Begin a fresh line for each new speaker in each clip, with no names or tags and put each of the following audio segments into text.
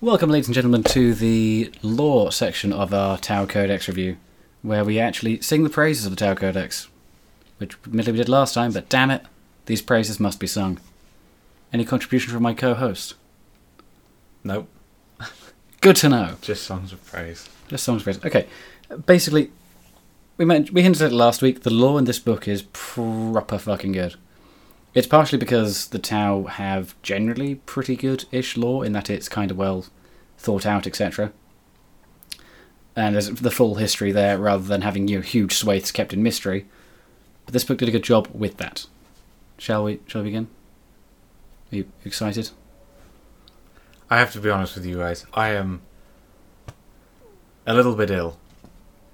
Welcome, ladies and gentlemen, to the law section of our Tower Codex review, where we actually sing the praises of the Tower Codex, which admittedly we did last time, but damn it, these praises must be sung. Any contribution from my co host?
Nope.
Good to know.
Just songs of praise.
Just songs of praise. Okay, basically, we, meant, we hinted at it last week. The law in this book is proper fucking good. It's partially because the Tau have generally pretty good ish law in that it's kind of well thought out, etc. And there's the full history there rather than having you know, huge swathes kept in mystery. But this book did a good job with that. Shall we? Shall we begin? Are you excited?
I have to be honest with you guys. I am a little bit ill.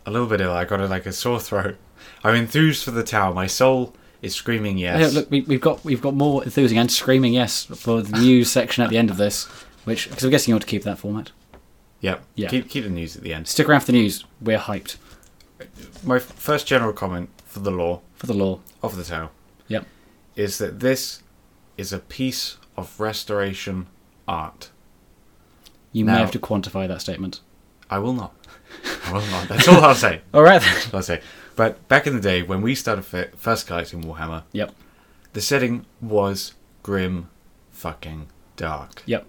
A little bit ill. I got a, like a sore throat. I'm enthused for the tower. My soul is screaming yes.
Yeah, look, we, we've got we've got more enthusing and screaming yes for the news section at the end of this, which because I'm guessing you want to keep that format.
Yep.
Yeah.
Keep keep the news at the end.
Stick around for the news. We're hyped
My first general comment for the law
for the law.
of the tower
Yep.
is that this is a piece of restoration art.
You may
Now-
have to quantify that statement.
I will not. I will not. That's all I'll say.
All right then.
I'll say. But back in the day when we started fi- first collecting Warhammer,
Yep.
the setting was grim, fucking dark.
Yep.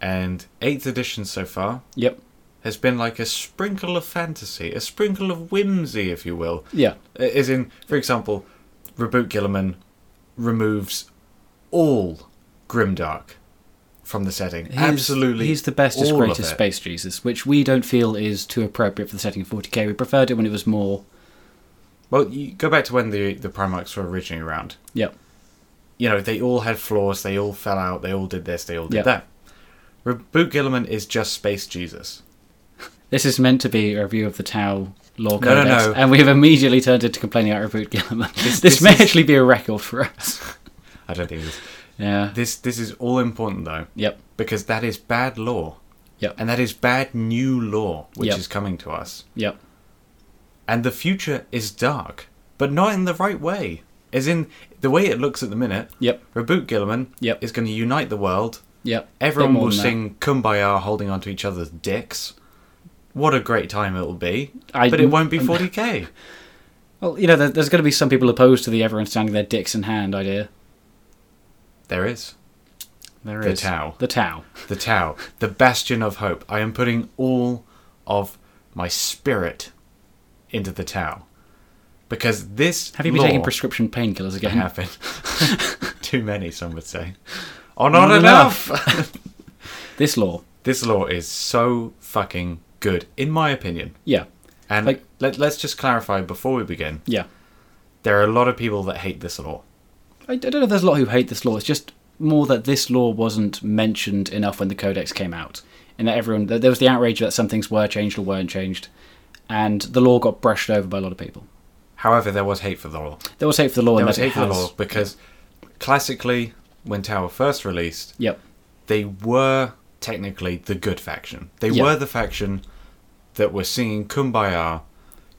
and eighth edition so far
Yep.
has been like a sprinkle of fantasy, a sprinkle of whimsy, if you will.
Yeah.
As in, for example, Reboot Gilliman removes all Grimdark from the setting.
He's-
Absolutely.
He's the best, is
all
greatest
of it.
space Jesus, which we don't feel is too appropriate for the setting of 40k. We preferred it when it was more.
Well, you go back to when the, the Primarchs were originally around.
Yep.
You know, they all had flaws, they all fell out, they all did this, they all did
Yeah.
that. Reboot Gilliman is just Space Jesus.
This is meant to be a review of the Tau Law
No, no,
Codex,
no.
and we have immediately turned into complaining about Reboot Gilliman. This,
this
may
is-
actually be a record for us.
I don't think it is.
Yeah.
This, this is all important, though.
Yep.
because that is bad law.
Yep.
And that is bad new law which
Yep.
is coming to us.
Yep.
And the future is dark, but not in the right way. As in the way it looks at the minute,
Yep.
Reboot Gilliman
Yep.
is going to unite the world.
Yep.
Everyone
Bit more
will
than that.
sing Kumbaya holding onto each other's dicks. What a great time it'll be.
I-
but it won't be 40k.
Well, you know, there, there's going to be some people opposed to the everyone standing their dicks in hand idea.
there is.
There
The
is.
Tau.
The Tau.
The Tau. The bastion of hope. I am putting all of my spirit into the Tau. Because this
Have you been taking
law-
prescription painkillers again?
happen. Too many, some would say. Or not,
Not
enough.
This law.
this law is so fucking good, in my opinion.
Yeah.
And
Like-
let, let's just clarify before we begin
Yeah.
there are a lot of people that hate this law.
I, I don't know if there's a lot who hate this law. It's just more that this law wasn't mentioned enough when the codex came out, and that everyone that there was the outrage that some things were changed or weren't changed, and the law got brushed over by a lot of people.
However, there was hate for the law.
There was hate for the law,
There
and
was
that
hate
it
for the
has.
law because classically, when Tower first released,
Yep.
they were technically the good faction. They
Yeah.
were the faction that were singing Kumbaya,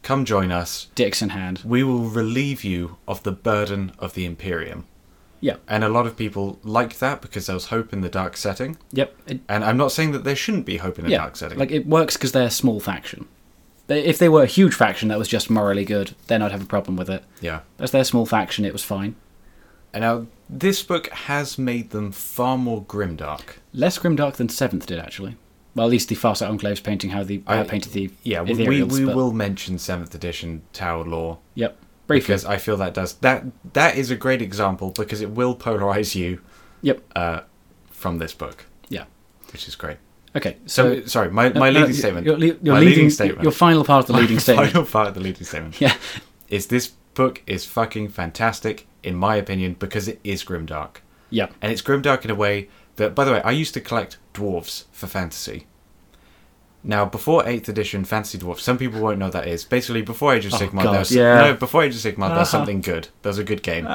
come join us,
Dicks in hand.
we will relieve you of the burden of the Imperium.
Yeah.
And a lot of people liked that because there was hope in the dark setting.
Yep. It,
And I'm not saying that there shouldn't be hope in the
yeah.
dark setting.
Like it works because they're a small faction. They, if they were a huge faction that was just morally good, then I'd have a problem with it.
yeah.
As their small faction, it was fine.
And now this book has made them far more grimdark.
Less grimdark than Seventh did actually. Well, at least the Farsight Enclaves painting how the
I-
uh, painted the
Yeah, we, we,
ethereals,
we
but-
will mention seventh edition Tower Law
Yep. Briefly.
because I feel that does that that is a great example because it will polarize you
Yep.
uh, from this book,
Yeah.
which is great.
Okay. So,
So, sorry, my,
No,
my
no,
leading
your-
statement.
Your, your
my
leading,
leading, statement.
Your final part of the leading statement.
Final part of the leading statement.
Yeah.
Is this book is fucking fantastic, in my opinion, because it is grimdark,
Yeah.
and it's grimdark in a way that, by the way, I used to collect dwarves for fantasy. Now, before Eighth Edition, fantasy dwarves. Some people won't know what that is. Basically, before Age of
Oh,
Sigmar,
God,
there was,
yeah.
no, before Age of Sigmar, there was
Uh-huh.
something good. There was a good game.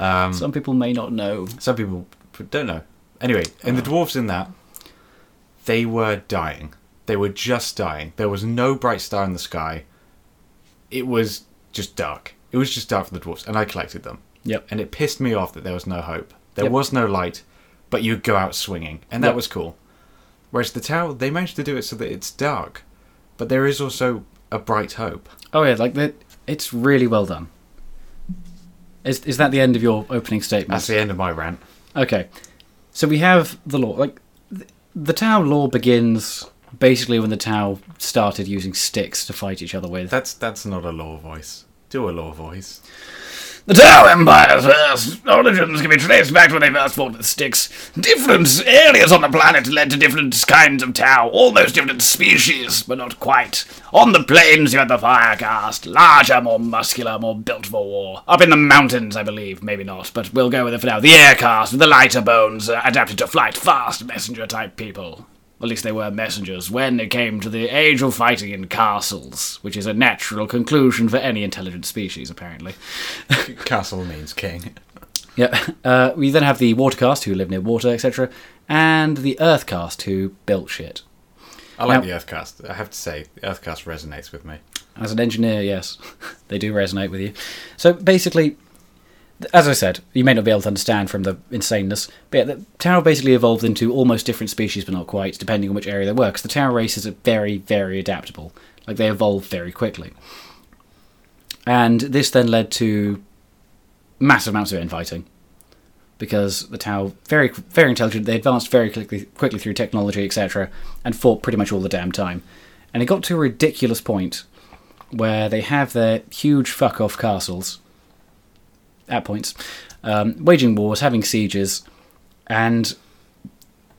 Um,
Some people may not know.
Some people p- don't know. Anyway, and the dwarves in that, they were dying. They were just dying. There was no bright star in the sky. It was just dark. It was just dark for the dwarves, and I collected them.
Yep.
And it pissed me off that there was no hope. There
Yep.
was no light, but you'd go out swinging, and that
Yep.
was cool. Whereas the Tau, they managed to do it so that it's dark, but there is also a bright hope.
Oh yeah, like that. It's really well done. Is is that the end of your opening statement?
That's the end of my rant.
Okay, so we have the law. Like th- the Tau law begins basically when the Tau started using sticks to fight each other with.
That's that's not a law voice. Do a law voice.
The Tau Empire's first origins can be traced back to when they first fought with sticks. Different areas on the planet led to different kinds of Tau, almost different species, but not quite. On the plains, you had the Firecast, larger, more muscular, more built for war. Up in the mountains, I believe, maybe not, but we'll go with it for now. The Aircast, with the lighter bones, uh, adapted to flight, fast messenger type people. At least they were messengers when it came to the age of fighting in castles, which is a natural conclusion for any intelligent species, apparently.
Castle means king.
Yeah. Uh, we then have the Watercast, who live near water, etc., and the Earthcast, who built shit.
I like
Now-
the Earthcast. I have to say, the Earthcast resonates with me.
As an engineer, yes, they do resonate with you. So basically, th- as I said, you may not be able to understand from the insaneness, but yeah, the Tau basically evolved into almost different species, but not quite, depending on which area they were, 'cause the Tau races are very, very adaptable. Like, they evolve very quickly. And this then led to massive amounts of infighting. Because the Tau, very, very intelligent, they advanced very quickly, quickly through technology, etc., and fought pretty much all the damn time. And it got to a ridiculous point where they have their huge fuck off castles at points, um, waging wars, having sieges, and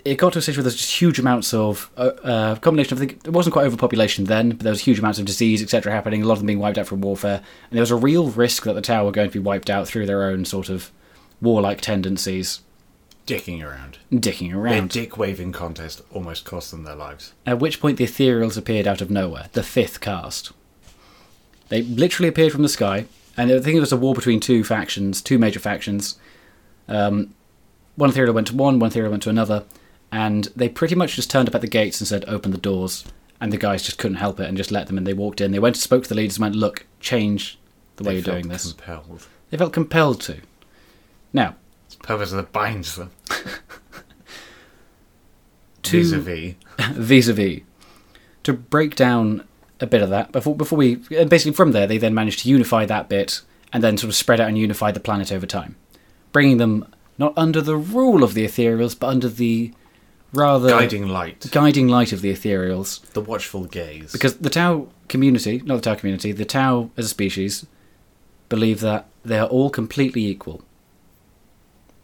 it got to a stage where there's just huge amounts of uh, uh, combination of the, it wasn't quite overpopulation then, but there was huge amounts of disease, etc., happening. A lot of them being wiped out from warfare, and there was a real risk that the tower were going to be wiped out through their own sort of warlike tendencies,
Dicking around.
dicking
Their
around.
dick waving contest almost cost them their lives.
At which point the ethereals appeared out of nowhere, the fifth cast. They literally appeared from the sky, and I think it was a war between two factions, two major factions. Um, one ethereal went to one, one ethereal went to another, and they pretty much just turned up at the gates and said, "Open the doors." And the guys just couldn't help it and just let them, and they walked in. They went and spoke to the leaders and went, "Look, change the way
They
you're
felt
doing this."
Compelled.
They felt compelled to. Now,
It's the purpose that binds them.
To-
Vis-a-vis.
vis-a-vis. To break down a bit of that before before we and basically from there they then managed to unify that bit and then sort of spread out and unify the planet over time, bringing them not under the rule of the ethereals but under the rather
Guiding light.
guiding light of the ethereals
the watchful gaze.
because the Tau community, not the Tau community, the Tau as a species believe that they are all completely equal.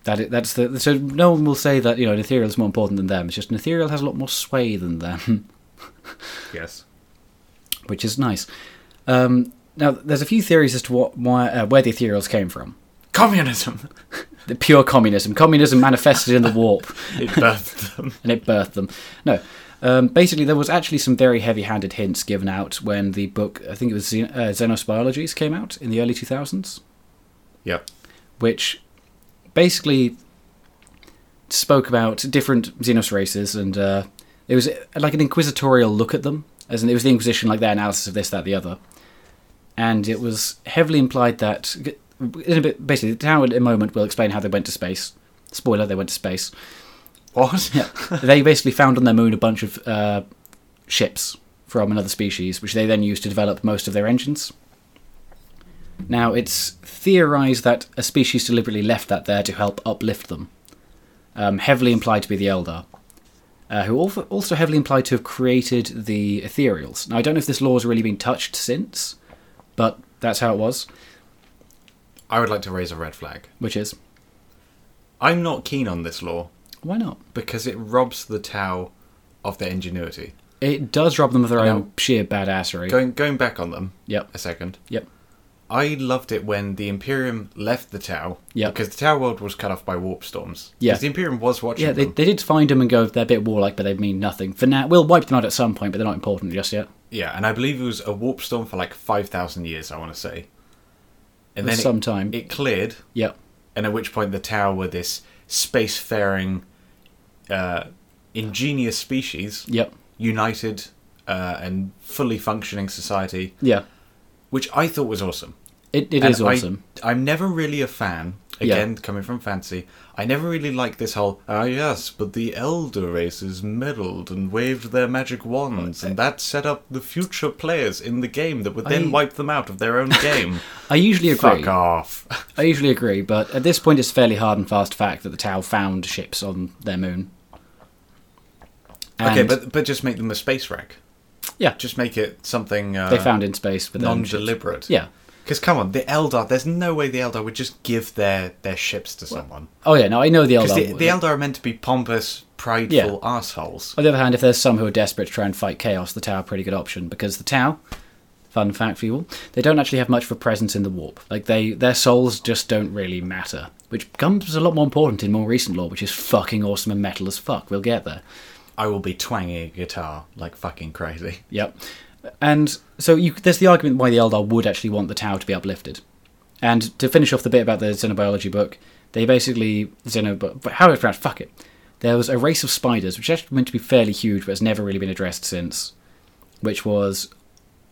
That it, that's the so no one will say that you know an ethereal is more important than them. It's just an ethereal has a lot more sway than them.
yes.
which is nice. Um, now, there's a few theories as to what why, uh, where the ethereals came from.
Communism.
The pure communism. Communism manifested in the warp,
It birthed them.
and it birthed them. No, um, basically, there was actually some very heavy-handed hints given out when the book, I think it was Xen- uh, Xenos Biologies, came out in the early 2000s,
Yep.
which basically spoke about different Xenos races, and uh, it was uh, like an inquisitorial look at them, as in it was the Inquisition, like their analysis of this, that, the other. and it was heavily implied that in a bit basically the tower in a moment will explain how they went to space spoiler they went to space
What?
they basically found on their moon a bunch of uh, ships from another species which they then used to develop most of their engines now it's theorized that a species deliberately left that there to help uplift them um, heavily implied to be the eldar uh, who al- also heavily implied to have created the ethereals now i don't know if this law has really been touched since but that's how it was
I would like to raise a red flag.
Which is
I'm not keen on this law
why not?
because it robs the Tau of their ingenuity.
It does rob them of their
No.
own sheer badassery.
Going going back on them
yep,
a second.
yep,
I loved it when the Imperium left the Tau.
Yep.
Because the Tau world was cut off by warp storms.
Yeah.
Because the Imperium was watching
yeah. They,
them.
they did find them and go. They're a bit warlike, but they mean nothing for now. We'll wipe them out at some point, but they're not important just yet.
Yeah, and I believe it was a warp storm for like 5,000 years, I want to say. And
For
it-
some time.
It cleared,
Yep,
and at which point the Tau were this spacefaring, uh, ingenious species,
yep,
united uh, and fully functioning society,
yeah.
which I thought was awesome.
It it is
And I-
awesome.
I'm never really a fan
Yeah.
Again, coming from fancy, I never really liked this whole, ah, yes, but the elder races meddled and waved their magic wands, and that set up the future players in the game that would then
I-
wipe them out of their own game.
I usually agree.
Fuck off.
I usually agree, but at this point, it's fairly hard and fast fact that the Tau found ships on their moon.
okay,
And
but but just make them a space wreck.
Yeah.
Just make it something uh,
they found in space with their own ships.
non-deliberate.
Yeah.
Because come on, the Eldar. There's no way the Eldar would just give their their ships to someone.
Oh yeah, no, I know the
Because
Eldar.
the,
would.
the Eldar are meant to be pompous, prideful assholes.
On the other hand, if there's some who are desperate to try and fight chaos, the Tau are a pretty good option because the Tau, fun fact for you all, they don't actually have much of a presence in the warp. Like they, their souls just don't really matter, which becomes a lot more important in more recent lore, which is fucking awesome and metal as fuck. We'll get there.
I will be twanging a guitar like fucking crazy.
Yep. And so you, there's the argument why the Eldar would actually want the Tau to be uplifted. And to finish off the bit about the xenobiology book, they basically xenob but how is it pronounced? Fuck it. There was a race of spiders, which is actually meant to be fairly huge, but has never really been addressed since. Which was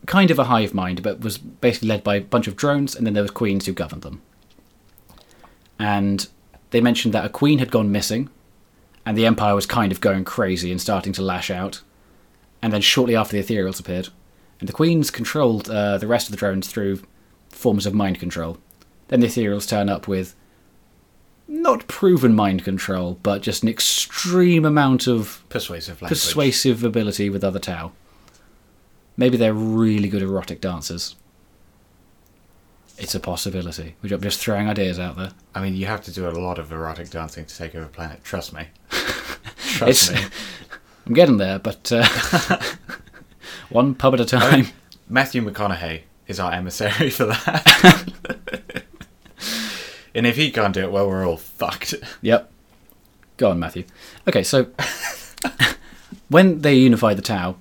kind of a hive mind, but was basically led by a bunch of drones, and then there was queens who governed them. And they mentioned that a queen had gone missing, and the empire was kind of going crazy and starting to lash out and then shortly after the ethereals appeared. And the queens controlled uh, the rest of the drones through forms of mind control. Then the ethereals turn up with not proven mind control, but just an extreme amount of
Persuasive language.
persuasive ability with other Tau. Maybe they're really good erotic dancers. It's a possibility. We're ju- just throwing ideas out there.
I mean, you have to do a lot of erotic dancing to take over a planet. Trust me.
It's-
Trust me.
I'm getting there, but uh, one pub at a time.
Matthew McConaughey is our emissary for that. and if he can't do it, well, we're all fucked.
Yep. Go on, Matthew. Okay, so when they unified the Tau,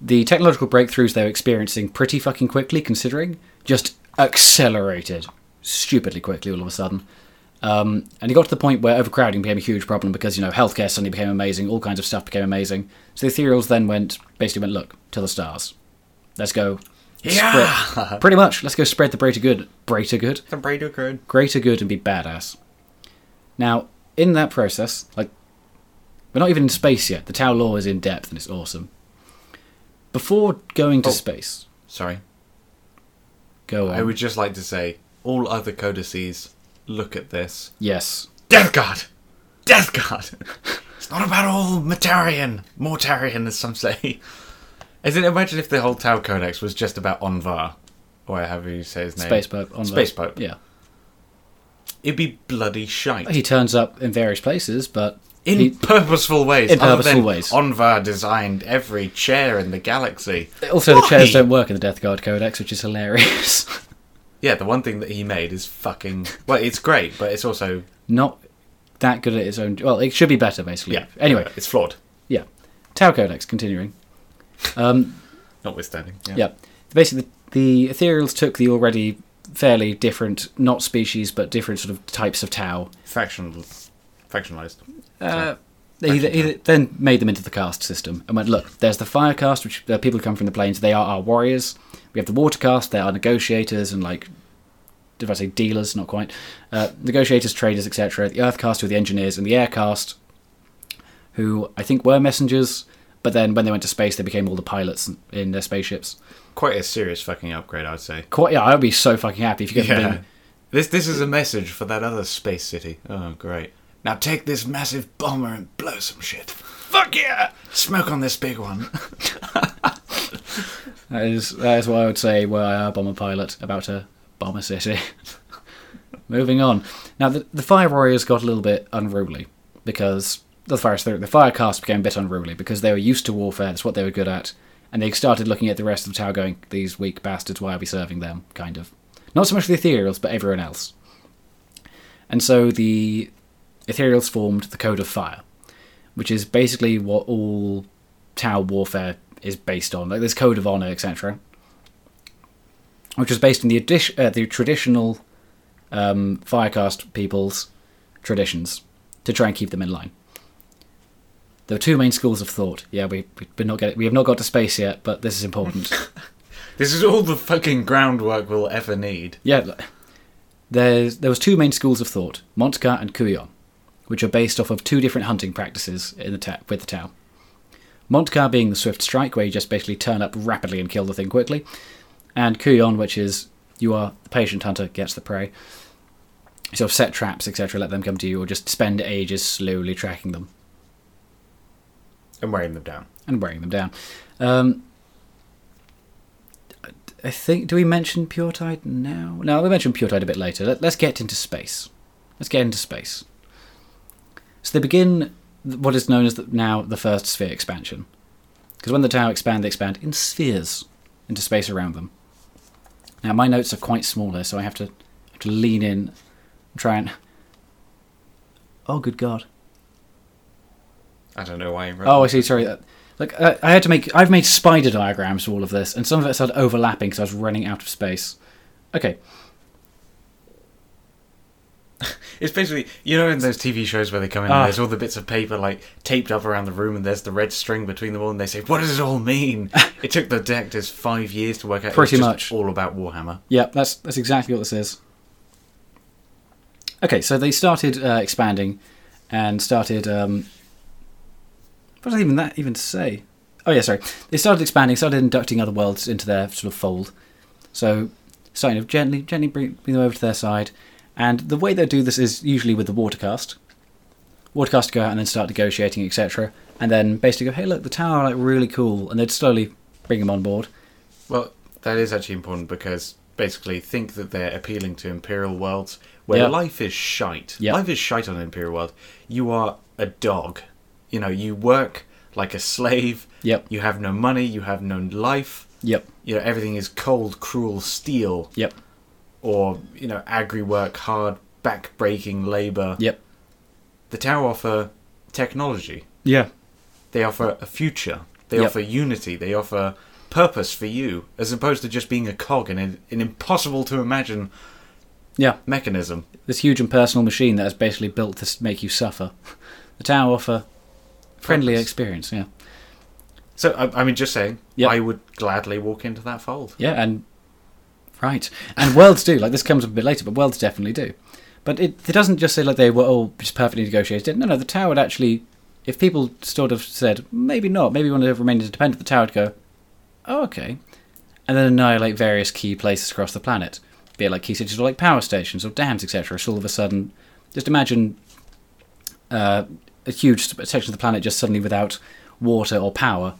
the technological breakthroughs they were experiencing pretty fucking quickly, considering, just accelerated stupidly quickly all of a sudden. Um, and it got to the point where overcrowding became a huge problem because, you know, healthcare suddenly became amazing, all kinds of stuff became amazing. So the Ethereals then went, basically went, look, to the stars. Let's go. Spread, pretty much, let's go spread the greater good. Greater good?
The Brado Code.
greater good and be badass. Now, in that process, like, we're not even in space yet. The Tau Law is in depth and it's awesome. Before going to
Oh.
space,
Sorry.
go on.
I would just like to say all other codices look at this.
Yes.
Death God! Death God! it's not about all Matarian. Mortarian, as some say. As in, imagine if the whole Tau Codex was just about Onvar. Or however you say his name.
Space Pope. On the-
Space Pope.
Yeah.
It'd be bloody shite.
He turns up in various places, but.
In
he-
purposeful ways.
In
other
purposeful
than
ways.
Onvar designed every chair in the galaxy.
also, the
Why?
chairs don't work in the Death Guard Codex, which is hilarious.
Yeah, the one thing that he made is fucking. Well, it's great, but it's also.
not that good at its own. Well, it should be better, basically.
Yeah. Uh,
Anyway,
It's flawed,
yeah. Tau Codex, continuing.
notwithstanding.
Yeah. Basically, the ethereals took the already fairly different, not species, but different sort of types of Tau.
Factional, factionalized.
Uh, he, he then made them into the caste system and went, look, there's the fire caste, which the people who come from the plains, they are our warriors. We have the water caste, they are negotiators and like, did I say dealers? Not quite. Uh, negotiators, traders, etc. The earth caste, who are the engineers, and the air caste, who I think were messengers, but then when they went to space, they became all the pilots in their spaceships.
Quite a serious fucking upgrade, I'd say.
Quite, yeah, I would be so fucking happy if you could have been
This this is a message for that other space city. Oh great. Now take this massive bomber and blow some shit. Fuck yeah! Smoke on this big one.
That is that is what I would say were I a bomber pilot about a bomber city. Moving on. Now the, the fire warriors got a little bit unruly because the fire the fire cast became a bit unruly because they were used to warfare. That's what they were good at, and they started looking at the rest of the tower going, "These weak bastards. Why are we serving them?" Kind of. Not so much the ethereals, but everyone else. And so the ethereals formed the Code of Fire, which is basically what all Tau warfare is based on, like this code of honor, etc., which was based on the addition, uh, the traditional um, Firecast people's traditions to try and keep them in line. There were two main schools of thought. Yeah, we we- we're not get, we have not got to space yet, but this is important.
This is all the fucking groundwork we'll ever need.
yeah, like- There's, there was two main schools of thought, Montcart and Kuyon, which are based off of two different hunting practices in the ta- with the Tau. Montcar being the swift strike, where you just basically turn up rapidly and kill the thing quickly, and Kuyon, which is you are the patient hunter, gets the prey. You sort of set traps, etc., let them come to you, or just spend ages slowly tracking them
and wearing them down.
and wearing them down. Um, I think. Do we mention Pure Tide now? No, we'll mention Pure Tide a bit later. Let, let's get into space. Let's get into space. So they begin th- what is known as the, now the first sphere expansion. Because when the Tau expand, they expand in spheres into space around them. Now, my notes are quite small here, so I have to, have to lean in and try and. Oh, good God.
I don't know why. I wrote
Oh, I
that.
see. Sorry. That- Like I, I had to make. I've made spider diagrams for all of this, and some of it started overlapping because I was running out of space. Okay.
It's basically you know in those TV shows where they come in
Ah.
and there's all the bits of paper like taped up around the room and there's the red string between them all and they say what does it all mean? it took the directors five years to work out. It was
Pretty
just
much.
all about Warhammer.
Yeah, that's that's exactly what this is. Okay, so they started uh, expanding, and started. Um, what does even that even say? Oh yeah, sorry. They started expanding, started inducting other worlds into their sort of fold. So, starting to gently, gently bring, bring them over to their side, and the way they do this is usually with the watercast. Watercast go out and then start negotiating, etc. And then basically go, hey, look, the tower are like really cool, and they'd slowly bring them on board.
Well, that is actually important because basically think that they're appealing to Imperial worlds where
Yeah.
life is shite.
Yeah.
Life is shite on an Imperial world. You are a dog. You know, you work like a slave.
Yep.
You have no money. You have no life.
Yep.
You know, everything is cold, cruel steel.
Yep.
or you know agri work hard back-breaking labor
Yep.
the tau offer technology
Yeah.
they offer a future they
Yep.
offer unity they offer purpose for you as opposed to just being a cog in an, an impossible to imagine
Yeah.
mechanism
this huge impersonal machine that is basically built to s- make you suffer. The Tau offer friendly
Purpose.
experience, yeah,
so i, I mean just saying
Yep.
i would gladly walk into that fold
yeah, and right, and worlds do like this comes up a bit later, but worlds definitely do. But it, it doesn't just say like they were all just perfectly negotiated. No, no, the Tau would actually, if people sort of said maybe not, maybe we want to remain independent, the Tau would go, oh, okay, and then annihilate various key places across the planet, be it like key cities or like power stations or dams, etc. So all of a sudden, just imagine uh, a huge sp- section of the planet just suddenly without water or power,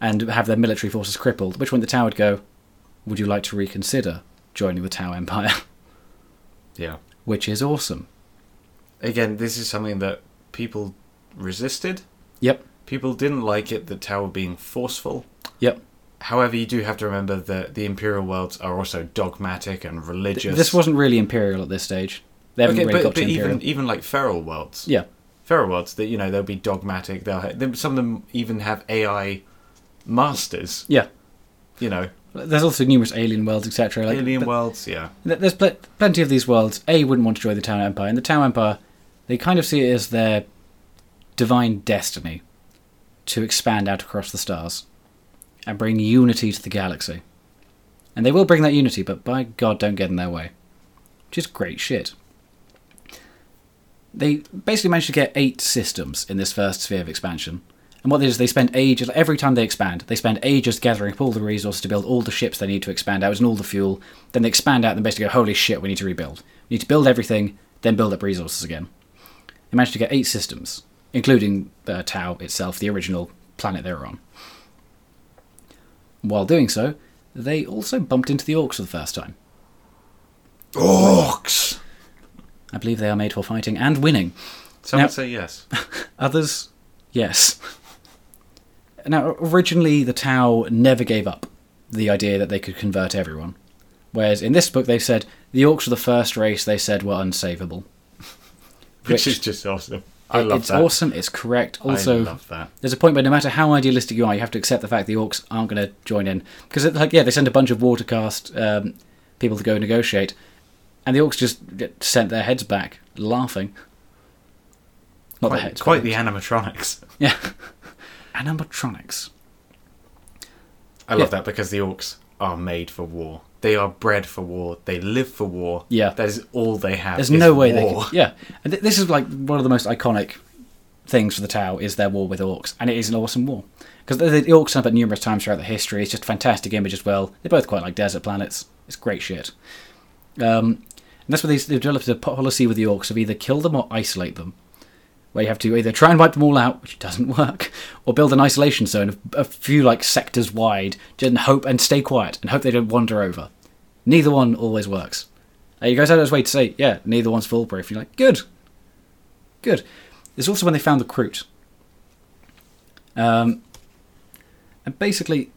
and have their military forces crippled. At Which point the Tau would go, would you like to reconsider joining the Tau Empire?
yeah
Which is awesome.
again this is something that people resisted
Yep.
people didn't like it the tau were being forceful
Yep.
However, you do have to remember that the Imperial worlds are also dogmatic and religious.
This wasn't really imperial at this stage. They haven't really
but,
got
but
to imperial.
even even like feral worlds,
Yeah.
feral worlds that you know they'll be dogmatic. They'll ha- they- some of them even have AI masters.
Yeah.
You know,
There's also numerous alien worlds, etc. Like,
alien
but
worlds. Yeah,
th- There's pl- plenty of these worlds. A wouldn't want to join the Tau Empire, and the Tau Empire, they kind of see it as their divine destiny to expand out across the stars and bring unity to the galaxy. And they will bring that unity, but by God, don't get in their way. Which is great shit. They basically managed to get eight systems in this first sphere of expansion. And what they do is they spend ages, every time they expand, they spend ages gathering up all the resources to build all the ships they need to expand out and all the fuel. Then they expand out and basically go, holy shit, we need to rebuild. We need to build everything, then build up resources again. They managed to get eight systems, including uh, Tau itself, the original planet they were on. While doing so, they also bumped into the orcs for the first time.
orcs.
I believe they are made for fighting and winning.
Some
Now-
would say yes.
Others, yes. Now, originally, the Tau never gave up the idea that they could convert everyone. Whereas in this book, they said the orcs were the first race they said were unsavable.
Which
Which-
is just awesome. I love
it's
that.
awesome, it's correct. Also,
I love that.
there's a point where no matter how idealistic you are, you have to accept the fact the orcs aren't going to join in because, like, yeah, they sent a bunch of watercast um, people to go negotiate, and the orcs just sent their heads back, laughing. Not
Quite,
their heads,
quite
but-
the animatronics.
yeah, animatronics.
I love
Yeah.
that because the orcs are made for war. They are bred for war. They live for war.
Yeah.
That is all they have.
There's
is
no way they
war.
could. Yeah, and th- this is like one of the most iconic things for the Tau is their war with orcs, and it is an awesome war because the, the orcs turn up at numerous times throughout the history. It's just a fantastic image as well. They both quite like desert planets. It's great shit. Um, and that's where they, they've developed a policy with the orcs of either kill them or isolate them, where you have to either try and wipe them all out, which doesn't work, or build an isolation zone of a few like sectors wide, just and hope and stay quiet and hope they don't wander over. Neither one always works. And he goes out of his way to say, yeah, neither one's foolproof. And you're like, good. Good. It's also when they found the Kroot. Um, and basically,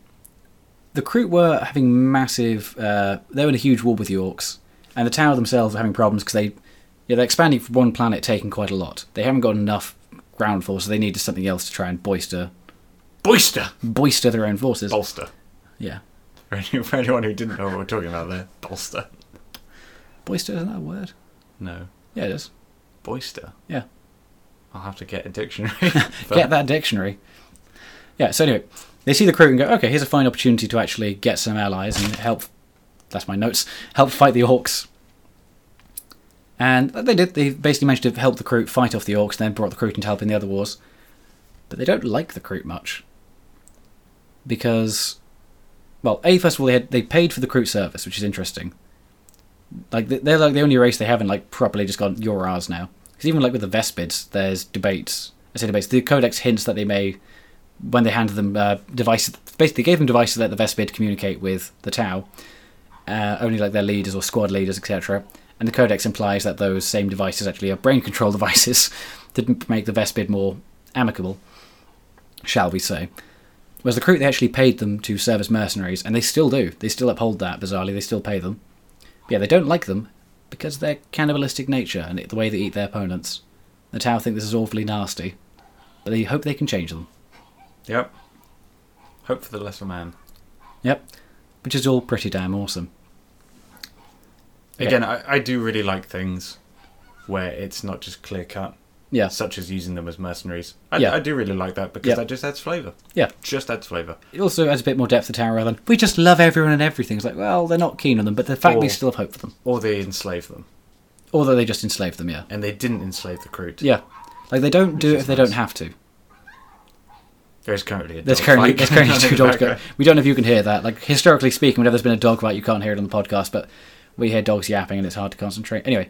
the Kroot were having massive. Uh, they were in a huge war with the Orcs. And the Tower themselves were having problems because they, yeah, they're expanding from one planet, taking quite a lot. They haven't got enough ground force, so they needed something else to try and boister,
Boister.
boister their own forces.
Bolster.
Yeah.
For any- for anyone who didn't know what we're talking about there, bolster.
Boister, isn't that a word?
No.
Yeah, it is.
Boister.
Yeah.
I'll have to get a dictionary. But
get that dictionary. Yeah, so anyway, they see the crew and go, okay, here's a fine opportunity to actually get some allies and help, that's my notes, help fight the orcs. And they did. They basically managed to help the crew fight off the orcs, then brought the crew into help in the other wars. But they don't like the crew much. Because, well, A, first of all, they, had, they paid for the crew service, which is interesting. Like, they- they're like the only race they haven't, like, properly just gone, you're ours now. Because even, like, with the Vespids, there's debates. I say debates. The Codex hints that they may, when they handed them uh, devices, basically gave them devices that the Vespid communicate with the Tau, uh, only like their leaders or squad leaders, etc. And the Codex implies that those same devices actually are brain control devices to m- make the Vespid more amicable, shall we say. Whereas the crew, they actually paid them to serve as mercenaries, and they still do. They still uphold that, bizarrely. They still pay them. But yeah, they don't like them because of their cannibalistic nature and it- the way they eat their opponents. The Tau think this is awfully nasty, but they hope they can change them.
Yep. Hope for the lesser man.
Yep. Which is all pretty damn awesome. Yeah.
Again, I, I do really like things where it's not just clear cut,
Yeah.
such as using them as mercenaries. I,
Yeah.
I do really like that because
Yeah.
that just adds flavour.
Yeah.
Just adds flavour.
It also adds a bit more depth to Tower Island. We just love everyone and everything. It's like, well, they're not keen on them, but the fact we
Or-
still have hope for them.
Or they enslave them.
Or that they just enslave them, yeah.
And they didn't enslave the crew.
Yeah. Like, they don't do it
is
if they
nice.
don't have to.
There's currently a
There's
dog
currently,
fight
there's currently
going on
two
in
dogs
the
going.
background.
We don't know if you can hear that. Like, historically speaking, whenever there's been a dog fight, you can't hear it on the podcast, but we hear dogs yapping and it's hard to concentrate. Anyway.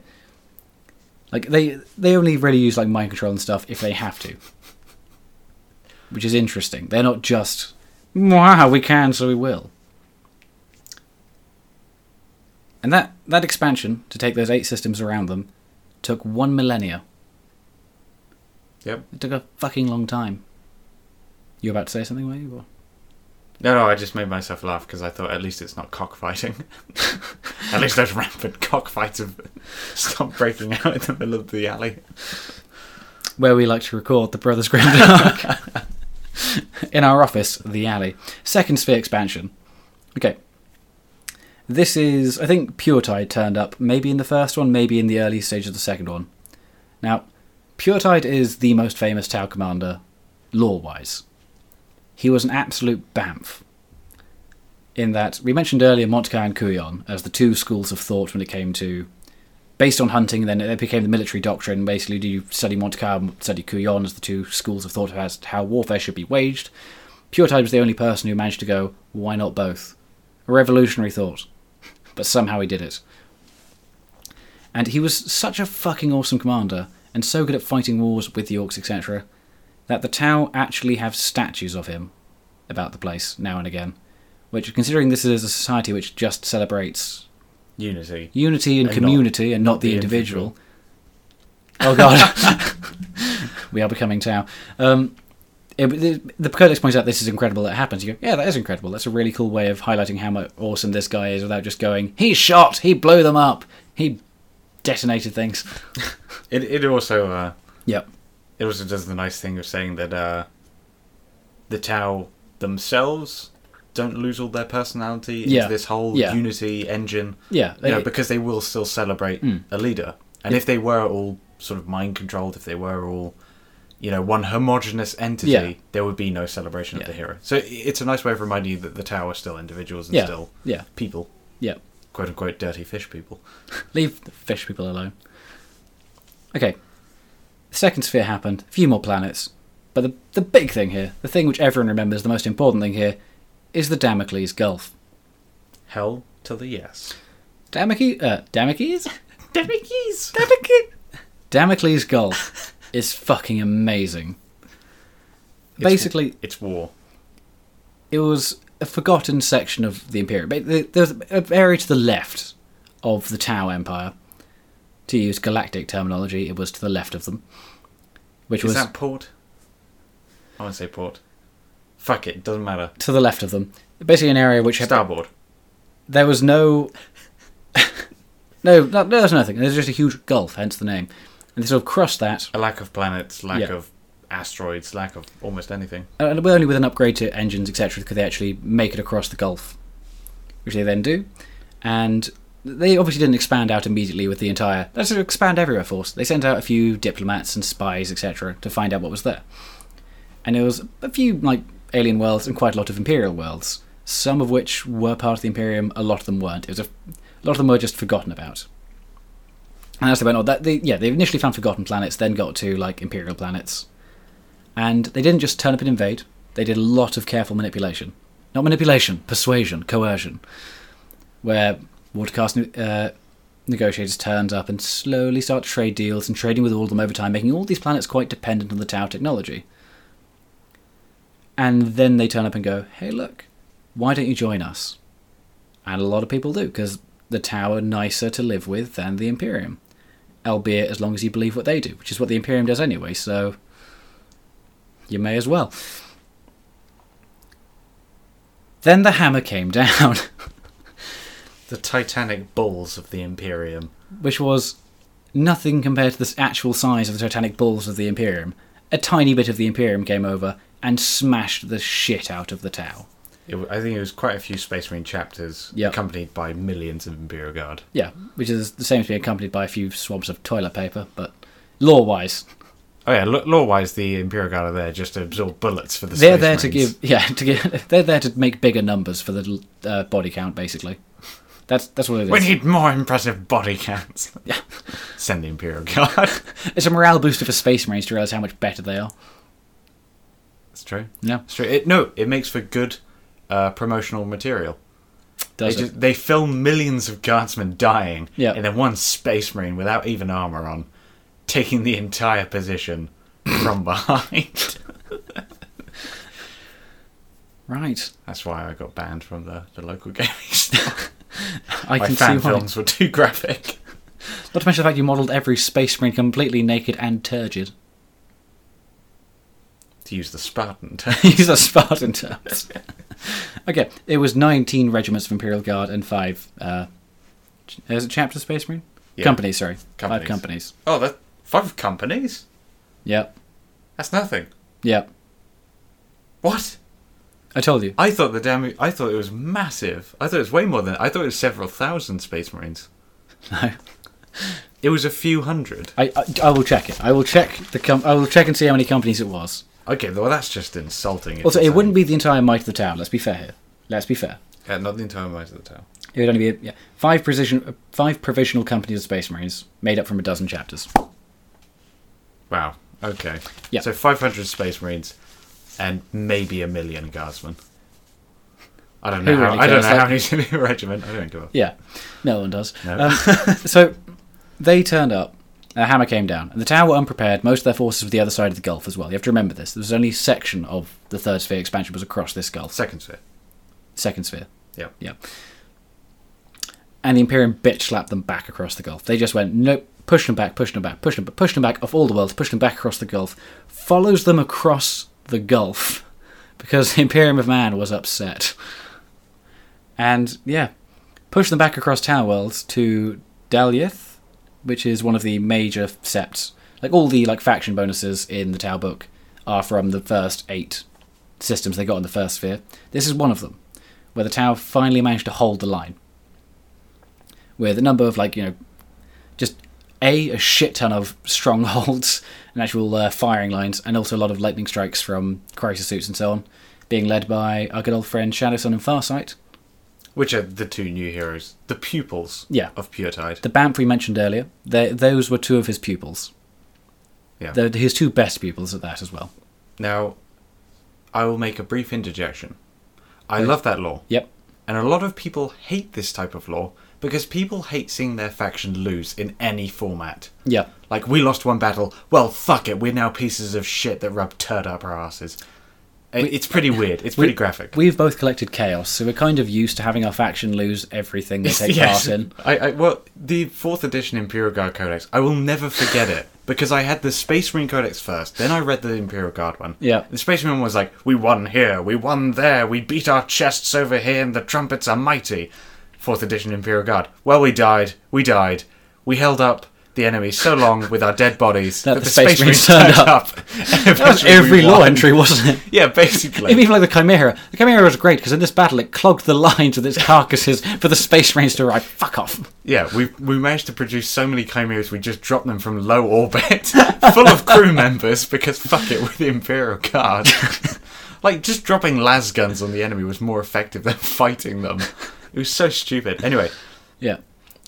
Like, they, they only really use, like, mind control and stuff if they have to. Which is interesting. They're not just, wow, we can, so we will. And that, that expansion to take those eight systems around them took one millennia.
Yep.
It took a fucking long time. You were about to say something, were you? Or?
No, no, I just made myself laugh because I thought at least it's not cockfighting. at least those rampant cockfights have stopped breaking out in the middle of the alley.
where we like to record the Brothers Grimm Dark. in our office, the alley. Second sphere expansion. Okay. This is, I think Pure Tide turned up, maybe in the first one, maybe in the early stage of the second one. Now, Pure Tide is the most famous Tau commander, lore wise. He was an absolute bamf. In that, we mentioned earlier Montkai and Kuyon as the two schools of thought when it came to based on hunting, then it became the military doctrine. Basically, do you study Monte Carlo and study Kuyon as the two schools of thought as to how warfare should be waged? Pure Tide was the only person who managed to go, why not both? A revolutionary thought. But somehow he did it. And he was such a fucking awesome commander, and so good at fighting wars with the orcs, etc., that the Tau actually have statues of him about the place now and again. Which, considering this is a society which just celebrates
Unity.
unity and,
And not-
community and not, the,
the
individual. Oh god, we are becoming Tao. Um, it, the, the codex points out this is incredible that it happens. You go, yeah, that is incredible. That's a really cool way of highlighting how mu- awesome this guy is without just going, he shot, he blew them up, he detonated things.
It, it also uh,
Yep.
it also does the nice thing of saying that uh, the Tau themselves don't lose all their personality into
Yeah.
this whole
Yeah.
unity engine.
Yeah.
you know,
it-
because they will still celebrate
Hmm.
a leader. And if they were all sort of mind controlled, if they were all, you know, one homogenous entity,
Yeah.
there would be no celebration
Yeah.
of the hero. So i- it's a nice way of reminding you that the Tau are still individuals and
yeah.
still
Yeah.
people.
Yeah.
quote unquote dirty fish people.
Leave the fish people alone. Okay. The second sphere happened, a few more planets. But the, the big thing here, the thing which everyone remembers, the most important thing here, is the Damocles Gulf.
Hell to the yes.
Damocles? Uh, Damocles?
Demickies!
Damocles? Damocles Gulf is fucking amazing. Basically,
It's war.
it was a forgotten section of the Imperium. Ba- the- There's an area to the left of the Tau Empire. To use galactic terminology, it was to the left of them. Which
Is
was
that port? I want to say port. Fuck it, doesn't matter.
to the left of them. Basically, an area which had-
Starboard.
there was no, no, no, there was nothing. There's just a huge gulf, hence the name. And they sort of crossed that,
A lack of planets, lack
Yeah.
of asteroids, lack of almost anything.
and only uh, with an upgrade to engines, etc., could they actually make it across the gulf, which they then do. And they obviously didn't expand out immediately with the entire. That's an expand everywhere force. They sent out a few diplomats and spies, etc., to find out what was there. And it was a few like alien worlds and quite a lot of imperial worlds. Some of which were part of the Imperium, a lot of them weren't. It was a, a lot of them were just forgotten about. And as they went on, that they, yeah, they initially found forgotten planets, then got to like imperial planets, and they didn't just turn up and invade. They did a lot of careful manipulation, not manipulation, persuasion, coercion, where Watercast uh, negotiators turned up and slowly start trade deals and trading with all of them over time, making all these planets quite dependent on the Tau technology. And then they turn up and go, "Hey, look, why don't you join us?" And a lot of people do because the Tau are nicer to live with than the Imperium, albeit as long as you believe what they do, which is what the Imperium does anyway. So you may as well. Then the hammer came down,
The titanic bulls of the Imperium.
which was nothing compared to the actual size of the Titanic balls of the Imperium. A tiny bit of the Imperium came over and smashed the shit out of the Tau.
It, wa- I think it was quite a few Space Marine chapters,
Yeah.
accompanied by millions of Imperial Guard.
Yeah, which is the same as being accompanied by a few swabs of toilet paper, but law wise,
Oh yeah, l- law-wise, the Imperial Guard are there just to absorb bullets for the
they're
Space
there to
Marines.
give yeah to give they're there to make bigger numbers for the uh, body count basically. That's that's what it is.
We need more impressive body counts. yeah. Send the Imperial Guard.
It's a morale booster for space marines to realize how much better they are.
That's true.
Yeah,
It's true. It, no, it makes for good uh, promotional material. They,
does it?
just, they film millions of guardsmen dying,
Yeah.
and then one space marine without even armor on, taking the entire position from behind.
Right.
That's why I got banned from the, the local gaming store.
I
My
can
fan
see why.
films were too graphic.
Not to mention the fact you modelled every space marine completely naked and turgid.
To use the Spartan term.
These are Spartan terms. okay, it was 19 regiments of Imperial Guard and five. Uh, ch- is it chapter space marine?
Yeah.
Companies, sorry.
Companies.
Five companies.
Oh, that five companies?
Yep.
That's nothing.
Yep.
What?
I told you.
I thought the damn. I thought it was massive. I thought it was way more than. I thought it was several thousand space marines.
No.
It was a few hundred.
I, I, I will check it. I will check the com- I will check and see how many companies it was.
Okay, well that's just insulting. if
Also,
it's
it
only-
wouldn't be the entire might of the tower. Let's be fair here. Let's be fair.
Yeah, Uh, not the entire might of the tower.
It would only be yeah, five precision, five provisional companies of Space Marines made up from a dozen chapters.
Wow. Okay.
Yeah.
So 500 Space Marines and maybe a million Guardsmen. I don't know.
Who
How,
really
I don't
cares?
know how many's in your regiment. I don't give a.
Yeah, no one does.
No.
Um, so they turned up. A hammer came down, and the tower were unprepared. Most of their forces were the other side of the gulf as well. You have to remember this. There was only a section of the third sphere expansion was across this gulf.
Second sphere.
Second sphere.
Yeah.
Yeah. And the Imperium bitch slapped them back across the Gulf. They just went, nope, pushed them back, pushed them back, pushed them, back, pushed them back off all the worlds, pushed them back across the Gulf, follows them across the Gulf because the Imperium of Man was upset. And yeah, pushed them back across Tower Worlds to Dalith, which is one of the major septs. Like all the like faction bonuses in the Tau book are from the first eight systems they got in the first sphere. This is one of them where the tower finally managed to hold the line. With a number of, like, you know, just A, a shit ton of strongholds and actual uh, firing lines, and also a lot of lightning strikes from crisis suits and so on, being led by our good old friend Shadow Sun and Farsight,
which are the two new heroes, the pupils
Yeah.
of Pure Tide.
The Banff we mentioned earlier, they, those were two of his pupils.
Yeah.
They're his two best pupils at that as well.
Now, I will make a brief interjection. I love that law,
Yep.
and a lot of people hate this type of law because people hate seeing their faction lose in any format.
Yeah.
Like, we lost one battle, well, fuck it, we're now pieces of shit that rub turd up our asses. It- it's pretty weird, it's pretty graphic.
We've both collected chaos, so we're kind of used to having our faction lose everything they take
Yes.
part in.
I, I well, the fourth edition Imperial Guard Codex. I will never forget it because I had the Space Marine Codex first, then I read the Imperial Guard one.
Yeah.
the Space Marine one was like, "We won here, we won there, we beat our chests over here, and the trumpets are mighty." Fourth edition Imperial Guard. Well, we died, we died, we held up. The enemy so long with our dead bodies that, the, Space, Marines turned up.
That was every law entry, wasn't it?
Yeah, basically.
Even like the Chimera. The Chimera was great because in this battle it clogged the lines with its carcasses for the Space Marines to arrive. Fuck off.
Yeah, we we managed to produce so many chimeras we just dropped them from low orbit, full of crew members because fuck it with the Imperial Guard. like just dropping las guns on the enemy was more effective than fighting them. It was so stupid. Anyway,
Yeah.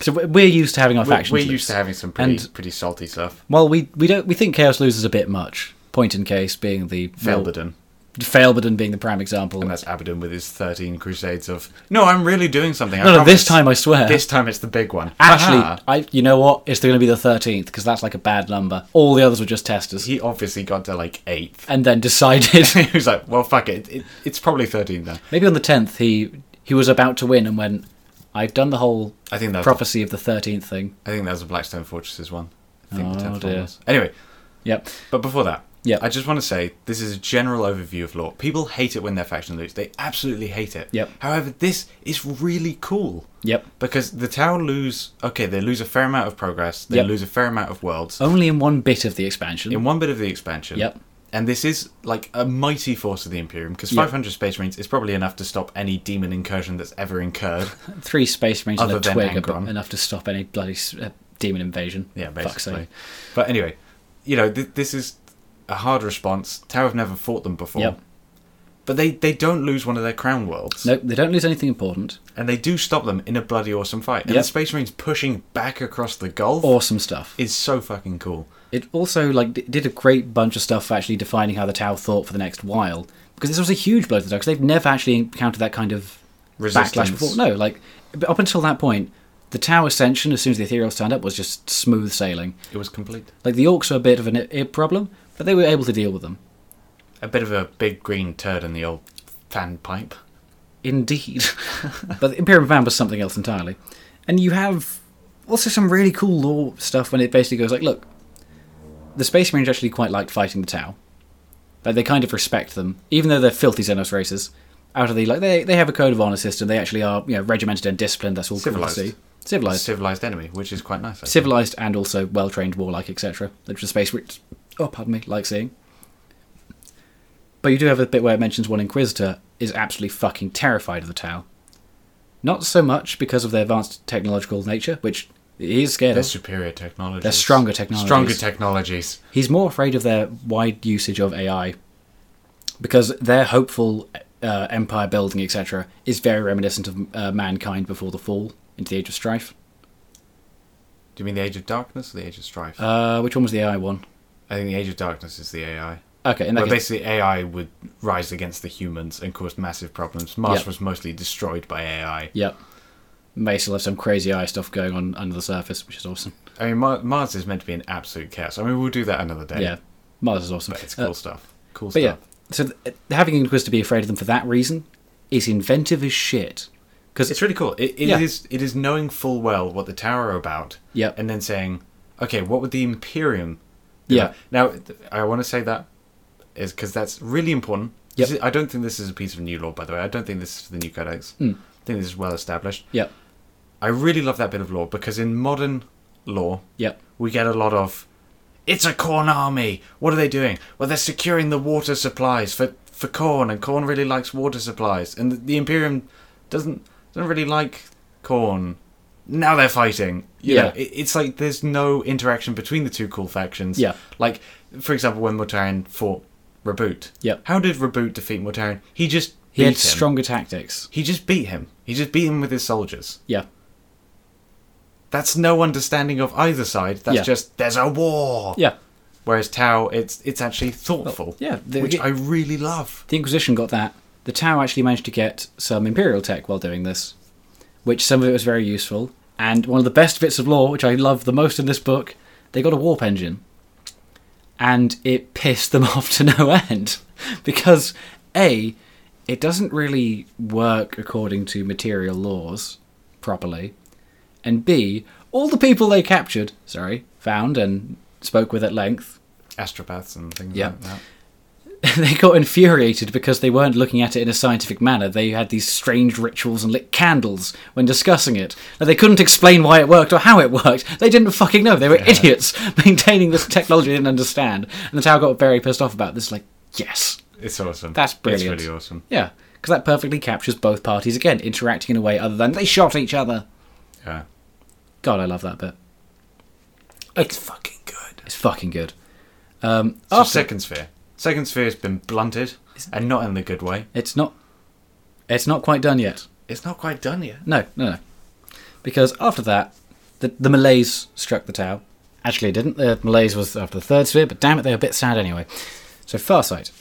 So we- we're used to having our
we're,
factions
we're
lose.
used to having some pretty
And-
pretty salty stuff.
Well, we we don't we think chaos loses a bit much. Point in case being the
Felberden,
Failberdon being the prime example.
and that's Abaddon with his thirteen crusades of no, I'm really doing something. I
no, no, this
promise."
time I swear.
This time it's the big one.
Actually,
Aha.
I you know what? It's going to be the thirteenth because that's like a bad number. All the others were just testers,
he obviously got to like eighth.
and then decided
he was like, well, fuck it, it it's probably thirteen then.
maybe on the tenth he he was about to win and went. I've done the whole
I think that's
prophecy of the thirteenth thing.
I think that was the Blackstone Fortresses one. I think
Oh,
the tenth
dear.
one was. Anyway,
Yep.
but before that,
Yeah.
I just want to say this is a general overview of law. People hate it when their faction lose. They absolutely hate it.
Yep.
However, this is really cool
Yep.
because the Tau lose. Okay, they lose a fair amount of progress. They
Yep.
lose a fair amount of worlds
Only in one bit of the expansion.
in one bit of the expansion.
Yep.
And this is like a mighty force of the Imperium because
Yep.
500 Space Marines is probably enough to stop any demon incursion that's ever incurred.
Three space marines and
Other
a
than
twig are
Angron.
bu- enough to stop any bloody s- uh, demon invasion.
Yeah,
Fuck's sake.
basically. But anyway, you know, th- this is a hard response. Tau have never fought them before.
Yep.
But they, they don't lose one of their crown worlds.
Nope, they don't lose anything important.
And they do stop them in a bloody awesome fight. And
Yep.
the Space Marines pushing back across the Gulf
Awesome stuff.
is so fucking cool.
It also like d- did a great bunch of stuff for actually defining how the Tau thought for the next while because this was a huge blow to the Tau because they've never actually encountered that kind of
Resistance.
backlash before. No, like but up until that point, the Tau ascension as soon as the Ethereal stand up was just smooth sailing.
It was complete.
Like the Orcs were a bit of an i- i- problem, but they were able to deal with them.
A bit of a big green turd in the old fan pipe.
Indeed. but the Imperium Van was something else entirely. And you have also some really cool lore stuff when it basically goes like, look, the Space Marines actually quite liked fighting the Tau. Like they kind of respect them, even though they're filthy Xenos races. Out of the like they they have a code of honor system, they actually are, you know, regimented and disciplined, that's all
Civilized.
cool to see.
A
Civilized.
civilized enemy, which is quite nice. I think.
civilized and also well trained warlike, etc. Which the space marines oh pardon me, like seeing. But you do have a bit where it mentions one Inquisitor is absolutely fucking terrified of the Tau. Not so much because of their advanced technological nature, which he is scared
They're
of.
superior technologies.
They're stronger technologies.
Stronger technologies.
He's more afraid of their wide usage of AI because their hopeful uh, empire building, etc., is very reminiscent of uh, mankind before the fall into the Age of Strife.
Do you mean the Age of Darkness or the Age of Strife?
Uh, which one was the AI one?
I think the Age of Darkness is the AI.
Okay, in that
Well,
case,
basically, AI would rise against the humans and caused massive problems. Mars
Yep.
was mostly destroyed by AI.
Yep. May still have some crazy eye stuff going on under the surface, which is awesome.
I mean, Mar- Mars is meant to be an absolute chaos. I mean, we'll do that another day.
Yeah, Mars is awesome.
It's
Uh,
cool stuff. Cool
but
stuff.
yeah, so th- having Inquisitor be afraid of them for that reason is inventive as shit. Because
It's really cool. It, it
Yeah.
is- it is knowing full well what the Tower are about.
Yep.
And then saying, okay, what would the Imperium do
Yeah.
about- Now, th- I want to say that is because that's really important.
Yep.
This is- I don't think this is a piece of new law, by the way. I don't think this is the new codex.
Hmm.
I think this is well established.
yep,
I really love that bit of law because in modern law,
yep,
we get a lot of it's a corn army what are they doing well they're securing the water supplies for for corn and corn really likes water supplies and the, the imperium doesn't doesn't really like corn now they're fighting you
Yeah.
know, it, it's like there's no interaction between the two cool factions
Yeah.
like for example when Mortarion fought Reboot
Yep.
how did Reboot defeat Mortarion he just
he
beat
had
him
stronger tactics.
he just beat him He just beat him with his soldiers.
Yeah.
That's no understanding of either side. That's
Yeah.
just there's a war.
Yeah.
Whereas Tao, it's it's actually thoughtful.
yeah, the-
which I really love.
The Inquisition got that. The Tau actually managed to get some Imperial tech while doing this, which some of it was very useful. And one of the best bits of lore, which I love the most in this book, they got a warp engine. And it pissed them off to no end. Because, A, it doesn't really work according to material laws properly. And B, all the people they captured, sorry, found and spoke with at length
Astropaths and things
Yeah.
like that.
they got infuriated because they weren't looking at it in a scientific manner. They had these strange rituals and lit candles when discussing it. And they couldn't explain why it worked or how it worked. They didn't fucking know. They were idiots maintaining this technology they didn't understand. And the Tower got very pissed off about this. Like, yes.
It's awesome.
That's brilliant.
It's really awesome.
Yeah. Because that perfectly captures both parties again, interacting in a way other than they shot each other.
Yeah.
God, I love that bit.
It's fucking good.
It's fucking good. Um,
So
after-
second sphere. Second sphere has been blunted, and not in the good way.
it's not. It's not quite done yet.
It's not quite done yet.
No, no, no. Because after that, the, the Malays struck the Tau. Actually, it didn't. The Malays was after the third sphere, but damn it, they were a bit sad anyway. So Farsight.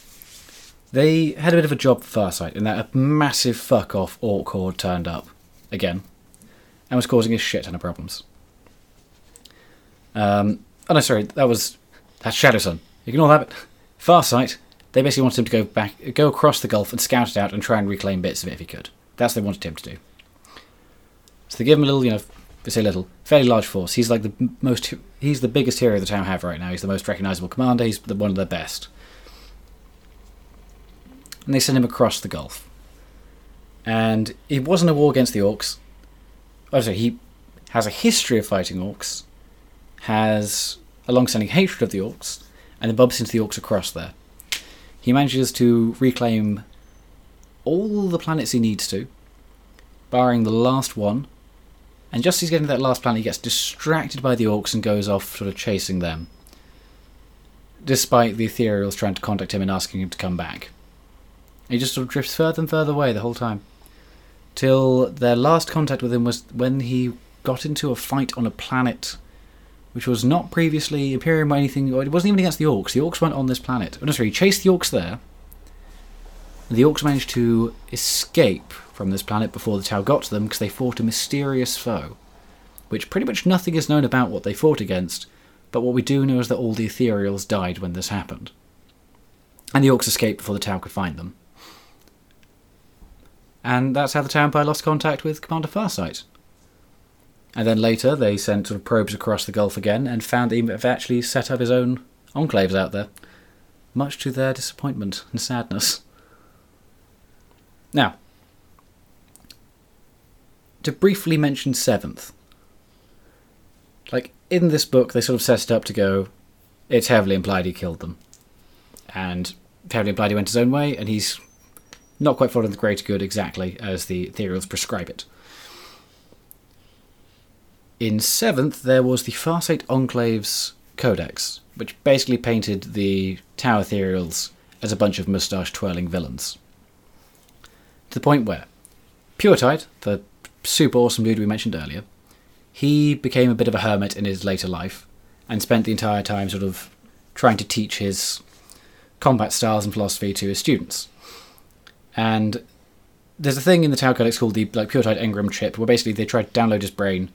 They had a bit of a job for Farsight in that a massive fuck off orc horde turned up again and was causing a shit ton of problems. Um, oh no, sorry, that was that's Shadow Sun. Ignore that. But Farsight. They basically wanted him to go back, go across the Gulf and scout it out and try and reclaim bits of it if he could. That's what they wanted him to do. So they give him a little, you know, I say little, fairly large force. He's like the m- most, he's the biggest hero the town have right now. He's the most recognizable commander. He's the, one of their best. And they send him across the Gulf. And it wasn't a war against the orcs. Oh, sorry, he has a history of fighting orcs, has a long-standing hatred of the orcs, and then bumps into the orcs across there. He manages to reclaim all the planets he needs to, barring the last one. And just as he's getting to that last planet, he gets distracted by the orcs and goes off, sort of chasing them. Despite the ethereals trying to contact him and asking him to come back, he just sort of drifts further and further away the whole time, till their last contact with him was when he got into a fight on a planet, which was not previously Imperium or anything. Or it wasn't even against the orcs. The orcs weren't on this planet. Oh, no, sorry, he chased the orcs there, and the orcs managed to escape from this planet before the Tau got to them because they fought a mysterious foe, which pretty much nothing is known about what they fought against, but what we do know is that all the ethereals died when this happened. And the orcs escaped before the Tau could find them. And that's how the Tau Empire lost contact with Commander Farsight. And then later they sent sort of probes across the Gulf again and found that he had actually set up his own enclaves out there, much to their disappointment and sadness. Now, to briefly mention Seventh, like in this book, they sort of set it up to go, it's heavily implied he killed them. And heavily implied he went his own way, and he's not quite following the greater good exactly as the ethereals prescribe it. In Seventh, there was the Farsight Enclave's Codex, which basically painted the Tower Ethereals as a bunch of moustache twirling villains to the point where Pure Tide, the super awesome dude we mentioned earlier, he became a bit of a hermit in his later life and spent the entire time sort of trying to teach his combat styles and philosophy to his students. And there's a thing in the Tau Codex called the like Pure Tide Engram chip, where basically they tried to download his brain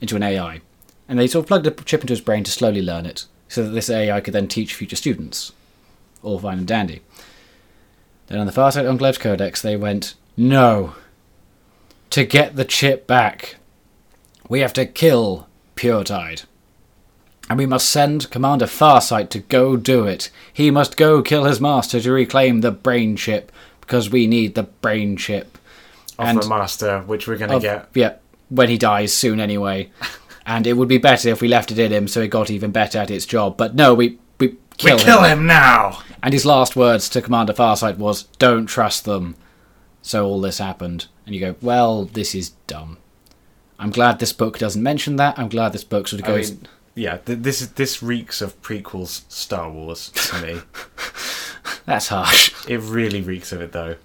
into an AI, and they sort of plugged a chip into his brain to slowly learn it, so that this AI could then teach future students. All fine and dandy. Then on the Farsight Enclave's Codex, they went, no. To get the chip back, we have to kill Puretide. And we must send Commander Farsight to go do it. He must go kill his master to reclaim the brain chip, because we need the brain chip.
Of
And-
the master, which we're gonna
Of-
get.
yeah, when he dies soon anyway. and it would be better if we left it in him so it got even better at its job. But no, we, we kill
we
him.
kill him now.
And his last words to Commander Farsight was, Don't trust them. So all this happened. And you go, Well, this is dumb. I'm glad this book doesn't mention that. I'm glad this book sort of
I
goes.
mean, yeah, th- this is this reeks of prequels Star Wars to me.
That's harsh.
it really reeks of it though.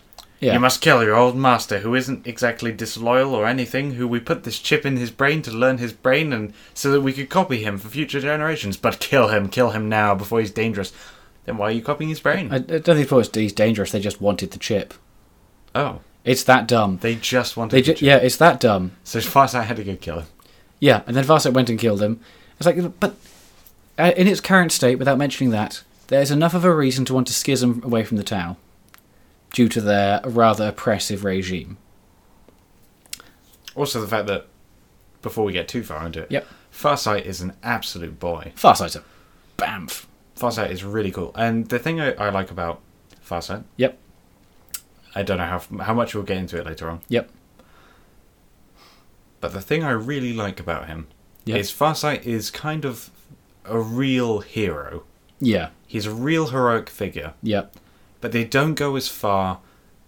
Yeah.
You must kill your old master, who isn't exactly disloyal or anything, who we put this chip in his brain to learn his brain and so that we could copy him for future generations. But kill him, kill him now before he's dangerous. Then why are you copying his brain?
I, I don't think it's because he's dangerous. They just wanted the chip.
oh,
It's that dumb.
they just wanted
They
the
ju-
chip.
yeah, it's that dumb.
So Farsight had to go kill him.
Yeah, and then Farsight went and killed him. It's like, but uh, in its current state, without mentioning that, there's enough of a reason to want to schism away from the Tao due to their rather oppressive regime.
Also, the fact that before we get too far into it,
Yep.
Farsight is an absolute boy.
Farsight's a bamf.
Farsight is really cool, and the thing I, I like about Farsight,
Yep,
I don't know how how much we'll get into it later on,
yep,
but the thing I really like about him
Yep.
is Farsight is kind of a real hero.
yeah,
He's a real heroic figure,
yep.
but they don't go as far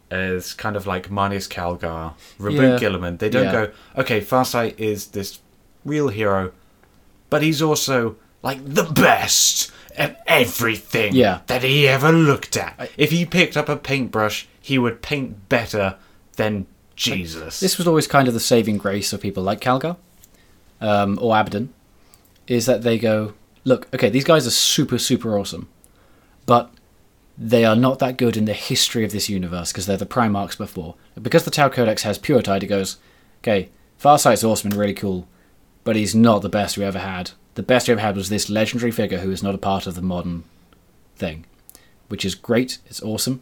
as kind of like Marnius Calgar, Reboot
Yeah.
Gilliman. They don't
Yeah.
go, okay, Farsight is this real hero, but he's also like the best at everything
Yeah.
that he ever looked at. if he picked up a paintbrush, he would paint better than Jesus.
This was always kind of the saving grace of people like Calgar um, or Aberdeen, is that they go, look, okay, these guys are super, super awesome, but they are not that good in the history of this universe because they're the Primarchs before. Because the Tau Codex has Pure Tide, it goes, okay, Farsight's awesome and really cool, but he's not the best we ever had. The best we ever had was this legendary figure who is not a part of the modern thing, which is great, it's awesome,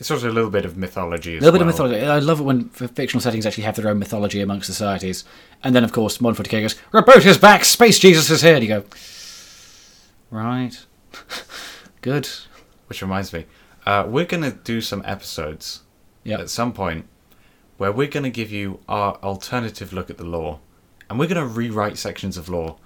it's also a little bit of mythology as
a little bit of
well.
mythology. I love it when f- fictional settings actually have their own mythology amongst societies. And then, of course, Modern 40k goes, Robot is back! Space Jesus is here! And you go, Right. Good.
Which reminds me, uh, we're going to do some episodes
Yeah.
at some point where we're going to give you our alternative look at the law and we're going to rewrite sections of law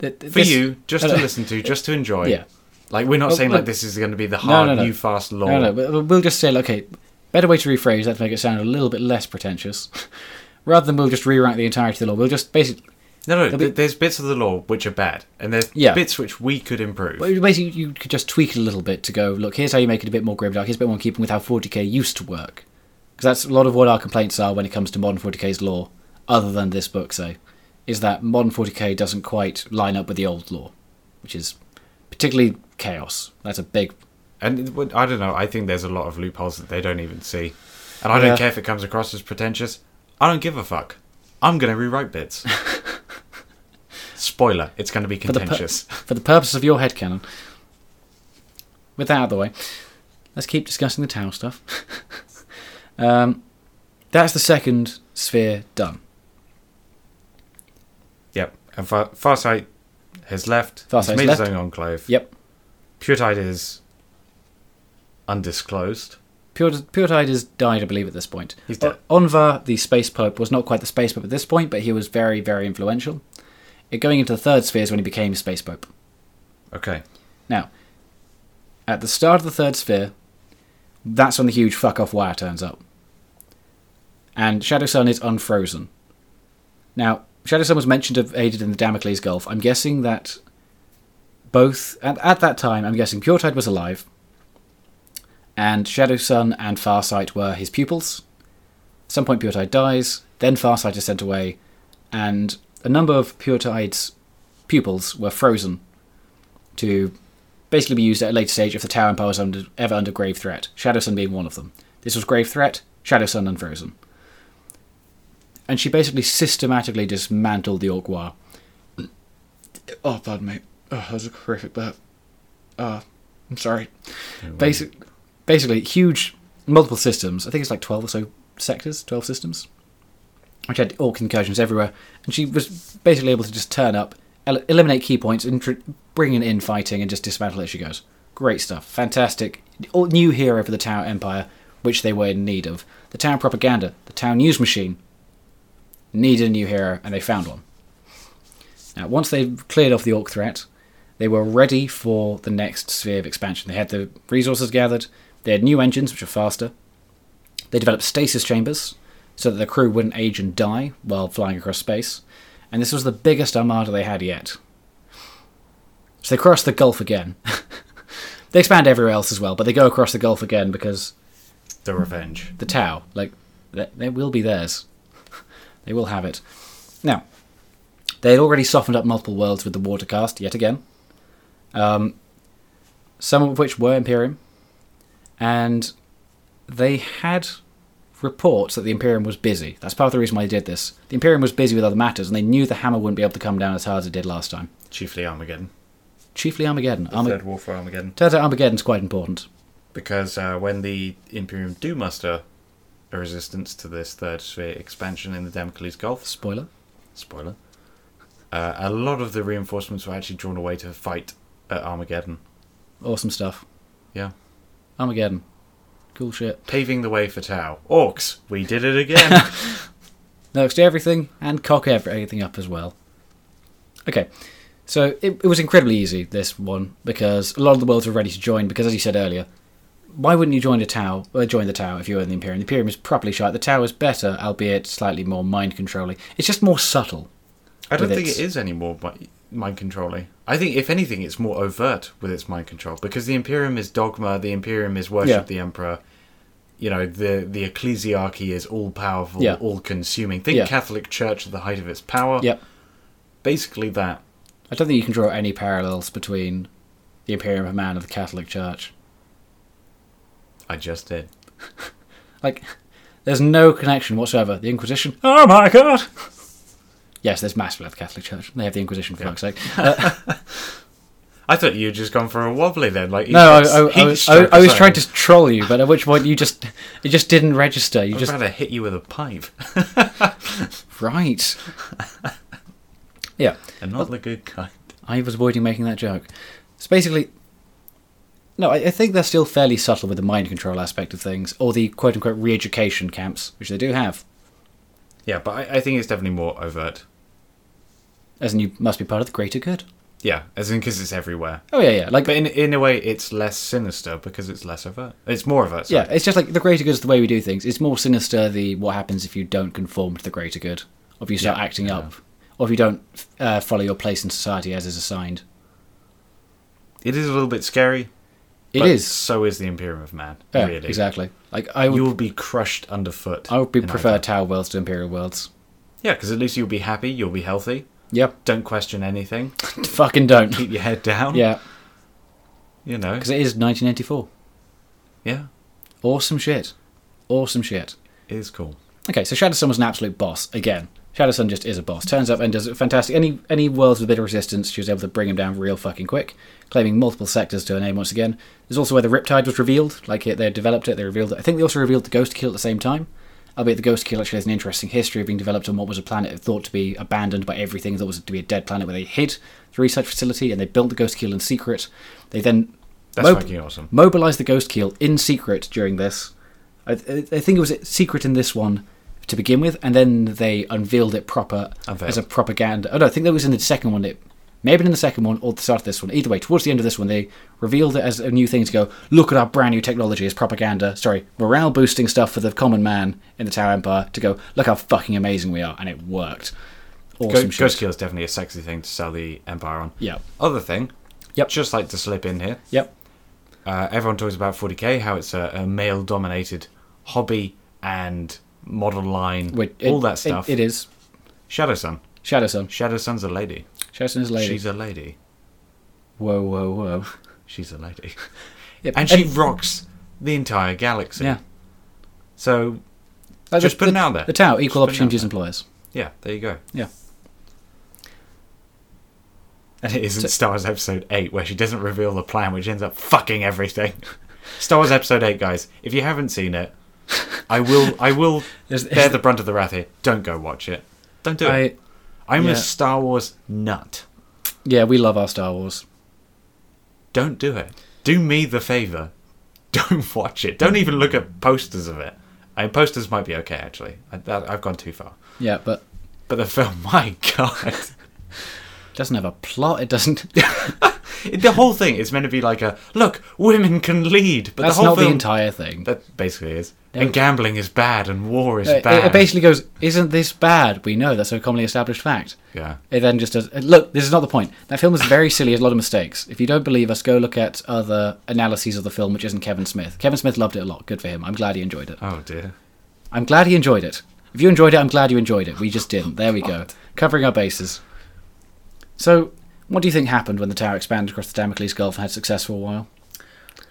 Th- th-
for
this-
you just to
no, no.
listen to just to enjoy
Yeah.
like we're not
Well,
saying
look-
like this is going to be the hard
no, no.
new fast law
No, no, but we'll just say, like, okay, better way to rephrase that to make it sound a little bit less pretentious. Rather than we'll just rewrite the entirety of the law, we'll just basically.
no no, th-
be-
there's bits of the law which are bad and there's
Yeah.
bits which we could improve
well, Basically, you could just tweak it a little bit to go, look, here's how you make it a bit more grimdark, here's a bit more in keeping with how 40k used to work. Because that's a lot of what our complaints are when it comes to modern 40k's law, other than this book, say, is that modern 40k doesn't quite line up with the old law, which is particularly chaos. That's a big.
and it would- i don't know i think there's a lot of loopholes that they don't even see and i don't
Yeah.
care if it comes across as pretentious i don't give a fuck i'm going to rewrite bits spoiler it's going to be
the pu-
contentious
For the purpose of your headcanon. With that out of the way, let's keep discussing the Tau stuff. um, that's the second sphere done.
Yep. And Far- Farsight has left.
Farsight's
he's made
left.
his own enclave.
Yep.
Pure Tide is undisclosed.
Pure, Pure Tide has died, I believe, at this point.
He's dead.
O- Onvar, the space pope, was not quite the space pope at this point, but he was very, very influential. It, going into the third sphere is when he became space pope.
Okay.
Now, at the start of the third sphere, that's when the huge fuck off wire turns up. And Shadow Sun is unfrozen. Now, Shadow Sun was mentioned to have aided in the Damocles Gulf. I'm guessing that both, at, at that time, I'm guessing Pure Tide was alive, and Shadow Sun and Farsight were his pupils. At some point, Pure Tide dies, then Farsight is sent away, and a number of Pure Tide's pupils were frozen to basically be used at a later stage if the Tower Empire was under, ever under grave threat, Shadow Sun being one of them. This was grave threat, Shadow Sun unfrozen. And she basically systematically dismantled the Orc War. Oh, pardon me. Oh, that was a horrific burp. Uh, I'm sorry. Basic, basically, huge, multiple systems. I think it's like 12 or so sectors, 12 systems, which had orc incursions everywhere. And she was basically able to just turn up, el- eliminate key points, and tr- bring in infighting and just dismantle it as she goes. Great stuff. Fantastic. All- New hero for the Tower Empire, which they were in need of. The Tower propaganda, the Tower news machine, needed a new hero, and they found one. Now, once they cleared off the orc threat, they were ready for the next sphere of expansion. They had the resources gathered, they had new engines, which are faster. They developed stasis chambers so that the crew wouldn't age and die while flying across space. And this was the biggest armada they had yet. So they cross the Gulf again. they expand everywhere else as well, but they go across the Gulf again because
the revenge.
the Tau. Like, th- they will be theirs. they will have it. Now, they had already softened up multiple worlds with the Watercast yet again. Um, some of which were Imperium, and they had reports that the Imperium was busy. That's part of the reason why they did this. The Imperium was busy with other matters, and they knew the hammer wouldn't be able to come down as hard as it did last time.
Chiefly Armageddon.
Chiefly Armageddon.
The
Arma-
Third War for Armageddon.
Turns out Armageddon's quite important.
Because uh, when the Imperium do muster a resistance to this third sphere expansion in the Damocles Gulf,
Spoiler.
spoiler, uh, a lot of the reinforcements were actually drawn away to fight at Armageddon.
Awesome stuff.
Yeah.
Armageddon. Cool shit.
Paving the way for Tau. Orcs, we did it again.
Next to everything and cock everything up as well. Okay, so it, it was incredibly easy, this one, because a lot of the worlds were ready to join, because as you said earlier, why wouldn't you join a Tau, uh, join the Tau if you were in the Imperium? The Imperium is properly shite. The Tau is better, albeit slightly more mind controlling. It's just more subtle.
I don't
With
think
its-
it is any more mi- mind controlling. I think, if anything, it's more overt with its mind control because the Imperium is dogma, the Imperium is worship
Yeah.
the Emperor. You know, the the ecclesiarchy is all powerful,
Yeah.
all consuming. Think
Yeah.
Catholic Church at the height of its power.
Yep.
Basically that.
I don't think you can draw any parallels between the Imperium of Man and the Catholic Church.
I just did.
Like, there's no connection whatsoever. The Inquisition. Oh my god! yes, there's mass with the Catholic Church. They have the Inquisition, for
Yeah.
fuck's sake.
I thought you'd just gone for a wobbly then, like
No, I, I, I, was- I, I was trying to troll you, but at which point you just it just didn't register. You
I was
just
trying to hit you with a pipe,
right. yeah,
and not the good kind.
I was avoiding making that joke. So basically, no, I, I think they're still fairly subtle with the mind control aspect of things, or the quote unquote re-education camps, which they do have.
Yeah, but I, I think it's definitely more overt.
As in, you must be part of the greater good.
Yeah, as in because it's everywhere.
Oh yeah, yeah. Like
But in in a way, it's less sinister because it's less overt. It's more overt. Sorry.
yeah, it's just like the greater good is the way we do things. It's more sinister the what happens if you don't conform to the greater good, or if you start
Yeah,
acting
yeah.
up, or if you don't uh, follow your place in society as is assigned.
it is a little bit scary.
It
but
is.
So is the Imperium of Man.
Yeah,
really,
exactly. Like I would,
You will be crushed underfoot.
I would be
in
prefer
either.
Tower Worlds to Imperial Worlds.
Yeah, because at least you'll be happy. You'll be healthy.
Yep,
Don't question anything.
fucking don't.
Keep your head down.
yeah,
You know.
because it is 1984.
Yeah.
Awesome shit. Awesome shit.
It is cool.
Okay, so Shadow Sun was an absolute boss again. Shadow Sun just is a boss. Turns up and does it fantastic. Any any worlds with a bit of resistance, she was able to bring him down real fucking quick, claiming multiple sectors to her name once again. There's also where the Riptide was revealed. Like it, they developed it, they revealed it. I think they also revealed the Ghost Kill at the same time. Albeit the Ghost Kill actually has an interesting history of being developed on what was a planet thought to be abandoned by everything, thought was to be a dead planet where they hid the research facility and they built the Ghost Kill in secret. They then
That's
Mob-
fucking awesome.
mobilized the ghost keel in secret during this. I, I I think it was secret in this one to begin with, and then they unveiled it proper
Unveiled.
as a propaganda. Oh no, I think that was in the second one. It may have been in the second one or the start of this one. Either way, towards the end of this one, they revealed it as a new thing to go. Look at our brand new technology as propaganda. Sorry, morale boosting stuff for the common man in the Tower Empire to go. Look how fucking amazing we are, and it worked. Awesome
Ghost,
shit.
Ghost Kill is definitely a sexy thing to sell the Empire on.
Yeah.
Other thing.
Yep.
Just like to slip in here.
Yep.
Uh, everyone talks about 40k, how it's a, a male-dominated hobby and model line,
Wait, it-
all that stuff.
It, it is
Shadow Sun.
Shadow Sun.
Shadow Sun's a lady.
Shadow Sun is a lady.
She's a lady.
Whoa, whoa, whoa.
She's a lady.
Yep.
And she rocks the entire galaxy.
Yeah.
So,
Like
Just
the,
putting
the,
it out there.
The Tau,
Just
equal
putting it
opportunities
out
employers.
yeah, there you go.
Yeah.
And it isn't
So-
Star Wars Episode 8 where she doesn't reveal the plan, which ends up fucking everything. Star Wars Episode 8, guys, if you haven't seen it, I will I will
There's-
bear the brunt of the wrath here. Don't go watch it. Don't do it.
I,
I'm
yeah.
a Star Wars nut.
yeah, we love our Star Wars.
Don't do it. Do me the favor. Don't watch it. Don't even look at posters of it. I mean, posters might be okay, actually. I, that, I've gone too far.
Yeah, but
But the film, my god,
it doesn't have a plot. It doesn't.
the whole thing is meant to be like a look, women can lead, but
That's
the
not
whole film
the entire thing.
that basically is.
No.
And gambling is bad, and war is
Uh, it-
bad.
It basically goes, "Isn't this bad?" We know that's a commonly established fact.
yeah,
It then just does. uh, Look, this is not the point. That film is very silly. There's a lot of mistakes. If you don't believe us, go look at other analyses of the film, which isn't Kevin Smith. Kevin Smith loved it a lot. Good for him. I'm glad he enjoyed it.
oh dear.
I'm glad he enjoyed it. If you enjoyed it, I'm glad you enjoyed it. We just didn't. There we go. Covering our bases. So, what do you think happened when the tower expanded across the Damocles Gulf and had success for a while?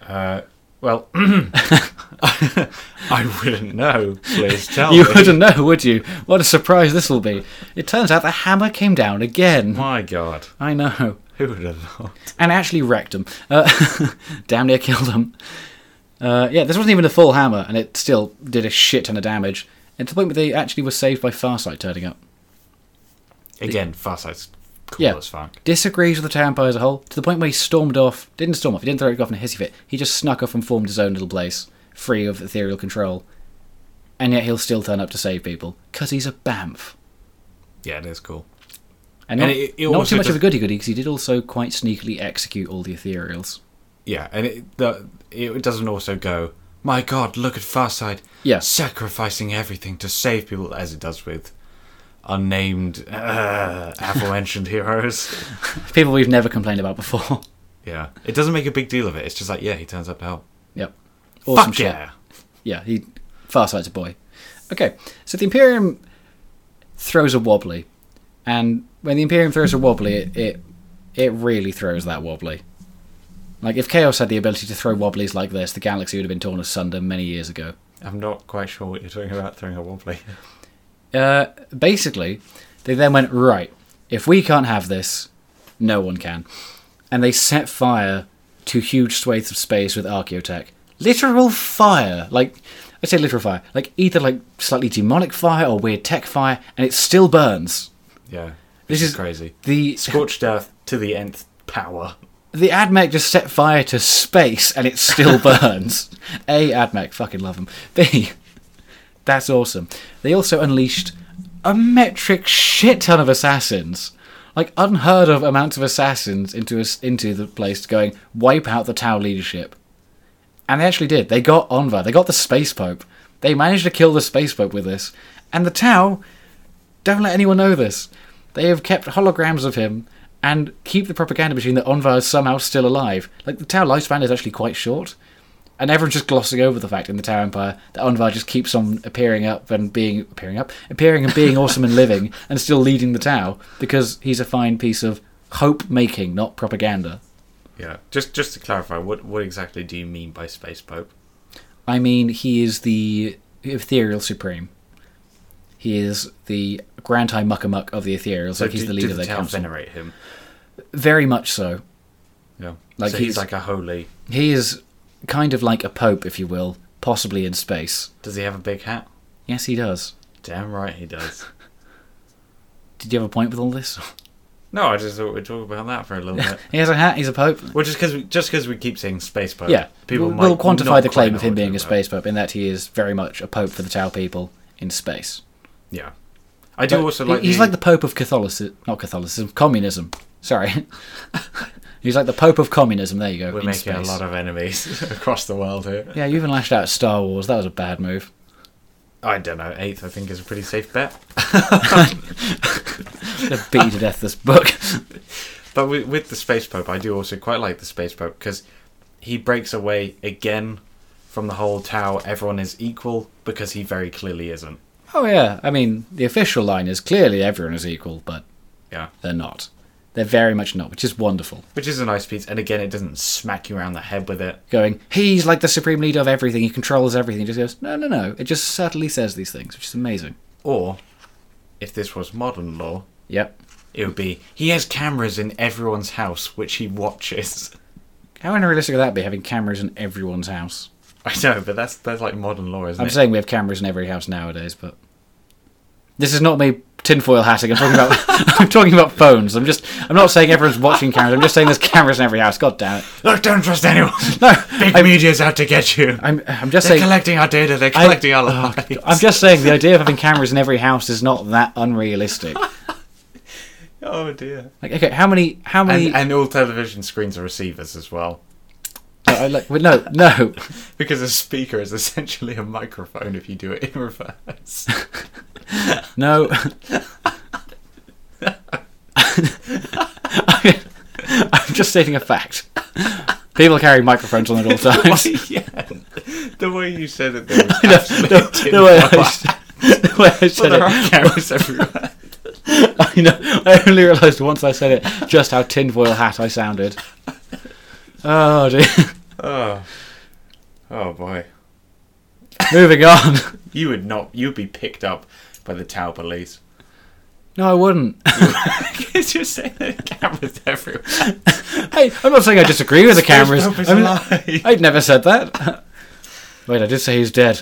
Uh, well, I wouldn't know. Please tell
you
me.
wouldn't know, would you? What a surprise this will be. It turns out the hammer came down again.
My God,
I know.
who would have thought?
and actually wrecked him. Uh, damn near killed him. Uh, yeah, this wasn't even a full hammer, and it still did a shit ton of damage. And to the point where they actually were saved by Farsight turning up.
Again, Farsight's cool
Yeah.
as fuck.
Disagrees with the town by as a whole, to the point where he stormed off. Didn't storm off, he didn't throw it off in a hissy fit. He just snuck off and formed his own little place, free of ethereal control. And yet he'll still turn up to save people, because he's a BAMF.
Yeah, it is cool.
And
And
not,
it- it
not
also
too much
does-
of a goody goody, because he did also quite sneakily execute all the ethereals.
Yeah, and it the, it doesn't also go. My God, look at Farsight
Yeah.
sacrificing everything to save people, as it does with unnamed, uh, aforementioned heroes.
People we've never complained about before.
Yeah, it doesn't make a big deal of it. It's just like, yeah, he turns up to help.
Yep. Awesome
Fuck
shit.
yeah.
Yeah, he farsight's a boy. Okay, so the Imperium throws a wobbly, and when the Imperium throws a wobbly, it it, it really throws that wobbly. Like if Chaos had the ability to throw wobblies like this, the galaxy would have been torn asunder many years ago.
I'm not quite sure what you're talking about throwing a wobbly.
Uh, basically, they then went right. If we can't have this, no one can, and they set fire to huge swathes of space with archaeotech. Literal fire, like I say, literal fire, like either like slightly demonic fire or weird tech fire, and it still burns.
Yeah.
This
This is,
is-
crazy.
The
Scorched earth to the nth power.
the AdMech just set fire to space and it still burns. A, AdMech, fucking love them. B, that's awesome. They also unleashed a metric shit ton of assassins. Like unheard of amounts of assassins into us into the place going wipe out the Tau leadership. And they actually did. They got Onva. They got the Space Pope. They managed to kill the Space Pope with this. And the Tau don't let anyone know this. They have kept holograms of him and keep the propaganda machine that Onvar is somehow still alive. Like the Tau lifespan is actually quite short, and everyone's just glossing over the fact in the Tau Empire that Onvar just keeps on appearing up and being appearing up, appearing and being awesome and living and still leading the Tau because he's a fine piece of hope making, not propaganda.
Yeah. Just just to clarify, what what exactly do you mean by space pope?
I mean, he is the ethereal supreme. He is the Grand High Muckamuck of the Ethereals. like he's
do,
the
do
leader of
the
their
town
council.
venerate him?
Very much so.
Yeah.
Like
Like so he's,
he's-
like a holy.
He is kind of like a pope, if you will, possibly in space.
Does he have a big hat?
Yes, he does.
Damn right he does.
Did you have a point with all this?
no, I just thought we'd talk about that for a little bit.
he has a hat. He's a pope.
Well, just because just because we keep saying space pope,
yeah,
Uh, people
we'll,
might
we'll quantify
not
the
quite
claim
know
of him
what
being
we're
a
talking
space pope in that he is very much a pope for the Tao people in space.
about. Yeah, I do
But
also
he-
like
he's like the pope of Catholicism, not Catholicism, communism. Sorry, he's like the pope of communism. There you go.
we're
in
making
space.
a lot of enemies across the world here.
Yeah, you even lashed out at Star Wars. That was a bad move.
I don't know. Eighth, I think, is a pretty safe bet.
They beat you to death this book.
But with, with the Space Pope, I do also quite like the Space Pope because he breaks away again from the whole Tau. Everyone is equal because he very clearly isn't.
oh yeah, I mean the official line is clearly everyone is equal, but
Yeah,
They're not. They're very much not, which is wonderful.
which is a nice piece. And again, it doesn't smack you around the head with it.
Going, he's like the supreme leader of everything. He controls everything. It just goes, no, no, no. It just subtly says these things, which is amazing.
Or if this was modern law,
Yep.
it would be he has cameras in everyone's house which he watches.
How unrealistic would that be, having cameras in everyone's house?
I know, but that's that's like modern law, isn't
I'm
it?
saying we have cameras in every house nowadays, but this is not me tinfoil hatting. I'm talking about. I'm talking about phones. I'm just. I'm not saying everyone's watching cameras. I'm just saying there's cameras in every house. God damn it.
Look, don't trust anyone.
No.
Big media's out to get you.
I'm. I'm just
they're
saying. oh,
collecting our data. They're collecting our lives.
I'm just saying the idea of having cameras in every house is not that unrealistic.
Oh dear.
Like, okay, how many? How many?
And, and all television screens are receivers as well,
no, I like, well, no, no.
because a speaker is essentially a microphone if you do it in reverse.
No. I'm just stating a fact. People carry microphones on at all times.
Why, yeah. The way you said it, there was
No,
absolutely
no, the way I, s- the way I
well,
said
there are
it,
cameras everywhere.
I know. I only realised once I said it just how tinfoil hat I sounded. Oh dear.
Oh. oh boy,
Moving on.
you would not. You'd be picked up by the Tau police.
No, I wouldn't.
Because you're saying there are cameras everywhere.
Hey, I'm not saying I disagree with the cameras.
Scope is
I mean,
alive.
I'd never said that. Wait, I did say he's dead.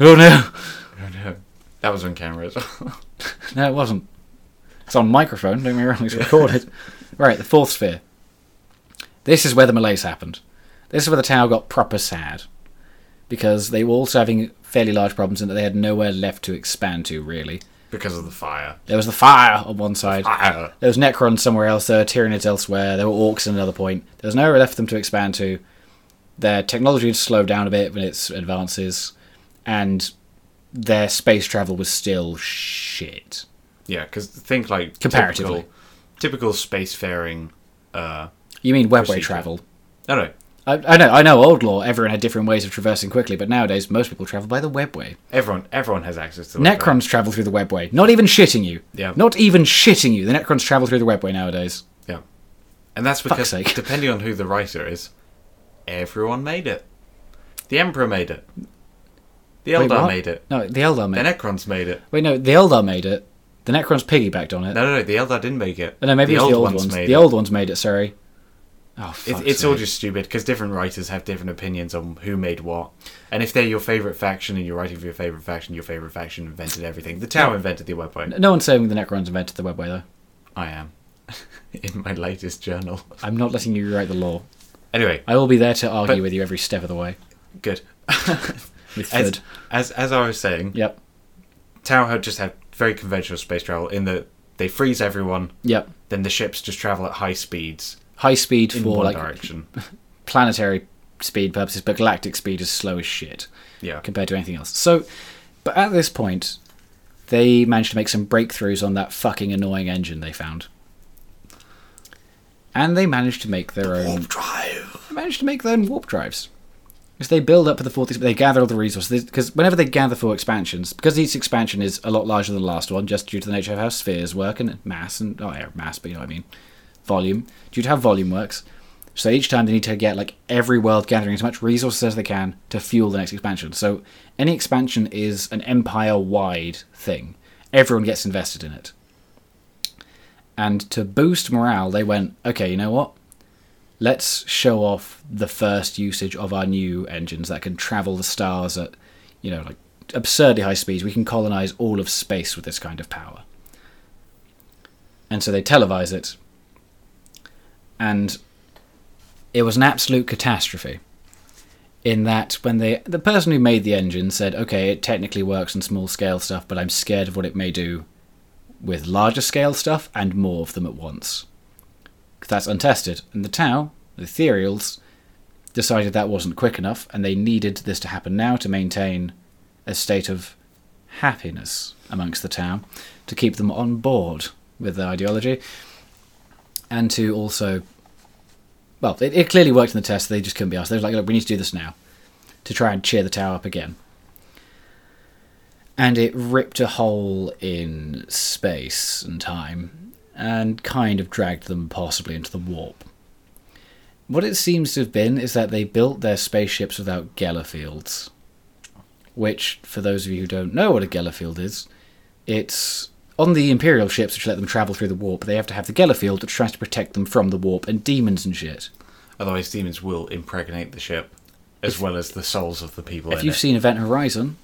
Oh no.
Oh, no. That was on camera as well.
No, it wasn't. It's on microphone, don't get me wrong, it's recorded. right, the fourth sphere. This is where the malaise happened. This is where the tower got proper sad. Because they were also having fairly large problems in that they had nowhere left to expand to, really.
because of the fire.
There was the fire on one side.
Fire.
There was Necrons somewhere else. There were Tyranids elsewhere. There were Orcs at another point. There was nowhere left for them to expand to. Their technology had slowed down a bit when its advances, and their space travel was still shit.
Yeah, because think like
Comparatively.
typical, typical spacefaring. Uh,
You mean webway
Procedure.
travel?
no, no,
I, I know, I know. Old law, everyone had different ways of traversing quickly, but nowadays most people travel by the webway.
everyone everyone has access to the web, right?
Necrons travel through the webway. Not even shitting you.
Yeah.
Not even shitting you. The Necrons travel through the webway nowadays.
Yeah, and that's because
sake.
depending on who the writer is, everyone made it. The Emperor made it. The
Wait,
Eldar
what?
made it.
No, the Eldar
The
made. it.
Necrons made it.
Wait, no, the Eldar made it. The Necrons piggybacked on it.
No, no, no. The Eldar didn't make it.
Oh, no, maybe
the
it's
old
the old
ones
ones.
made
the
it.
old ones made it. Sorry. Oh,
It,
fuck's
it's all
sake.
just stupid because different writers have different opinions on who made what, and if they're your favorite faction and you're writing for your favorite faction, your favorite faction invented everything. The Tau invented the webway.
No one's saying the Necrons invented the webway though.
I am. In my latest journal.
I'm not letting you rewrite the law.
Anyway,
I will be there to argue
But-
with you every step of the way.
good.
With
As,
Thud.
as as I was saying,
Yep.
Tau had just had very conventional space travel in that they freeze everyone,
Yep.
then the ships just travel at high speeds
High speed
in
for
one
like
direction.
planetary speed purposes, but galactic speed is slow as shit
Yeah.
compared to anything else. So, but at this point, they managed to make some breakthroughs on that fucking annoying engine they found. And they managed to make their own
drive.
They manage to make their own warp drives. Because they build up for the fourth, exp- they gather all the resources. Because whenever they gather for expansions, because each expansion is a lot larger than the last one, just due to the nature of how spheres work and mass and oh, yeah, mass, but you know what I mean, volume, due to how volume works. So each time they need to get like every world gathering as much resources as they can to fuel the next expansion. So any expansion is an empire-wide thing. Everyone gets invested in it. And to boost morale, they went, okay, you know what? let's show off the first usage of our new engines that can travel the stars at, you know, like absurdly high speeds. We can colonize all of space with this kind of power. And so they televise it. And it was an absolute catastrophe. In that, when they the person who made the engine said, "Okay, it technically works on small scale stuff, but I'm scared of what it may do with larger scale stuff and more of them at once." 'Cause that's untested. And the Tau, the Ethereals, decided that wasn't quick enough, and they needed this to happen now to maintain a state of happiness amongst the Tau, to keep them on board with their ideology, and to also, well, it, it clearly worked in the test. They just couldn't be asked. They were like, "Look, we need to do this now," to try and cheer the Tau up again. And it ripped a hole in space and time and kind of dragged them possibly into the warp. What it seems to have been is that they built their spaceships without Geller fields, which, for those of you who don't know what a Geller field is, it's on the Imperial ships which let them travel through the warp. They have to have the Geller field, which tries to protect them from the warp and demons and shit.
Otherwise, demons will impregnate the ship, as well as the souls of the people
if
in
you've
it.
seen Event Horizon,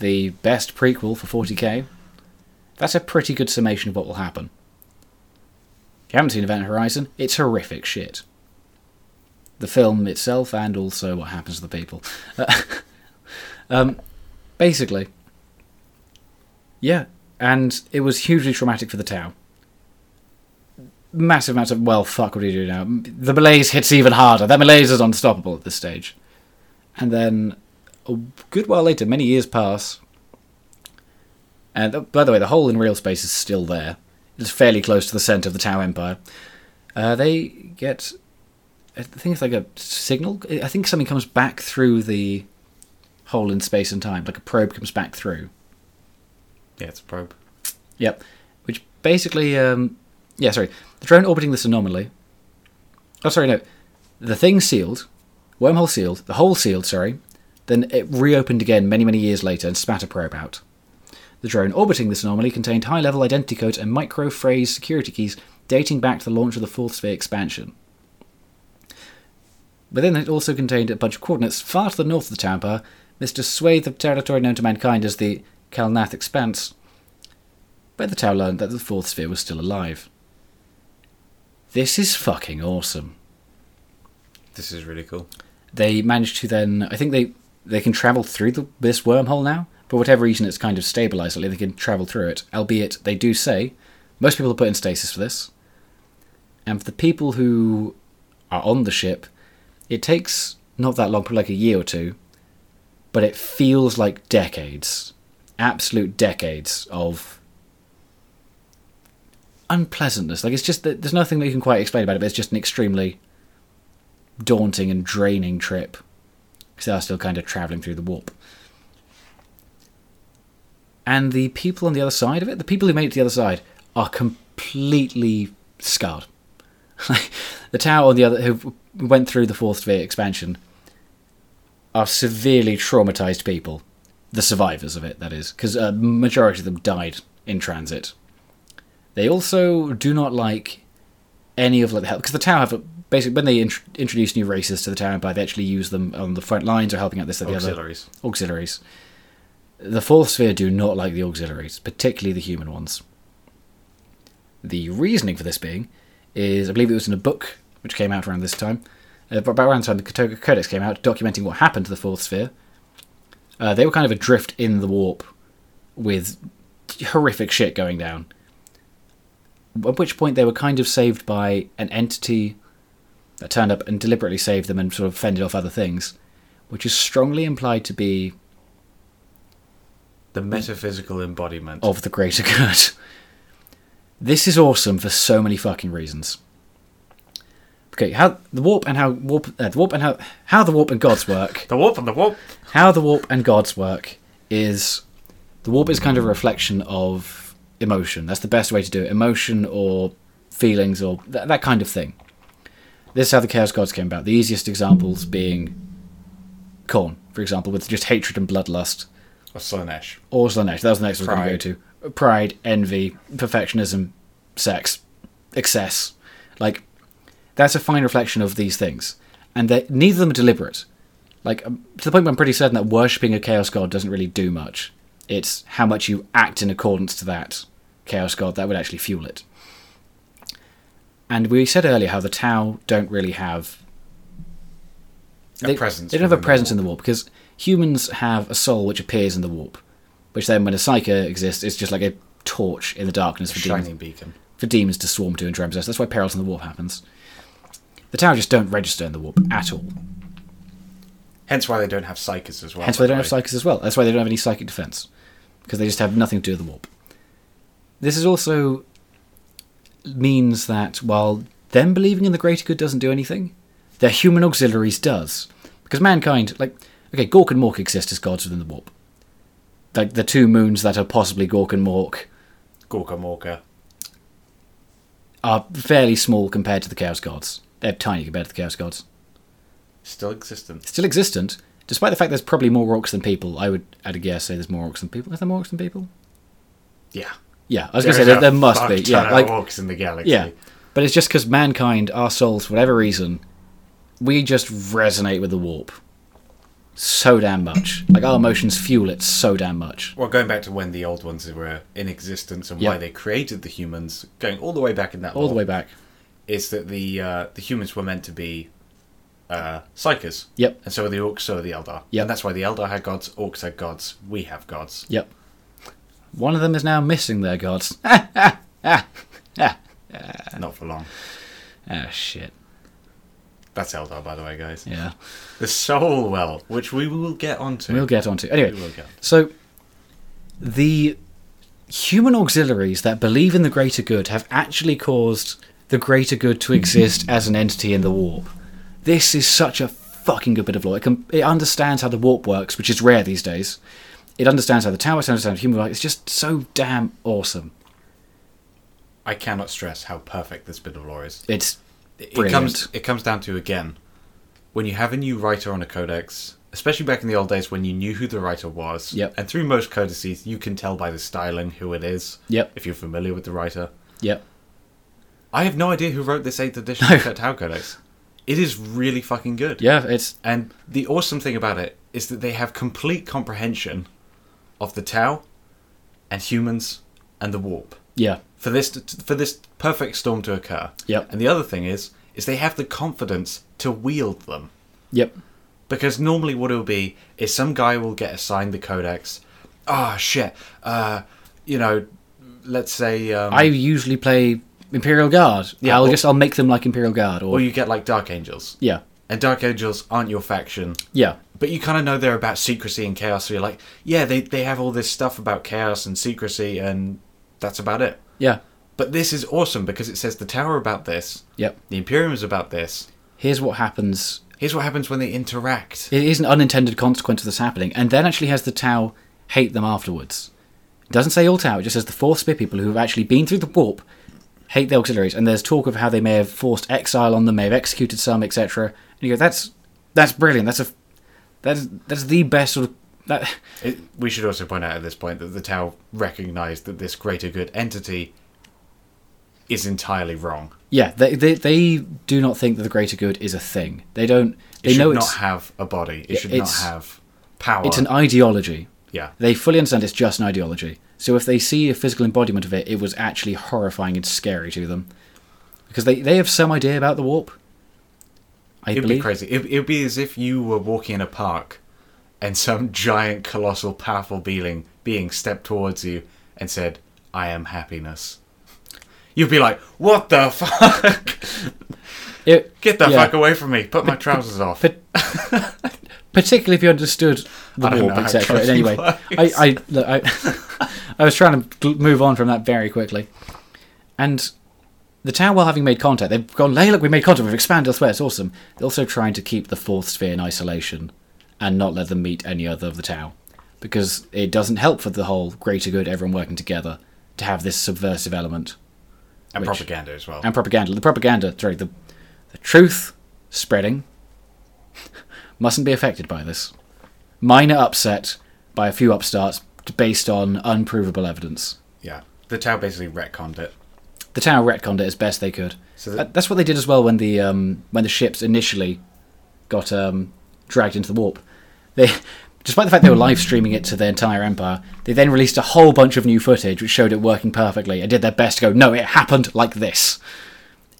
the best prequel for 40k, that's a pretty good summation of what will happen. If you haven't seen Event Horizon, it's horrific shit. The film itself and also what happens to the people. um, basically, yeah, and it was hugely traumatic for the town. massive amounts of well, fuck, what do you do now? The malaise hits even harder. That malaise is unstoppable at this stage. And then a good while later, many years pass. And uh, by the way, the hole in real space is still there. It's fairly close to the center of the Tau Empire. Uh, they get, I think it's like a signal. I think something comes back through the hole in space and time, like a probe comes back through.
Yeah, it's a probe.
Yep. Which basically, um, yeah, sorry, the drone orbiting this anomaly. Oh, sorry, no, the thing sealed, wormhole sealed, the hole sealed. Sorry, then it reopened again many many years later and spat a probe out. The drone orbiting this anomaly contained high-level identity codes and microphrase security keys dating back to the launch of the fourth sphere expansion. But then it also contained a bunch of coordinates far to the north of the Tampa, Mr. Swathe of territory known to mankind as the Kalnath Expanse, where the Tau learned that the fourth sphere was still alive. This is fucking awesome.
This is really cool.
They managed to then, I think they, they can travel through the, this wormhole now. For whatever reason, it's kind of stabilized, like they can travel through it. Albeit, they do say, most people are put in stasis for this. And for the people who are on the ship, it takes not that long, probably like a year or two, but it feels like decades, absolute decades of unpleasantness. Like it's just that there's nothing that you can quite explain about it, but it's just an extremely daunting and draining trip because they are still kind of traveling through the warp. And the people on the other side of it, the people who made it to the other side, are completely scarred. Like the tower on the other who went through the fourth sphere expansion are severely traumatized people, the survivors of it, that is, because a majority of them died in transit. They also do not like any of like the help because the tower have a, basically when they int- introduce new races to the tower empire, they actually use them on the front lines or helping out
Oh,
this or the other
Auxiliaries.
auxiliaries. The fourth sphere do not like the auxiliaries, particularly the human ones. The reasoning for this being is, I believe it was in a book which came out around this time, uh, about around the time the Kotoga Codex came out, documenting what happened to the fourth sphere. Uh, they were kind of adrift in the warp with horrific shit going down. At which point they were kind of saved by an entity that turned up and deliberately saved them and sort of fended off other things, which is strongly implied to be
The metaphysical embodiment.
of the greater good. This is awesome for so many fucking reasons. Okay, how the warp and how warp uh, the warp and how how the warp and gods work.
The warp and the warp.
how the warp and gods work is the warp is kind of a reflection of emotion. That's the best way to do it. Emotion or feelings or th- that kind of thing. This is how the chaos gods came about. The easiest examples being Korn, for example, with just hatred and bloodlust.
Or Slanesh.
Or Slanesh. That was the next one I was going
Pride.
to go to. Pride, envy, perfectionism, sex, excess. Like, that's a fine reflection of these things. And they're- neither of them are deliberate. Like, um, to the point where I'm pretty certain that worshipping a chaos god doesn't really do much. It's how much you act in accordance to that chaos god that would actually fuel it. And we said earlier how the Tau don't really have
A presence
They don't have a
within the
presence
warp.
in the warp because humans have a soul which appears in the warp, which then, when a psyker exists, it's just like a torch in the darkness for demons,
Shining beacon.
for demons to swarm to and try and possess. That's why perils in the warp happens. The Tau just don't register in the warp at all.
Hence why they don't have psychers as well.
Hence
by
why they
the
don't have
way.
psychics as well. That's why they don't have any psychic defense because they just have nothing to do with the warp. This is also means that while them believing in the greater good doesn't do anything, their human auxiliaries does because mankind, like okay, Gork and Mork exist as gods within the warp. Like the two moons that are possibly Gork and Mork
Gorka Morka.
are fairly small compared to the Chaos Gods. They're tiny compared to the Chaos Gods.
Still existent.
Still existent, despite the fact there's probably more orcs than people. I would, at a guess, say there's more orcs than people. Is there more orcs than people?
Yeah.
Yeah, I was gonna say there, there must be. Yeah, like
orcs in the galaxy.
yeah, but it's just because mankind, our souls, for whatever reason, we just resonate with the warp so damn much. Like our emotions fuel it so damn much.
Well, going back to when the old ones were in existence and
Yeah.
why they created the humans, going all the way back in that
All the
lore,
way back.
is that the uh, the humans were meant to be uh, psychers.
Yep.
And so are the orcs, so are the Eldar.
Yep.
And that's why the Eldar had gods, orcs had gods, we have gods.
Yep. One of them is now missing their gods.
Not for long.
Ah, shit.
That's Eldar, by the way, guys.
Yeah.
The Soul Well, which we will get onto.
We'll get onto. Anyway,
We will get.
So, the human auxiliaries that believe in the greater good have actually caused the greater good to exist as an entity in the warp. This is such a fucking good bit of lore. It, can, it understands how the warp works, which is rare these days. It understands how the tower understands how human work. It's just so damn awesome.
I cannot stress how perfect this bit of lore is.
It's
It- It
Brilliant.
comes it comes down to again, when you have a new writer on a codex, especially back in the old days when you knew who the writer was.
Yep.
And through most codices, you can tell by the styling who it is.
Yep.
If you're familiar with the writer.
yep.
I have no idea who wrote this eighth edition of Tao Codex. It is really fucking good.
Yeah, it's
And the awesome thing about it is that they have complete comprehension of the Tau and humans and the warp
yeah.
for this to, for this perfect storm to occur.
Yep.
And the other thing is is they have the confidence to wield them Mm.
Yep.
because normally what it'll be is some guy will get assigned the codex. Ah shit. Uh you know, let's say um,
I usually play Imperial Guard.
Yeah,
Yeah, I'll
or-
guess I'll make them like Imperial Guard or,
or you get like dark angels.
yeah.
And dark angels aren't your faction.
Yeah.
but you kind of know they're about secrecy and chaos. So you're like, yeah, they they have all this stuff about chaos and secrecy, and that's about it.
Yeah.
But this is awesome because it says the Tower about this,
Yep.
the Imperium is about this.
Here's what happens
Here's what happens when they interact.
It is an unintended consequence of this happening, and then actually has the Tau hate them afterwards. It doesn't say all Tau, it just says the four spear people who have actually been through the warp hate the auxiliaries, and there's talk of how they may have forced exile on them, may have executed some, etc. And you go, that's that's brilliant. That's a that's that's the best sort of that.
It, we should also point out at this point that the Tower recognized that this greater good entity is entirely wrong.
Yeah, they, they they do not think that the greater good is a thing. They don't.
It
They
should
know
not
it's
have a body. It should
it's-
not have power.
it's an ideology.
yeah.
They fully understand it's just an ideology. So if they see a physical embodiment of it, it was actually horrifying and scary to them. Because they, they have some idea about the warp. I
It'd
believe.
be crazy. It, it'd be as if you were walking in a park, and some giant, colossal, powerful being being stepped towards you and said, "I am happiness." You'd be like, "What the fuck?
It-
Get the
yeah.
fuck away from me! Put my trousers off."
but- Particularly if you understood the
I don't
warp,
know how
etc.
crazy
Anyway,
works.
I I, look, I I was trying to gl- move on from that very quickly, and the tower, while having made contact, they've gone. Hey, look, we made contact. We've expanded elsewhere. It's awesome. They're also trying to keep the fourth sphere in isolation and not let them meet any other of the tower, because it doesn't help for the whole greater good. Everyone working together to have this subversive element
and
which-
propaganda as well.
and propaganda. The propaganda, sorry, the the truth spreading mustn't be affected by this. Minor upset by a few upstarts based on unprovable evidence.
yeah, the Tao basically retconned it.
The tower retconned it as best they could.
So
Uh,
that,
That's what they did as well when the um, when the ships initially got um, dragged into the warp. They, despite the fact they were live streaming it to the entire empire, they then released a whole bunch of new footage which showed it working perfectly and did their best to go, no, it happened like this,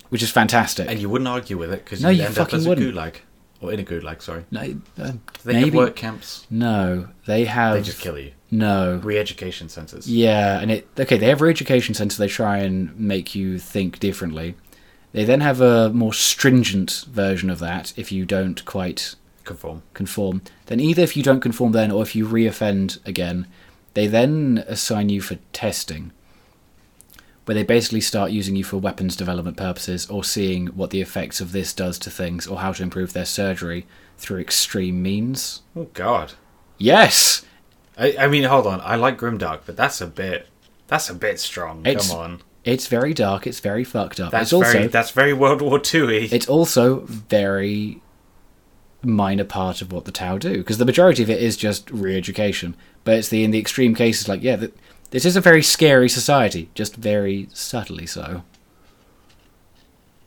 which is fantastic.
and you wouldn't argue with it because
No,
you'd
you
end up
fucking
as a
wouldn't.
gulag or in a gulag. Sorry,
No, uh,
they have
maybe.
work camps.
No, they have.
They just kill you.
No.
Re-education centers.
Yeah, and it okay. They have a education center. They try and make you think differently. They then have a more stringent version of that if you don't quite
Conform.
conform. Then either if you don't conform then, or if you reoffend again, they then assign you for testing, where they basically start using you for weapons development purposes, or seeing what the effects of this does to things, or how to improve their surgery through extreme means.
Oh God.
Yes,
I, I mean, hold on. I like Grimdark, but that's a bit. That's a bit strong.
It's-
Come on.
It's very dark. It's very fucked up.
That's
it's also
very. That's very World War II y.
it's also very minor part of what the Tau do because the majority of it is just re-education. But it's the in the extreme cases like yeah, that this is a very scary society, just very subtly so.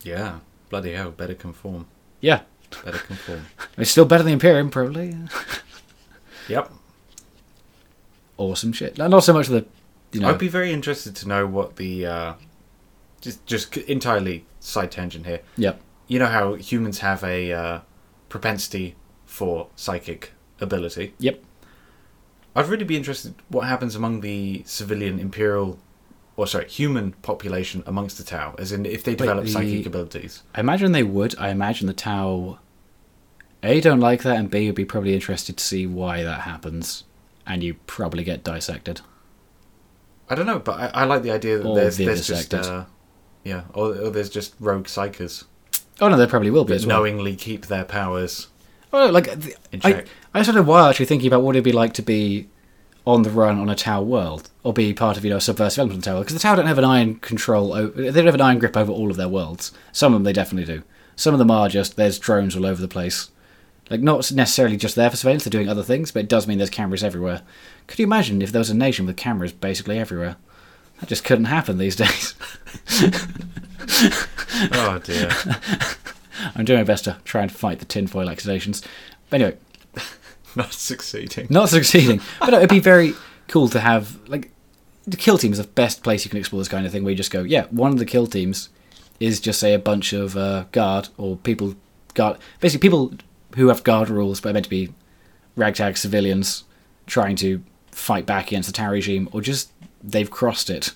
Yeah. Bloody hell. Better conform.
Yeah,
Better conform.
it's still better than the Imperium probably.
yep.
awesome shit. No, Not so much the you know
I'd be very interested to know what the. Uh, just, just c- entirely side tangent here.
yeah
You know how humans have a uh, propensity for psychic ability.
yep
I'd really be interested what happens among the civilian imperial or sorry, human population amongst the Tau, as in if they develop
the-
psychic abilities.
I imagine they would. I imagine the Tau A don't like that and B would be probably interested to see why that happens. And you probably get dissected.
I don't know, but I, I like the idea that
Or
there's
the
there's just
dissected.
uh, yeah, or, or there's just rogue psychers
Oh no, there probably will be as well.
knowingly keep their powers
Oh, like the,
in
I,
check.
I spent a while actually thinking about what it'd be like to be on the run on a Tau world, or be part of you know a subversive element of the Tau world, because the Tau don't have an iron control. o they don't have an iron grip over all of their worlds. Some of them they definitely do. Some of them are just there's drones all over the place, like not necessarily just there for surveillance. They're doing other things, but it does mean there's cameras everywhere. Could you imagine if there was a nation with cameras basically everywhere? That just couldn't happen these days.
oh dear.
I'm doing my best to try and fight the tinfoil accusations. Anyway,
Not succeeding.
not succeeding. But it'd be very cool to have like the kill team is the best place you can explore this kind of thing. Where you just go, yeah, one of the kill teams is just say a bunch of uh, guard or people guard, basically people who have guard rules but are meant to be ragtag civilians trying to fight back against the Tau regime, or just they've crossed it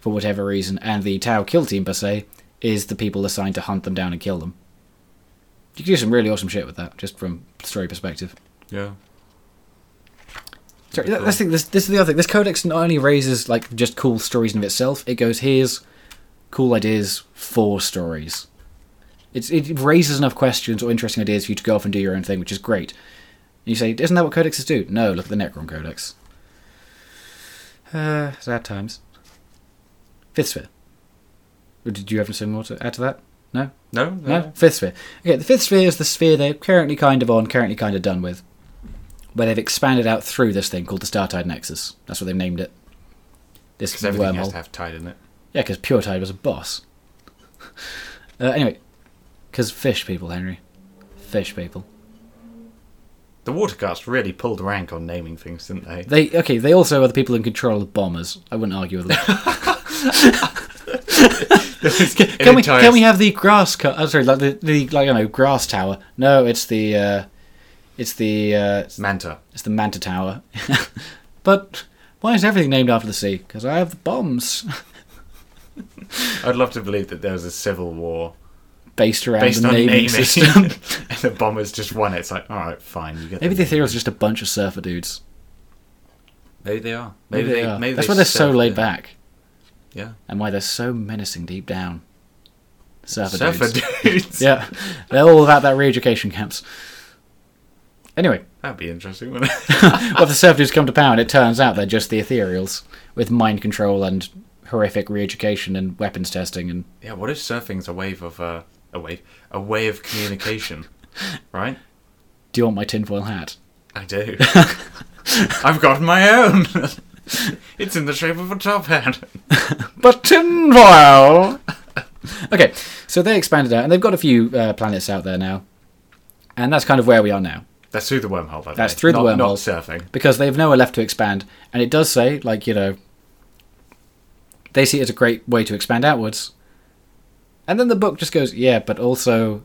for whatever reason. And the Tau kill team per se is the people assigned to hunt them down and kill them. You could do some really awesome shit with that, just from story perspective.
Yeah.
Sorry, that's
Pretty
the thing. This, this is the other thing. This codex not only raises like just cool stories in of itself, it goes here's cool ideas for stories. It's it raises enough questions or interesting ideas for you to go off and do your own thing, which is great. And you say, isn't that what codexes do? No, look at the Necron codex. Uh, sad times. Fifth sphere. Did you have something more to add to that? No.
No,
No, fifth sphere. Okay, the fifth sphere is the sphere they're currently kind of on, currently kind of done with, where they've expanded out through this thing called the Startide Nexus. That's what they've named it. This
Because everything has
wormhole.
to have tide in it.
Yeah, because Pure Tide was a boss. uh, anyway, because fish people, Henry, fish people.
The Watercast really pulled rank on naming things, didn't they?
They okay. They also are the people in control of bombers. I wouldn't argue with them. can
An
we
entire
can we have the grass? Co- I'm sorry, like the, the like you know grass tower. No, it's the uh, it's the uh,
Manta.
It's the Manta Tower. but why is everything named after the sea? Because I have the bombs
I'd love to believe that there was a civil war
based around
based
the
on
naming,
naming,
system.
and the bombers just won it. It's like, all right, fine, you get.
Maybe
the
the theory was just a bunch of surfer dudes.
Maybe they are.
Maybe, they, are. That's
they
why they're so
surfed
laid
it.
back
Yeah,
and why they're so menacing deep down. Surfer,
surfer
dudes.
dudes.
yeah, they're all about that re-education camps. Anyway,
that'd be interesting. Wouldn't it?
well, if the surfer dudes come to power and it turns out they're just the ethereals with mind control and horrific re-education and weapons testing and
Yeah, what if surfing's a wave of uh, a wave, a way of communication, right?
do you want my tinfoil hat?
I do. I've got my own. it's in the shape of a top hat.
But tinfoil. okay, so they expanded out, and they've got a few uh, planets out there now, and that's kind of where we are now
That's through the wormhole, by the
That's
way.
through the
Not- Not
wormhole.
surfing.
because they've nowhere left to expand, and it does say like you know they see it as a great way to expand outwards, and then the book just goes yeah, but also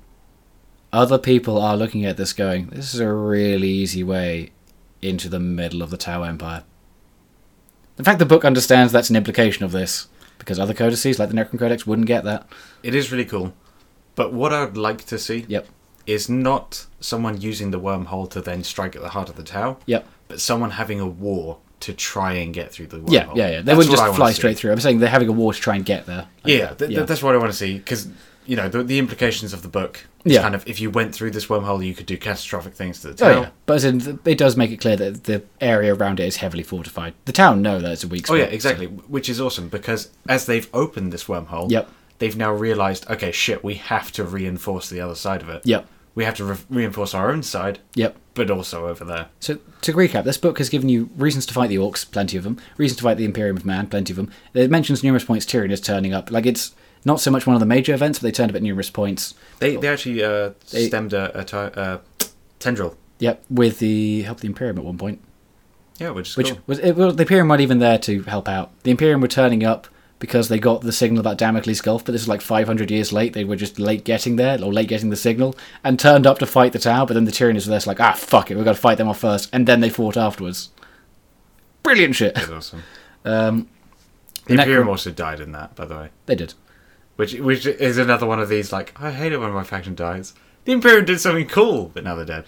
other people are looking at this going this is a really easy way into the middle of the Tau Empire. In fact, the book understands that's an implication of this because other codices like the Necron Codex wouldn't get that.
It is really cool. But what I would like to see
Yep.
is not someone using the wormhole to then strike at the heart of the tower,
Yep.
but someone having a war to try and get through the wormhole.
Yeah, yeah, yeah. They wouldn't
That's what I
just
wanna
fly
see.
straight through. I'm saying they're having a war to try and get there. Like
yeah,
that.
th- th- that's what I want to see because you know the, the implications of the book. is
Yeah.
kind of if you went through this wormhole, you could do catastrophic things to the
Oh,
tower.
yeah. But as in, th- it does make it clear that the area around it is heavily fortified. The town know that it's a weak
Oh
spot.
yeah, exactly. Which is awesome because as they've opened this wormhole,
Yep.
they've now realised, okay, shit, we have to reinforce the other side of it.
Yep.
We have to re- reinforce our own side,
Yep.
but also over there.
So to recap, this book has given you reasons to fight the orcs, plenty of them. Reasons to fight the Imperium of Man, plenty of them. It mentions numerous points Tyrion is turning up. Like it's not so much one of the major events, but they turned up at numerous points.
They they actually uh,
They-
stemmed a, a ti- uh, tendril.
Yep, with the help of the Imperium at one point.
Yeah, which is
Which
cool.
was, it, well, the Imperium weren't even there to help out. The Imperium were turning up because they got the signal about Damocles Gulf, but this is like 500 years late. They were just late getting there, or late getting the signal, and turned up to fight the Tau, but then the Tyranids were there, so like, ah, fuck it, we've got to fight them off first, and then they fought afterwards. Brilliant shit.
That's awesome. The
Um, Necro-
Imperium also died in that, by the way.
They did.
Which which is another one of these like I hate it when my faction dies. The Imperium did something cool, but now they're dead.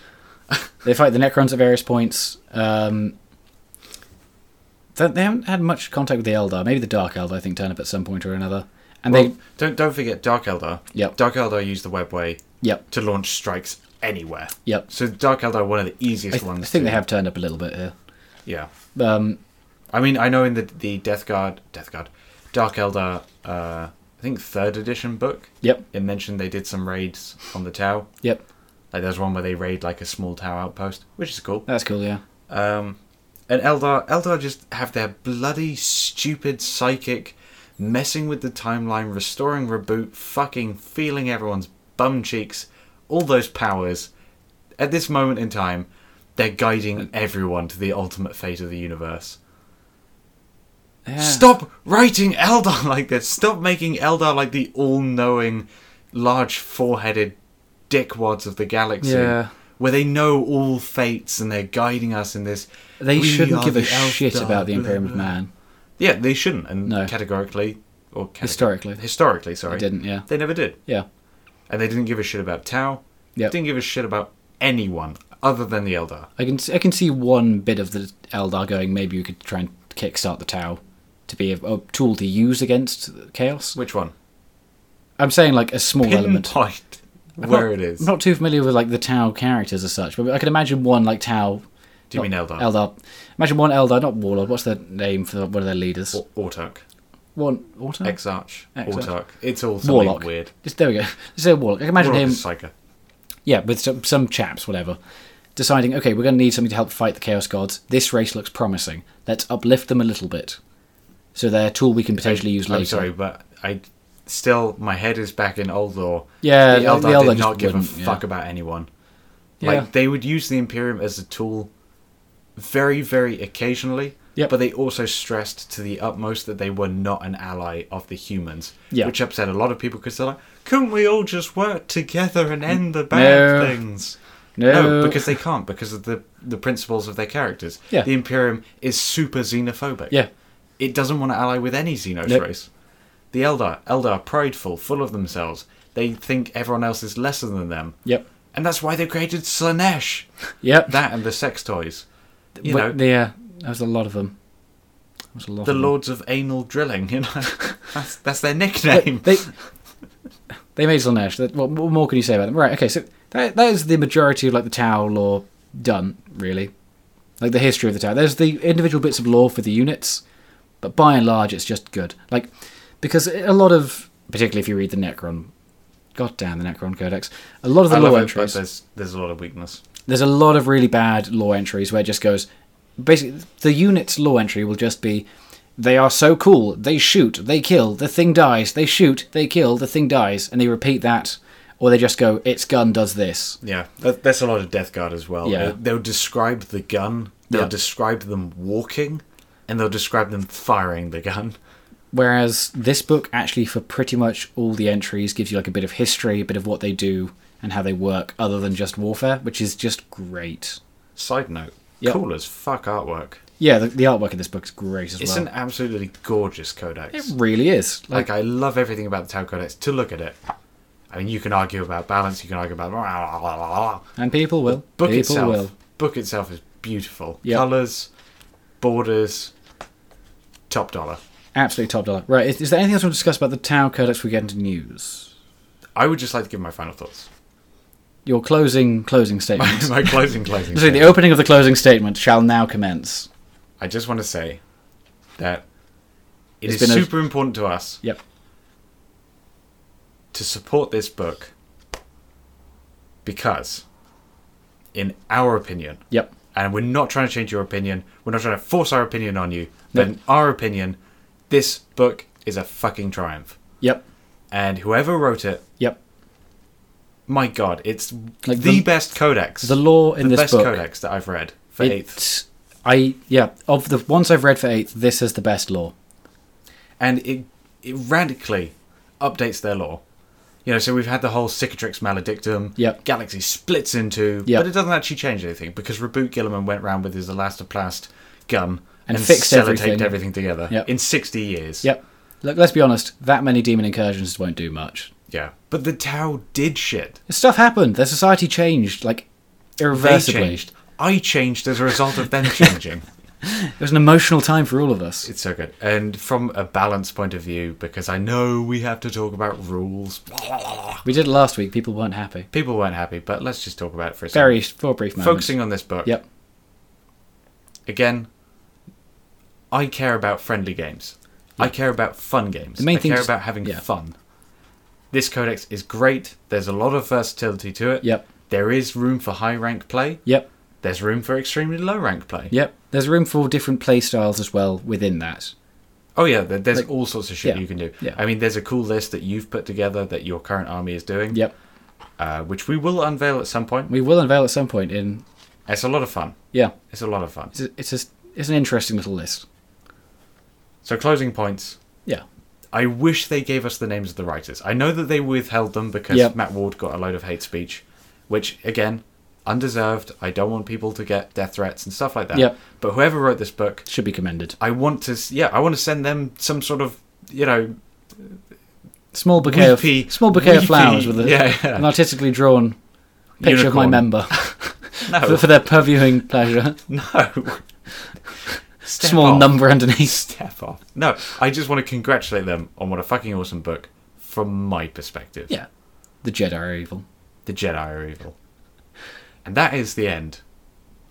They fight the Necrons at various points. Um, they they haven't had much contact with the Eldar. Maybe the Dark Elder, I think, turn up at some point or another. And
Well,
they,
don't don't forget Dark Eldar.
Yep.
Dark Eldar used the webway
yep,
to launch strikes anywhere.
yep.
So Dark Eldar are one of the
I,
easiest
th-
ones.
I think
to-
they have turned up a little bit here.
Yeah.
Um,
I mean, I know in the the Death Guard, Death Guard, Dark Elder, uh, I think third edition book,
yep,
it mentioned they did some raids on the Tau.
yep.
Like there's one where they raid like a small Tau outpost, which is cool.
That's cool. Yeah,
Um, and Eldar, Eldar just have their bloody stupid psychic, messing with the timeline, restoring reboot, fucking feeling everyone's bum cheeks, all those powers. At this moment in time, they're guiding everyone to the ultimate fate of the universe.
Yeah.
Stop writing Eldar like this. Stop making Eldar like the all-knowing, large foreheaded dickwads of the galaxy.
Yeah.
Where they know all fates and they're guiding us in this.
They
"We
shouldn't
are
give a
the
shit
Eldar,"
about the
blah,
Imperium of
blah.
Man.
Yeah, they shouldn't, and
No.
categorically or categ-
Historically.
historically, sorry,
They didn't. Yeah,
They never did,
yeah,
and they didn't give a shit about Tau.
Yep.
Didn't give a shit about anyone other than the Eldar.
I can s- I can see one bit of the Eldar going. Maybe we could try and kickstart the Tau to be a, a tool to use against Chaos.
Which one?
I'm saying like a small element.
Pinpoint where
not,
it is.
I'm not too familiar with like the Tau characters as such, but I can imagine one like Tau.
Do you mean
not-
Eldar?
Eldar. Imagine one Eldar, not Warlord. What's their name for one of their leaders?
Or- Ortok,
one Autumn.
Exarch,
Exarch.
Ortok. It's all something
Warlock.
weird.
Just, there we go. Just say Warlock. I can imagine
Warlock
him.
is psycho.
yeah, with some, some chaps, whatever, deciding, okay, we're going to need something to help fight the Chaos Gods. This race looks promising. Let's uplift them a little bit. So they're a tool we can potentially use later.
I'm Oh, sorry, but I still my head is back in old law.
Yeah,
the
the-
Eldar
the Eldar
did not
just
give a
wouldn't, yeah.
fuck about anyone.
Yeah.
Like they would use the Imperium as a tool, very very occasionally.
Yep.
But they also stressed to the utmost that they were not an ally of the humans,
Yeah.
which upset a lot of people because they're like, "Couldn't we all just work together and end the bad
No.
things?"
No,
because they can't because of the the principles of their characters.
Yeah.
The Imperium is super xenophobic.
Yeah.
It doesn't want to ally with any Xenos
Nope.
race. The Eldar, Eldar are prideful, full of themselves. They think everyone else is lesser than them.
Yep.
And that's why they created Slanesh.
Yep.
That and the sex toys. You
But
know,
the, uh, there was a lot of them. There was a lot
the
of them.
Lords of Anal Drilling, you know. that's, that's their nickname.
They, they made Slanesh. That- What, what more can you say about them? Right, okay, so that, that is the majority of like the Tau lore done, really. Like the history of the Tau. There's the individual bits of lore for the units, but by and large, it's just good. Like, because a lot of, particularly if you read the Necron, God damn the Necron Codex, a lot of the
I
lore
love it, but
entries
there's, there's a lot of weakness.
there's a lot of really bad law entries where it just goes basically the unit's law entry will just be they are so cool they shoot they kill the thing dies they shoot they kill the thing dies and they repeat that or they just go its gun does this
Yeah, that, that's a lot of Death Guard as well.
Yeah.
They'll, they'll describe the gun, they'll
Yeah.
describe them walking, and they'll describe them firing the gun.
whereas this book actually for pretty much all the entries gives you like a bit of history a bit of what they do and how they work other than just warfare which is just great
Side note,
Yep.
cool as fuck artwork.
yeah the, the artwork in this book is great as
It's
well
an absolutely gorgeous codex.
it really is like
like, I love everything about the Tau Codex to look at it. I mean, you can argue about balance, you can argue about.
and people will
Book
people
itself.
will
Book itself is beautiful.
Yep.
Colors, borders, top dollar.
Absolutely top dollar. Right, is, is there anything else we want to discuss about the Tau Codex we get into news?
I would just like to give my final thoughts.
Your closing closing
My,
statement.
my closing, closing.
Sorry, the
statement.
opening of the closing statement shall now commence.
I just want to say that it
It's
is
been a-
super important to us
Yep.
to support this book because, in our opinion,
Yep.
and we're not trying to change your opinion. We're not trying to force our opinion on you. But
No.
in our opinion, this book is a fucking triumph.
Yep.
And whoever wrote it,
Yep.
my god, it's
Like
the,
the-
best codex.
The law in
the
this
best
book.
codex that I've read for eighth.
It's I yeah, of the ones I've read for eighth, this is the best law.
And it it radically updates their lore. You know, so we've had the whole Cicatrix maledictum.
Yep.
Galaxy splits into,
Yep.
but it doesn't actually change anything because Reboot Gilliman went round with his elastoplast gun
and, fixed
sellotaped
everything.
everything together
Yep.
in 60 years.
Yep. Look, let's be honest. That many demon incursions won't do much.
Yeah. But the Tao did shit.
Stuff happened. Their society changed like
They
irreversibly.
changed. I changed as a result of them changing.
It was an emotional time for all of us.
It's so good. And from a balance point of view, because I know we have to talk about rules,
We did it last week. People weren't happy.
people weren't happy, but let's just talk about it for a second.
Very for a brief moment.
Focusing on this book.
Yep.
Again, I care about friendly games. I care about fun games.
The main
I
thing
care
is-
about having
yeah.
fun. This codex is great. There's a lot of versatility to it.
Yep.
There is room for high rank play.
Yep.
There's room for extremely low rank play.
Yep. There's room for different play styles as well within that.
Oh yeah, there- there's
Like-
all sorts of shit
yeah,
you can do.
yeah.
I mean, there's a cool list that you've put together that your current army is doing.
Yep.
uh, which we will unveil at some point.
We will unveil at some point in.
It's a lot of fun.
Yeah.
It's a lot of fun.
It's a, it's, a, it's an interesting little list.
So closing points.
Yeah.
I wish they gave us the names of the writers. I know that they withheld them because
Yep.
Matt Ward got a load of hate speech, which again, undeserved. I don't want people to get death threats and stuff like that.
Yep.
But whoever wrote this book,
Should be commended.
I want to s- yeah, I want to send them some sort of you know
Small bouquet
weepy-
of small bouquet
weepy-
of flowers with a,
yeah, yeah.
an artistically drawn picture of my
Unicorn.
member for,
no
for their purviewing pleasure.
no Step
Small
off.
number underneath.
step off. No, I just want to congratulate them on what a fucking awesome book from my perspective.
Yeah. The Jedi are evil.
The Jedi are evil. And that is the end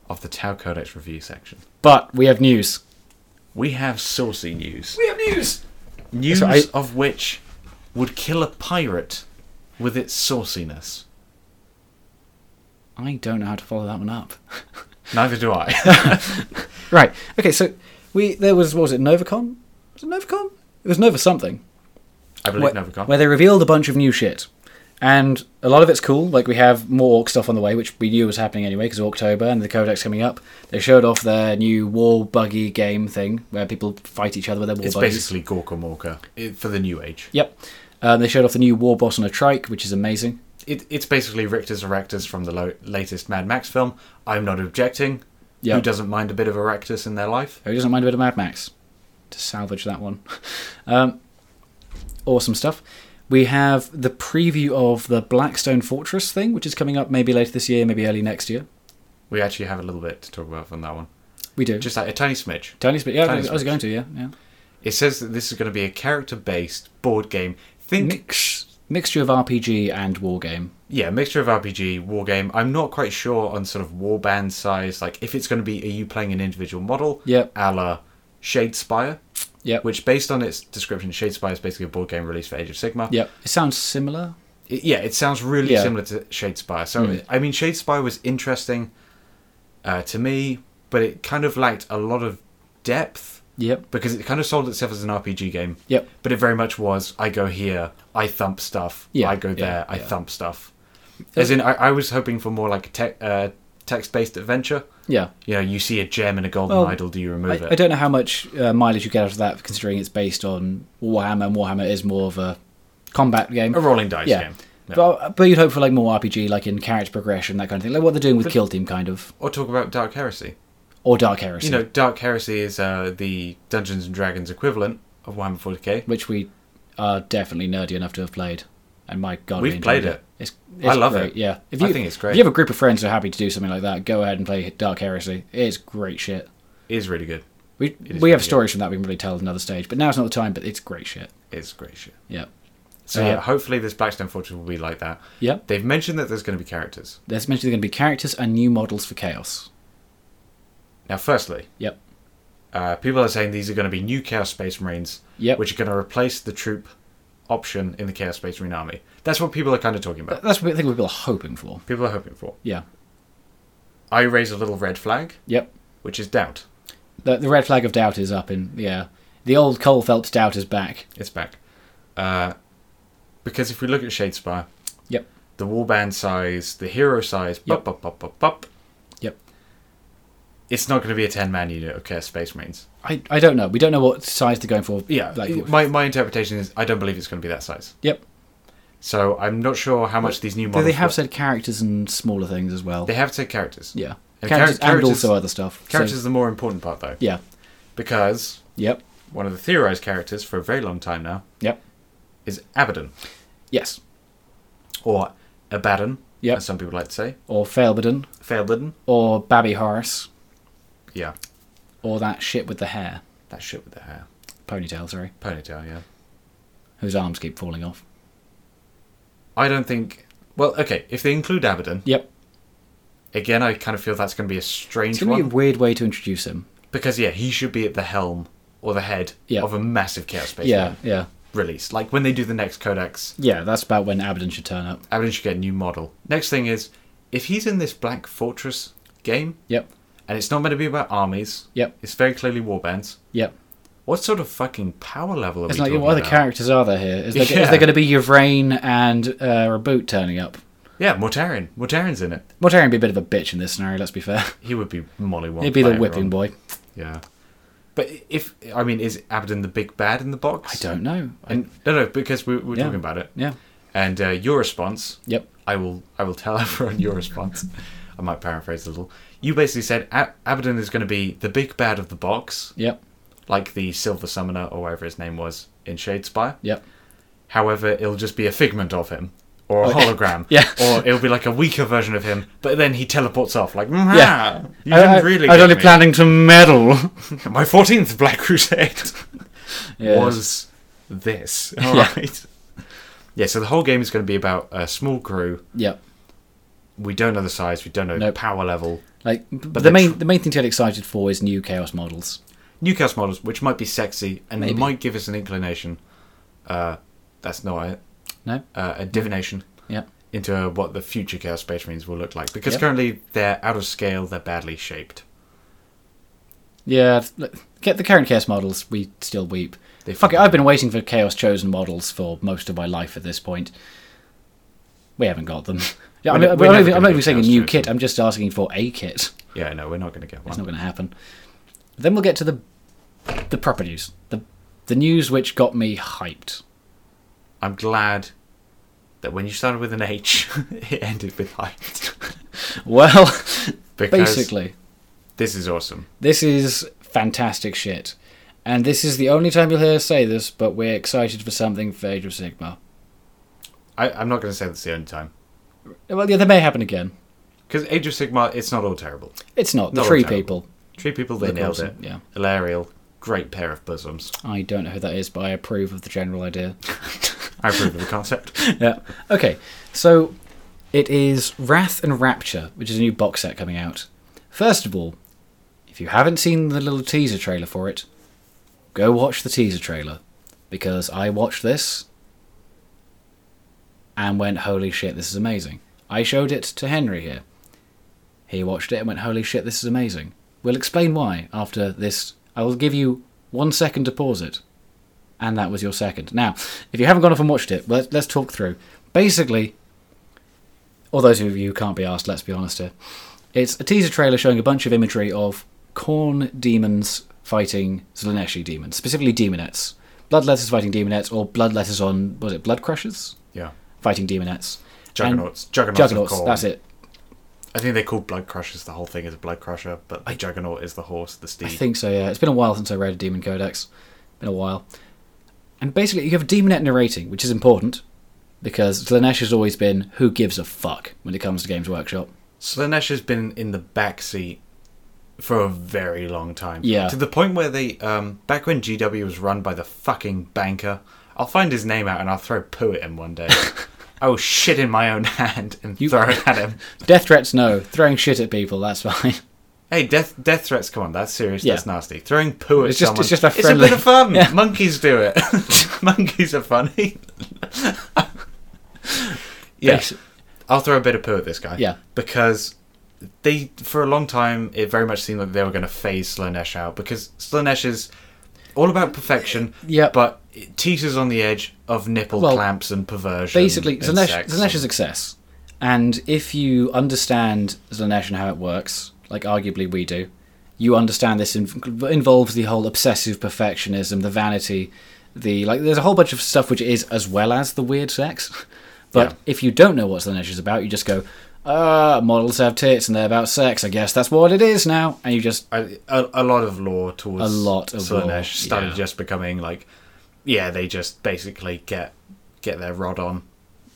of the Tau Codex review section.
But we have news.
We have saucy news.
We have news.
News
So I-
of which would kill a pirate with its sauciness.
I don't know how to follow that one up.
Neither do I.
Right. Okay. So we there was what was it Novacon? Was it Novacon? It was Nova something.
I believe
where,
Novacon.
where they revealed a bunch of new shit, and a lot of it's cool. Like we have more orc stuff on the way, which we knew was happening anyway because October and the Codex coming up. They showed off their new war buggy game thing where people fight each other with their war
It's
buggies.
basically Gorka Morka i- for the new age.
Yep. Um, they showed off the new war boss on a trike, which is amazing.
It, it's basically Richter's Erectus from the lo- latest Mad Max film. I'm not objecting.
Yeah.
Who doesn't mind a bit of Erectus in their life?
Who doesn't mind a bit of Mad Max? To salvage that one. Um, awesome stuff. We have the preview of the Blackstone Fortress thing, which is coming up maybe later this year, maybe early next year.
We actually have a little bit to talk about from that one.
We do. Just
Just like a tiny smidge.
Tony's, but yeah,
Tony's
I was
Fortress.
going to, yeah, yeah.
It says that this is going to be a character based board game. Think,
Mix mixture of RPG and war game.
yeah, mixture of RPG, war game. I'm not quite sure on sort of warband size. Like, if it's going to be, are you playing an individual model?
Yep.
A la Shadespire,
Yep.
which, based on its description, Shadespire is basically a board game released for Age of Sigma.
Yep. It sounds similar.
It- yeah, it sounds really
Yeah.
similar to Shadespire. So,
Mm.
I mean, Shadespire was interesting uh, to me, but it kind of lacked a lot of depth
Yep.
because it kind of sold itself as an RPG game.
Yep.
But it very much was I go here, I thump stuff.
Yeah,
I go
yeah,
there, I
yeah.
thump stuff. As in, I, I was hoping for more like a te- uh, text based adventure.
Yeah.
You know, you see a gem and a golden
Well,
idol, do you
I,
remove it?
I don't know how much uh, mileage you get out of that, considering it's based on Warhammer, and Warhammer is more of a combat game.
A rolling dice
yeah.
game. Yeah.
But, but you'd hope for like more RPG, like in character progression, that kind of thing, like what they're doing with
But-
Kill Team, kind of,
or talk about Dark Heresy.
or Dark Heresy,
You know, Dark Heresy is uh, the Dungeons and Dragons equivalent of Warhammer 40k.
which we are definitely nerdy enough to have played. And my God,
We've
we enjoyed
played it.
It's, it's
I love
great,
it.
Yeah, if
I
you,
think it's
If
great.
you have a group of friends who are happy to do something like that, go ahead and play Dark Heresy. It's great shit.
It is really good.
We
is
we
really
have
good.
stories from that we can really tell at another stage, but now it's not the time. But it's great shit.
It's great shit.
Yeah,
So,
Uh,
yeah, hopefully this Blackstone Fortress will be like that.
yeah.
They've mentioned that there's going to be characters.
There's mentioned going to be characters and new models for Chaos.
Now, firstly,
Yep,
uh, people are saying these are going to be new Chaos Space Marines,
Yep.
which are going to replace the troop option in the Chaos Space Marine Army. That's what people are kind of talking about.
that's what I think we were hoping for.
People are hoping for.
Yeah,
I raise a little red flag,
yep.
which is doubt.
The, the red flag of doubt is up in the air. The old Cole Phelps doubt is back.
It's back. Uh, because if we look at Shadespire,
Yep.
the warband size, the hero size,
Yep.
bup, bup, bup, bup, bup,
Yep.
it's not going to be a 10 man unit of Chaos Space Marines.
I, I don't know. We don't know what size they're going for.
Yeah,
Like,
my, my interpretation is I don't believe it's going to be that size.
yep.
So I'm not sure how much these new
Though
models.
they have
will-
said characters and smaller things as well.
they have said characters.
yeah.
And
Characters,
charac- characters-
and also other stuff. So,
Characters are the more important part, though.
yeah.
Because
Yep.
one of the theorized characters for a very long time now
Yep.
is Abaddon,
Yes.
or Abaddon,
Yep.
as some people like to say.
Or Failberdon.
Failbidden.
Or Babby Horace.
Yeah,
Or that shit with the hair.
that shit with the hair.
Ponytail, sorry.
Ponytail, yeah.
Whose arms keep falling off.
I don't think. Well, okay, if they include Abaddon,
Yep.
again, I kind of feel that's going to be a
It's
strange
going
one.
to be a weird way to introduce him.
Because, yeah, he should be at the helm or the head
Yeah.
of a massive Chaos Space
yeah,
Marine
yeah.
release. Like when they do the next Codex,
Yeah, that's about when Abaddon should turn up.
Abaddon should get a new model. Next thing is, if he's in this Black Fortress game,
Yep.
and it's not meant to be about armies,
Yep.
it's very clearly warbands,
Yep.
what sort of fucking power level are
It's
we
like,
talking
what other
about?
characters are there here? Is there,
Yeah.
going to be Yvraine and uh, Reboot turning up?
Yeah, Mortarian. Mortarian's in it.
Mortarian would be a bit of a bitch in this scenario, let's be fair.
He would be Molly one.
He'd be the whipping boy.
Yeah. But if, I mean, is Abaddon the big bad in the
I
box?
don't know. I-
And, no, no, because we, we're
Yeah.
talking about it.
yeah.
And uh, your response,
Yep.
I will, I will tell everyone your response. I might paraphrase a little. You basically said Ab- Abaddon is going to be the big bad of the box,
Yep.
like the Silver Summoner or whatever his name was in Shadespire.
Yep.
However, it'll just be a figment of him or a
Oh, yeah.
hologram.
Yeah.
Or it'll be like a weaker version of him, but then he teleports off like,
Yeah.
yeah. You
I,
didn't
I-
really
I was
get
only
me."
planning to meddle.
My 14th Black Crusade
Yeah.
was this. All
Yeah.
right. yeah. so the whole game is going to be about a small crew.
Yep.
We don't know the size, we don't know
Nope.
power level.
Like but the
they're
main
tr-
the main thing to get excited for is new chaos models.
Newcast models, which might be sexy and
Maybe.
might give us an inclination. Uh, that's not it.
No?
Uh, a divination
Yep.
into what the future Chaos Space Marines will look like. Because
Yep.
currently they're out of scale, they're badly shaped.
Yeah, th- get the current chaos models. We still weep.
They
Fuck it,
fucking-
I've been waiting for chaos chosen models for most of my life at this point. We haven't got them. Yeah, I
We're
mean,
ne-
I'm
we're
not
never
even, I'm
gonna
not
get
even saying a
Chaos
new
Chosen.
kit. I'm just asking for a kit.
Yeah, no, we're not going to get one.
It's not going to happen. Then we'll get to the the proper news. The the news which got me hyped.
I'm glad that when you started with an H, it ended with height.
Well,
because
basically,
this is awesome.
this is fantastic shit. And this is the only time you'll hear us say this, but we're excited for something for Age of Sigma.
I, I'm not going to say that's the only time.
Well, yeah, that may happen again.
Because Age of Sigma, it's not all terrible.
It's not. The
Not
Tree
terrible.
People.
Three people, they
Look
nailed
awesome,
it.
yeah.
Hilarial, great pair of bosoms.
I don't know who that is, but I approve of the general idea.
I approve of the concept.
yeah. Okay. So it is Wrath and Rapture, which is a new box set coming out. First of all, if you haven't seen the little teaser trailer for it, go watch the teaser trailer because I watched this and went, "Holy shit, this is amazing." I showed it to Henry here. He watched it and went, "Holy shit, this is amazing." We'll explain why after this. I will give you one second to pause it and that was your second. Now, if you haven't gone off and watched it, let's, let's talk through. Basically, or those of you who can't be asked, let's be honest here, it's a teaser trailer showing a bunch of imagery of corn demons fighting Zlaneshi demons, specifically demonettes. Bloodletters fighting demonettes, or bloodletters on, was it Blood Crushers?
Yeah.
Fighting demonettes. And-
Juggernauts. Juggernauts. of
Juggernauts,
Khorne.
that's it.
I think they call Blood Crushers the whole thing is a Blood Crusher, but the Juggernaut is the horse, the steed.
I think so, yeah. It's been a while since I read a Demon Codex. Been a while. And basically, you have a Demonet narrating, which is important, because Slanesh has always been who gives a fuck when it comes to Games Workshop.
Slanesh has been in the backseat for a very long time.
Yeah.
To the point where they, um, back when GW was run by the fucking banker, I'll find his name out and I'll throw poo at him one day. I will shit in my own hand and
You-
throw it at him.
Death threats, no. Throwing shit at people, that's fine.
Hey, death death threats, come on, that's serious, that's
Yeah.
nasty. Throwing poo at
It's just-
someone,
it's just a
It's a
friendly-
bit of fun.
Yeah.
Monkeys do it. Monkeys are funny. yeah.
Basi-
I'll throw a bit of poo at this guy.
Yeah.
Because they, for a long time, it very much seemed like they were going to phase Slanesh out because Slanesh is all about perfection.
Yeah.
But it teeters on the edge of nipple
Well,
clamps and perversion.
Basically,
and
Slanesh,
sex
Slanesh
and-
is excess. And if you understand Slanesh and how it works, like arguably we do, you understand this in- involves the whole obsessive perfectionism, the vanity, the like. There's a whole bunch of stuff which is as well as the weird sex. But
Yeah.
if you don't know what Slanesh is about, you just go, uh, models have tits and they're about sex. I guess that's what it is now. And you just
I- a, a lot of lore towards
A lot of
Slaanesh
lore,
started
yeah.
just becoming like, yeah, they just basically get get their rod on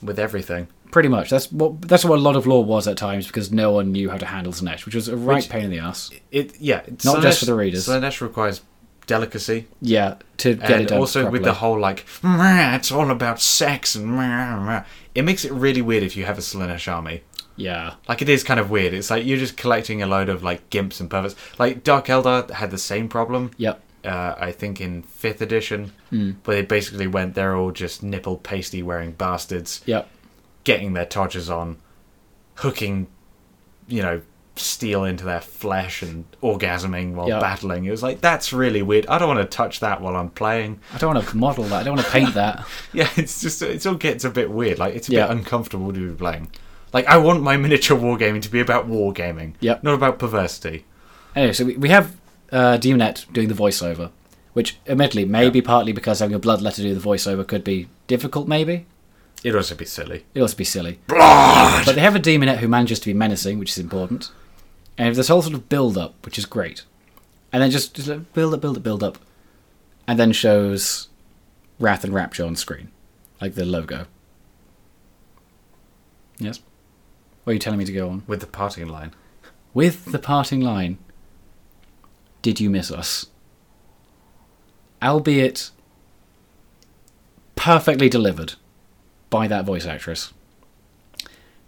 with everything.
pretty much that's what that's what a lot of lore was at times because no one knew how to handle Slanesh, which was a right
Which-
pain in the ass.
It yeah, it's
Not just for the readers.
Slaanesh requires delicacy,
Yeah, to get it
and
done
also with
properly.
the whole like, "Meh, it's all about sex and meh, meh." it makes it really weird if you have a Slaanesh army.
yeah,
Like it is kind of weird. It's like you're just collecting a load of like gimps and perverts. Like Dark Eldar had the same problem.
yep,
uh, I think in fifth edition,
Hmm.
where they basically went, they're all just nipple pasty wearing bastards,
yep,
getting their todgers on, hooking, you know, steel into their flesh and orgasming while
Yeah.
battling. It was like that's really weird. I don't want to touch that while I'm playing.
I don't want to model that. I don't want to paint that.
Yeah, it's just it all gets a bit weird. Like it's a
Yeah.
bit uncomfortable to be playing. Like I want my miniature wargaming to be about wargaming,
Yep.
not about perversity.
Anyway, so we, we have uh, Demonet doing the voiceover, which admittedly maybe partly because having a bloodletter do the voiceover could be difficult. Maybe
It'd also be silly.
it'd also be silly. But they have a Demonet who manages to be menacing, which is important, and this whole sort of build up, which is great, and then just, just like, build up, build up, build up, and then shows Wrath and Rapture on screen, like the logo. Yes. What are you telling me to go on?
With the parting line,
with the parting line Did you miss us? Albeit perfectly delivered by that voice actress.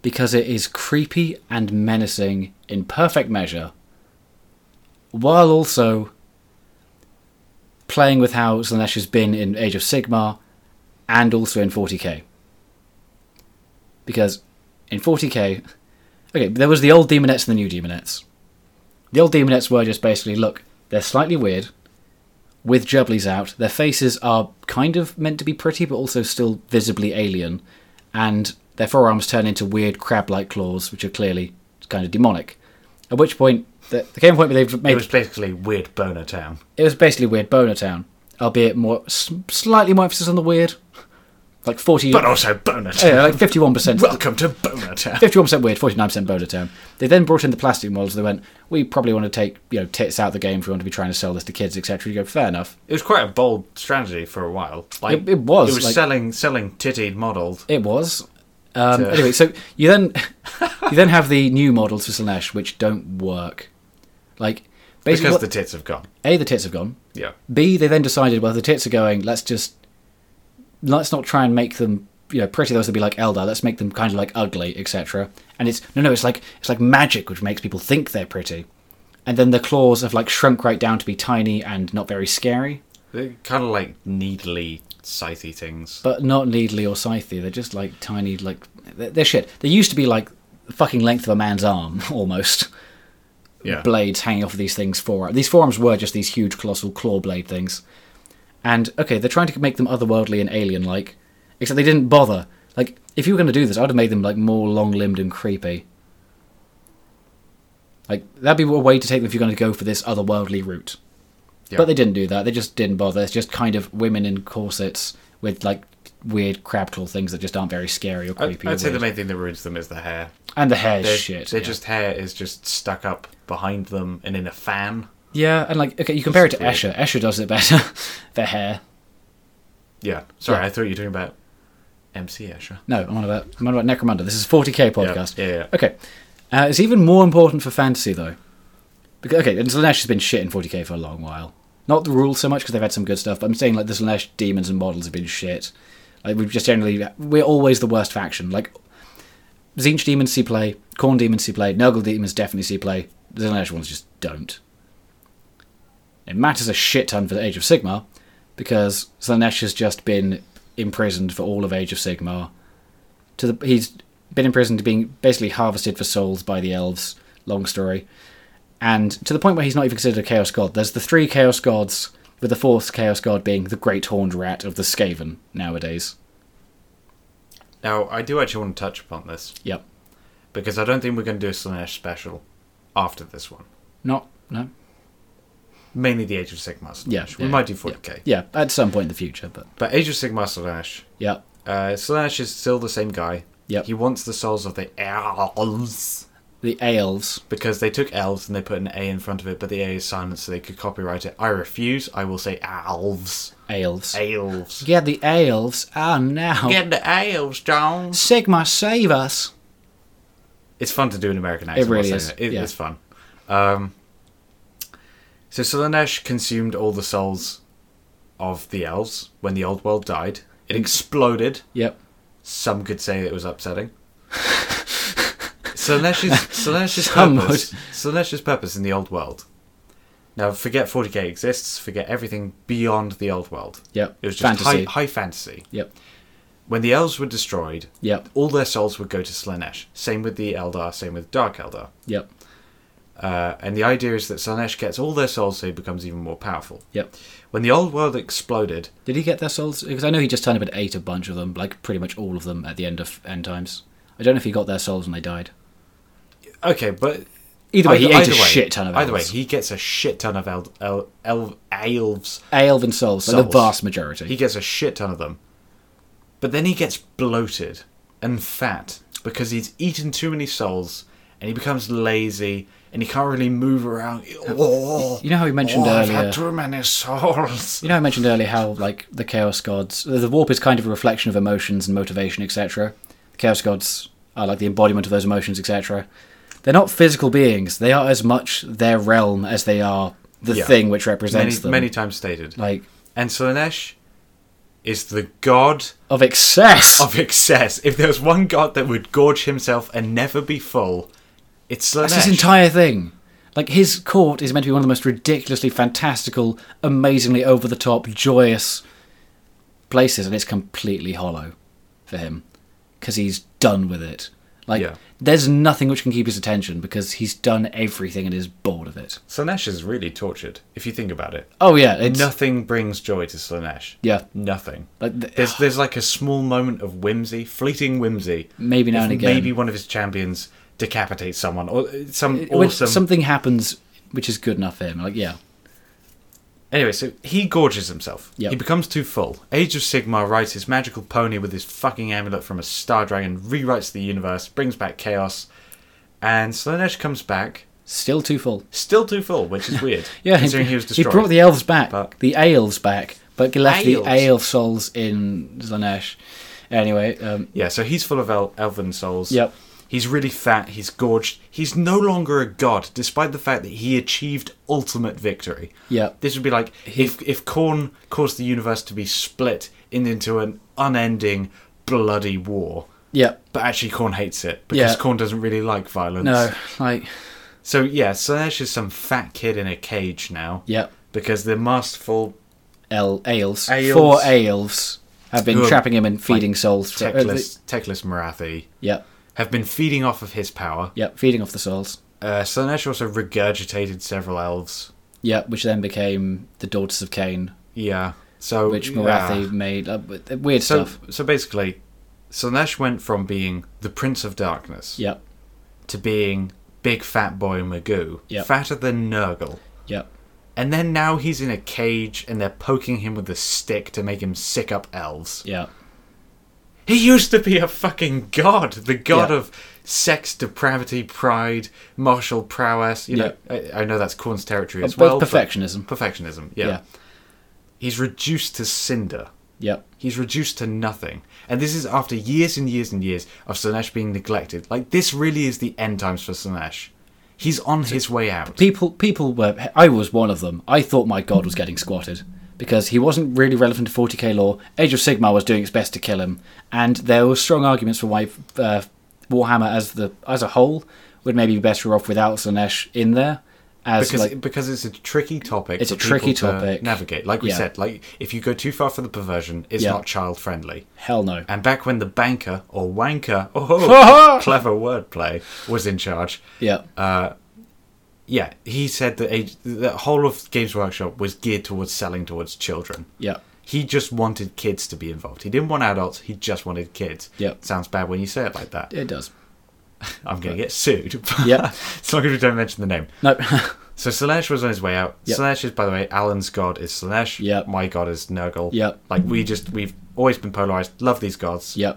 Because it is creepy and menacing in perfect measure, while also playing with how Slanesh has been in Age of Sigmar and also in 40k. Because in 40k, Okay, there was the old demonettes and the new demonettes. The old demonettes were just basically look, they're slightly weird, with jubblies out. Their faces are kind of meant to be pretty, but also still visibly alien, and their forearms turn into weird crab-like claws, which are clearly kind of demonic. At which point, th- there came a point where they've made
it was basically weird boner town.
it was basically weird boner town, albeit more s- slightly more emphasis on the weird, like forty,
but uh, also Boner Town.
yeah, like fifty-one percent.
Welcome to Boner Town.
Fifty-one percent weird, forty-nine percent Boulder Town. They then brought in the plastic models. They went, we probably want to take you know tits out of the game if we want to be trying to sell this to kids, etc. You go, fair enough.
It was quite a bold strategy for a while. Like
It- it was,
It was
like-
selling, selling tittied modelled.
It was. Um,
Yeah.
Anyway, so you then you then have the new models for Slanesh, which don't work. Like basically,
Because
what,
the tits have gone.
a the tits have gone.
Yeah.
B, they then decided, well, the tits are going. Let's just let's not try and make them, you know, pretty. Those would be like Eldar. Let's make them kind of like ugly, etc. And it's no, no. It's like it's like magic, which makes people think they're pretty. And then the claws have like shrunk right down to be tiny and not very scary,
They're kind of like needly, scythy things.
but not needly or scythy. They're just like tiny, like they're, they're shit. They used to be like the fucking length of a man's arm almost.
yeah.
blades hanging off of these things forearm. These forearms were just these huge, colossal claw blade things. And okay, they're trying to make them otherworldly and alien-like, except they didn't bother. Like, if you were going to do this, I'd have made them like more long-limbed and creepy. Like that'd be a way to take them if you're going to go for this otherworldly route.
Yeah.
But they didn't do that. They just didn't bother. It's just kind of women in corsets with like weird crab claw things that just aren't very scary or
I-
creepy. or
I'd say the
weird.
main thing that ruins them is the hair.
and the hair is
Their,
shit.
Their
yeah.
just hair is just stuck up behind them and in a fan.
Yeah, and like okay, you compare it to
weird.
Escher. Escher does it better. Their hair.
Yeah. Sorry,
Yeah.
I thought you were talking about MC Escher.
No, I'm on about I'm on about Necromunda. This is 40k
Yeah.
podcast.
Yeah, yeah.
Okay, uh, it's even more important for fantasy though. Because okay, and Slanesh has been shit in 40k for a long while. Not the rule so much because they've had some good stuff, but I'm saying like the Slanesh demons and models have been shit. Like we've just generally we're always the worst faction. Like Zinch demons see play, Corn demons see play, Nurgle demons definitely see play. The Slanesh ones just don't. It matters a shit ton for the Age of Sigmar because Slanesh has just been imprisoned for all of Age of Sigmar. To the he's been imprisoned, being basically harvested for souls by the elves. Long story, and to the point where he's not even considered a chaos god. There's the three chaos gods, with the fourth chaos god being the Great Horned Rat of the Skaven nowadays.
Now, I do actually want to touch upon this
Yep,
because I don't think we're going to do a Slanesh special after this one.
not no,
Mainly the Age of Sigmar Slanesh.
yeah.
we
yeah,
might do
yeah,
40k.
Yeah, at some point in the future, but
But Age of Sigmar Slanesh,
yeah,
uh, Slanesh is still the same guy.
Yep.
He wants the souls of the elves
The elves.
because they took elves and they put an A in front of it, but the A is silent, so they could copyright it. I refuse. I will say elves,
Elves.
elves.
yeah, the elves are now.
Get the elves, John.
Sigma, save us.
It's fun to do an American accent.
It really
while
is,
saying It,
yeah.
It's fun. Um, so Selanesh consumed all the souls of the elves when the old world died. It exploded.
Yep.
Some could say it was upsetting. Selenesh's, Selenesh's
Some
purpose. Selenesh's purpose in the old world. Now, forget 40k exists. Forget everything beyond the old world.
Yep.
It was just high,
Fantasy.
high fantasy.
Yep.
When the elves were destroyed,
Yep.
all their souls would go to Slanesh. Same with the Eldar, same with Dark Eldar.
Yep.
Uh, and the idea is that Slanesh gets all their souls so he becomes even more powerful.
Yep.
When the old world exploded,
Did he get their souls? Because I know he just turned up and ate a bunch of them, like pretty much all of them at the end of End Times. I don't know if he got their souls when they died.
okay, but
Either way, he ate
either
a
way-
shit ton of
Either way,
elves.
he gets a shit ton of el- el- el- elves.
Elven souls, like
Souls.
the vast majority.
He gets a shit ton of them. But then he gets bloated and fat because he's eaten too many souls and he becomes lazy and he can't really move around. Oh,
you know how we mentioned
oh, I've
earlier-
had too many souls.
You know, I mentioned earlier how like the Chaos Gods, the warp is kind of a reflection of emotions and motivation, etc. The Chaos Gods are like the embodiment of those emotions, etc. They're not physical beings; they are as much their realm as they are the
Yeah.
thing which
Many,
represents them.
many times stated.
like
And Slanesh is the god
of excess.
of excess. If there was one god that would gorge himself and never be full, it's Slanesh.
That's his entire thing. Like his court is meant to be one of the most ridiculously fantastical, amazingly over the top, joyous places, and it's completely hollow for him because he's done with it. Like
Yeah.
there's nothing which can keep his attention because he's done everything and is bored of it.
Slanesh is really tortured, if you think about it.
Oh yeah, it's
Nothing brings joy to Slanesh.
yeah.
Nothing.
Like th-
There's there's like a small moment of whimsy, fleeting whimsy.
Maybe now
if
and again.
Maybe one of his champions decapitates someone or uh, some
when
awesome.
something happens which is good enough for him. Like yeah,
Anyway, so he gorges himself.
Yep.
He becomes too full. Age of Sigmar rides his magical pony with his fucking amulet from a star dragon, rewrites the universe, brings back chaos, and Slanesh comes back
still too full.
still too full, which is weird.
Yeah,
considering he was destroyed.
brought the elves back,
But-
the elves back, but he left
Ales.
the elf souls in Zanesh. Anyway, um,
Yeah, so he's full of el- elven souls.
Yep.
He's really fat. He's gorged. He's no longer a god, despite the fact that he achieved ultimate victory.
Yep.
This would be like if if Korn caused the universe to be split in, into an unending, bloody war.
yeah,
But actually, Korn hates it because
Yeah.
Korn doesn't really like violence.
no, like,
So yeah, Slanesh is some fat kid in a cage now.
yep,
Because the masterful
el- elves,
Ales.
four elves have been
Who are
trapping him and feeding souls. for- uh,
techless techless Marathi
the- yep,
have been feeding off of his power.
yep, feeding off the souls.
Uh, Slanesh also regurgitated several elves.
Yep, which then became the daughters of Cain,
Yeah. So
which
yeah.
Marathi made uh, w- uh, weird
So
stuff.
so basically, Slanesh went from being the Prince of Darkness
Yep,
to being Big Fat Boy Magoo,
Yep.
fatter than Nurgle.
yep,
And then now he's in a cage and they're poking him with a stick to make him sick up elves.
yep,
He used to be a fucking god, the god
Yeah.
of sex, depravity, pride, martial prowess. You know, I, I know that's Korn's territory as
Uh, Both
well. but-
perfectionism.
Perfectionism, yeah.
yeah,
He's reduced to cinder.
yep,
He's reduced to nothing. And this is after years and years and years of Slanesh being neglected. Like, this really is the end times for Slanesh. He's on his way out.
people people were I was one of them. I thought my god was getting squatted because he wasn't really relevant to 40k lore. Age of Sigmar was doing its best to kill him, and there were strong arguments for why uh, Warhammer as the as a whole would maybe be better off without Slanesh in there. As
Because,
like,
because it's a tricky topic.
It's
for
a tricky
people to
topic.
Navigate, like we
Yeah.
said, like if you go too far for the perversion, it's
Yeah.
not child friendly.
hell no,
And back when the banker or wanker, oh, clever wordplay, was in charge,
yeah,
Uh, yeah, he said that age, the whole of Games Workshop was geared towards selling towards children.
yeah,
He just wanted kids to be involved. He didn't want adults. He just wanted kids.
Yep.
Sounds bad when you say it like that.
it does.
I'm going to get sued.
Yep.
it's not good we don't mention the name.
No,
So Slanesh was on his way out.
Yep.
Slanesh is, by the way, Alan's god is Slanesh.
Yep.
My god is Nurgle.
Yep.
Like we just we've always been polarized. Love these gods.
yeah,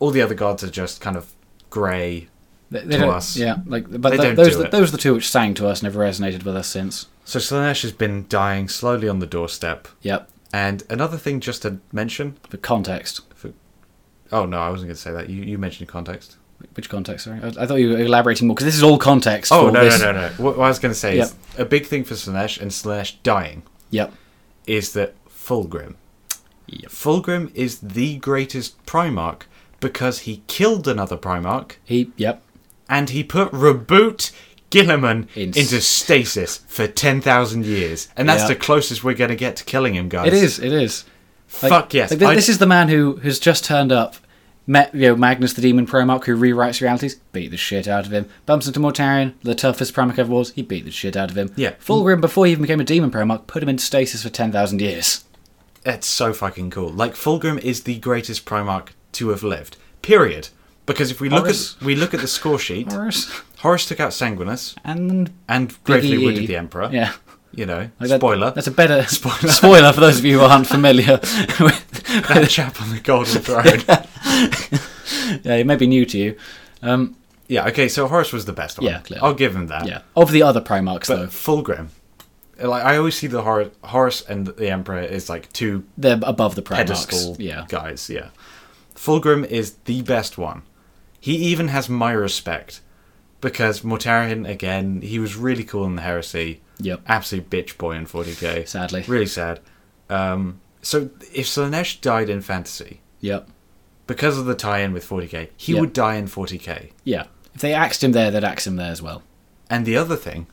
All the other gods are just kind of grey.
They, they
To
don't-
us.
Yeah, like, but
They
tho-
don't
those
do
are the-
it.
those are the two which sang to us and have resonated with us since.
So Slanesh has been dying slowly on the doorstep.
Yep.
And another thing just to mention.
For context,
Oh no, I wasn't going to say that. You you mentioned context.
which context? Sorry, I, I thought you were elaborating more because this is all context.
Oh
for
no,
this.
no no no What, what I was going to say is a big thing for Slanesh and Slanesh dying
Yep.
is that Fulgrim. Fulgrim is the greatest Primarch because he killed another Primarch
He. Yep.
and he put Reboot Gilliman
In-
into stasis for 10,000 years. And that's
Yeah.
the closest we're going to get to killing him, guys.
It is. It is. Like-
Fuck yes.
like thi-
I-
this is the man who has just turned up, met you know Magnus the Demon Primarch who rewrites realities, beat the shit out of him. Bumps into Mortarion, the toughest Primarch ever was, he beat the shit out of him.
Yeah.
Fulgrim, before he even became a Demon Primarch, put him into stasis for 10,000 years.
That's so fucking cool. Like Fulgrim is the greatest Primarch to have lived. Period. Because if we look
Horus.
at we look at the score sheet,
Horus.
Horus took out Sanguinus
And.
and gravely
BDE.
wounded the Emperor.
Yeah.
You know,
Like that-
spoiler.
That's a better spoiler. for those of you who aren't familiar with.
that chap on the golden throne.
Yeah, it may be new to you. Um,
yeah, okay, so Horus was the best one.
Yeah, clearly.
I'll give him that.
yeah. Of the other Primarchs,
But
though,
Fulgrim. Like I always see the Hor- Horus and the Emperor is like two
they're above the Primarchs.
pedestal
Yeah.
guys. Yeah, Fulgrim is the best one. He even has my respect because Mortarion again. He was really cool in the Heresy.
Yep.
Absolute bitch boy in 40k.
Sadly.
really sad. Um, so if Slanesh died in Fantasy
Yep.
because of the tie-in with 40k, he
Yeah.
would die in 40k.
Yeah. If they axed him there, they'd axe him there as well.
And the other thing,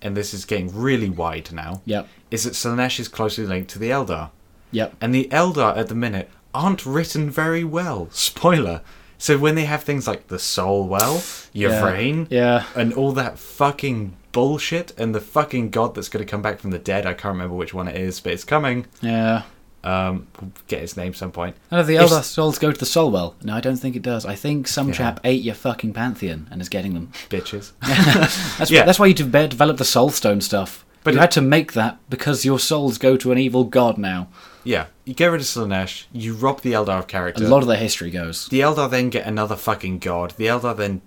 and this is getting really wide now,
Yep.
is that Slanesh is closely linked to the Eldar.
Yep.
and the Eldar at the minute aren't written very well. Spoiler. So when they have things like the Soul Well, Yvrain,
Yeah.
and all that fucking bullshit, and the fucking god that's going to come back from the dead, I can't remember which one it is, but it's coming.
Yeah.
Um, we'll get his name some point.
None of the
If-
Elder Souls go to the Soulwell. No, I don't think it does. I think some
Yeah.
chap ate your fucking pantheon and is getting them.
Bitches.
That's
Yeah.
that's why you de- developed the Soulstone stuff. But
But
you
it-
had to make that because your souls go to an evil god now.
yeah, you get rid of Slanesh, you rob the Eldar of character.
A lot of their history goes.
the Eldar then get another fucking god. The Eldar then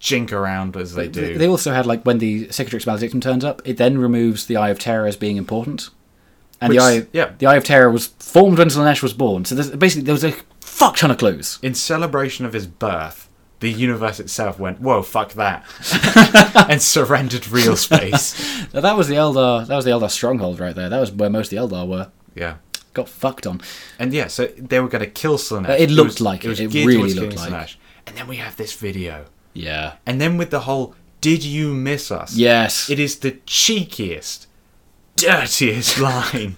jink around as they do.
They also had like when the Cicatrix maledictum turns up, it then removes the Eye of Terror as being important. And
Which-
the Eye,
yeah.
the Eye of Terror was formed when Slanesh was born. So there's, basically, there was a fuck ton of clues.
in celebration of his birth, the universe itself went, "Whoa, fuck that," and surrendered real space.
Now, that was the Eldar. That was the Eldar stronghold right there. That was where most of the Eldar were.
yeah,
Got fucked on.
and yeah, so they were going to kill Slanesh.
Uh, it looked
was-
like it. It
geared
really
towards
looked
killing
like.
Slanesh. And then we have this video,
Yeah.
and then with the whole "Did you miss us?"
Yes.
it is the cheekiest, dirtiest line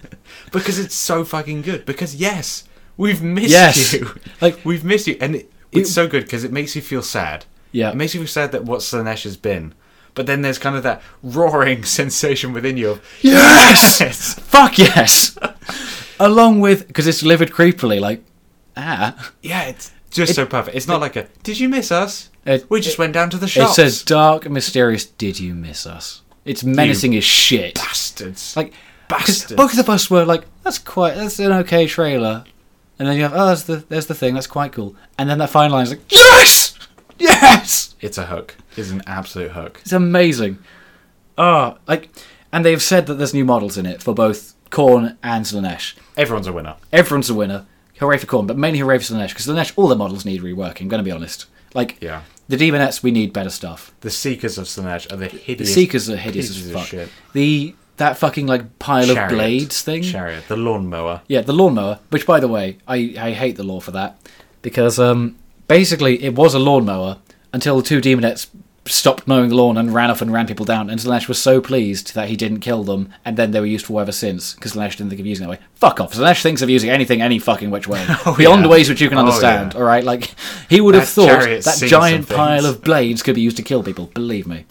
because it's so fucking good. Because yes, we've missed
Yes.
you.
Like-
we've missed you, and it, it's so good because it makes you feel sad.
Yeah.
it makes you feel sad that what Slanesh has been. But then there's kind of that roaring sensation within you. Of,
Yes!
yes!
Fuck yes. Along with because it's delivered creepily, like ah.
Yeah, it's just so perfect. It's not like a "Did you miss us?"
It-
we just went down to the
It
shops.
says dark, mysterious. Did you miss us? It's menacing as shit.
bastards.
Like because
bastards.
both of us were like, that's quite that's an okay trailer, and then you have oh there's the there's the thing that's quite cool, and then that final line is like yes, yes.
it's a hook. It's an absolute hook.
It's amazing. Oh, like, and they've said that there's new models in it for both Korn and Slanesh.
Everyone's a winner.
Everyone's a winner. Hooray for Korn, but mainly hooray for Slanesh, because Slanesh, all their models need reworking, I'm going to be honest. Like,
Yeah.
the Demonettes, we need better stuff.
The Seekers of Slanesh are the
The
hideous.
Seekers are hideous
pieces
as
of
fuck.
shit.
The, that fucking, like, pile of
Chariot.
blades thing.
Chariot, the lawnmower.
Yeah, the lawnmower, which, by the way, I, I hate the law for that, because, um, basically, it was a lawnmower until the two Demonettes stopped mowing the lawn and ran off and ran people down, and Slanesh was so pleased that he didn't kill them, and then they were useful ever since, because Slanesh didn't think of using it that way. Fuck off. Slanesh thinks of using anything any fucking which way. Beyond
yeah.
ways which you can
Oh,
understand,
yeah.
alright? Like, he would have
That
thought
chariot
that
sings
giant
and things.
pile of blades could be used to kill people, believe me.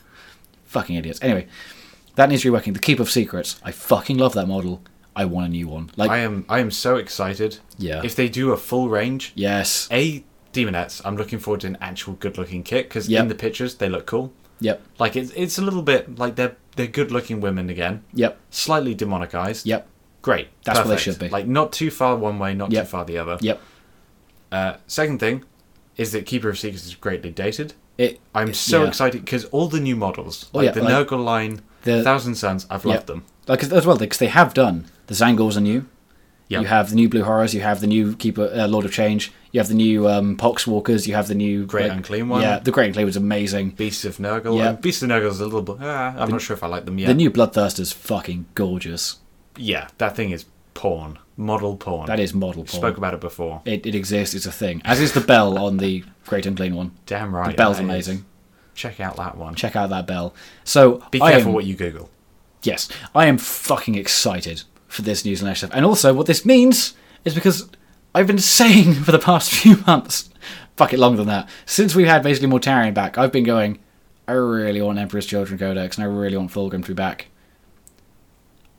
Fucking idiots. Anyway, that needs reworking. The Keep of Secrets. I fucking love that model. I want a new one. Like,
I am I am so excited.
Yeah.
If they do a full range,
Yes.
a demonettes, I'm looking forward to an actual good-looking kit because
Yep.
in the pictures they look cool.
Yep.
Like it's it's a little bit like they're they're good-looking women again,
Yep.
slightly demonic eyes.
Yep.
Great.
That's what they
Perfect.
should be.
Like not too far one way, not
Yep.
too far the other.
Yep.
Uh, second thing, is that Keeper of Secrets is greatly dated.
It
I'm so
yeah.
excited because all the new models,
Oh,
like
yeah,
the
like-
Nurgle line,
The-
Thousand Suns, I've
Yeah.
loved them.
like as well because they have done the Zangors are new.
Yeah.
You have the new Blue Horrors. You have the new Keeper uh, Lord of Change. You have the new um, Pox Walkers. You have the new
Great Unclean one.
Yeah, the Great Unclean was amazing.
Beasts of Nurgle.
Yeah.
Uh, Beasts of Nurgle is a little bit. Ah, I'm not sure if I like them yet.
The new Bloodthirster's fucking gorgeous.
yeah, that thing is porn. Model porn.
That is model porn.
Spoke about it before.
It, it exists. It's a thing. As is the bell on the Great Unclean one.
Damn right.
The bell's
that is.
amazing.
Check out that one.
Check out that bell. So
Be
I
careful
am-
what you Google.
yes, I am fucking excited for this news and that stuff. And also, what this means is because I've been saying for the past few months, fuck it, longer than that, since we've had basically Mortarian back, I've been going, I really want Emperor's Children Codex, and I really want Fulgrim to be back.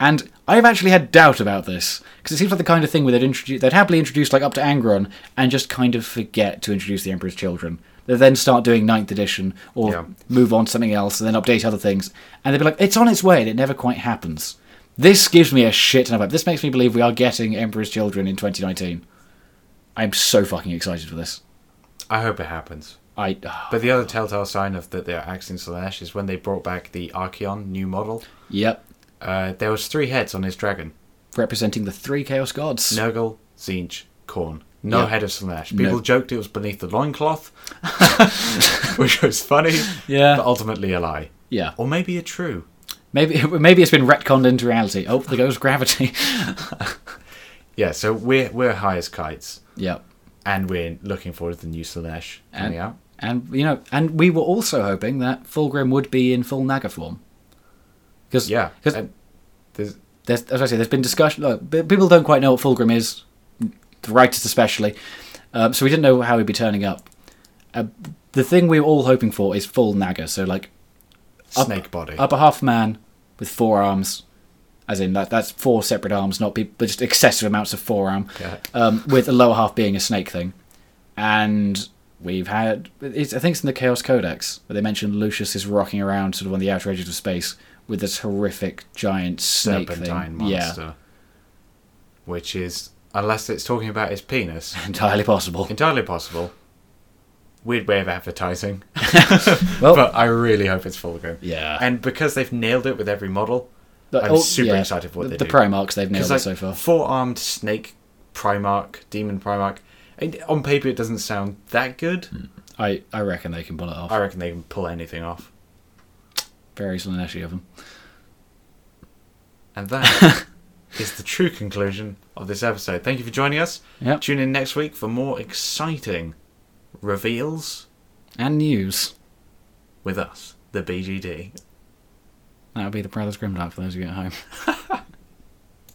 And I've actually had doubt about this because it seems like the kind of thing where they'd introduce, they'd happily introduce like up to Angron and just kind of forget to introduce the Emperor's Children. They then start doing Ninth Edition or
Yeah.
move on to something else and then update other things, and they'd be like, "It's on its way," and it never quite happens. This gives me a shit ton of hope. This makes me believe we are getting Emperor's Children in 2019. I'm so fucking excited for this.
I hope it happens.
I
But the other telltale sign of that they're axing Slanesh is when they brought back the Archeon new model.
yep,
Uh, there was three heads on his dragon:
representing the three Chaos Gods.
Nurgle, Zinj, Khorne. No
Yeah.
head of Slanesh.
No.
People joked it was beneath the loincloth, which was funny,
Yeah.
but ultimately a lie,
Yeah,
or maybe a true.
maybe maybe it's been retconned into reality. Oh, there goes gravity.
Yeah, so we're we're high as kites,
yep.
and we're looking forward to the new Slanesh coming out.
And you know, and we were also hoping that Fulgrim would be in full Naga form. Because
Yeah,
because
and there's
there's as I say, there's been discussion. Look, b- people don't quite know what Fulgrim is, the writers especially. Um, so we didn't know how he'd be turning up. Uh, the thing we were all hoping for is full Naga, so like Up-
snake body.
upper half man with four arms, as in that that's four separate arms, not people, but just excessive amounts of forearm.
Yeah.
Um, with the lower half being a snake thing, and we've had it's, I think it's in the Chaos Codex where they mentioned Lucius is rocking around sort of on the outer edges of space with this horrific giant snake
serpentine
thing.
monster,
Yeah,
which is unless it's talking about his penis,
entirely possible.
entirely possible. Weird way of advertising,
Well,
but I really hope it's Fulgrim.
yeah,
And because they've nailed it with every model,
But-
I'm
oh,
super
yeah,
excited for what
the,
they
the
do.
Primarchs they've nailed
Because
it
like
so far.
four-armed snake Primarch, demon Primarch, and on paper it doesn't sound that good.
Hmm. I I reckon they can pull it off.
I reckon they can pull anything off.
Very Slaneshi of them.
And that is the true conclusion of this episode. Thank you for joining us.
Yep.
Tune in next week for more exciting reveals
And news.
with us, the BGD.
That would be the Brothers Grimdark for those of you at home.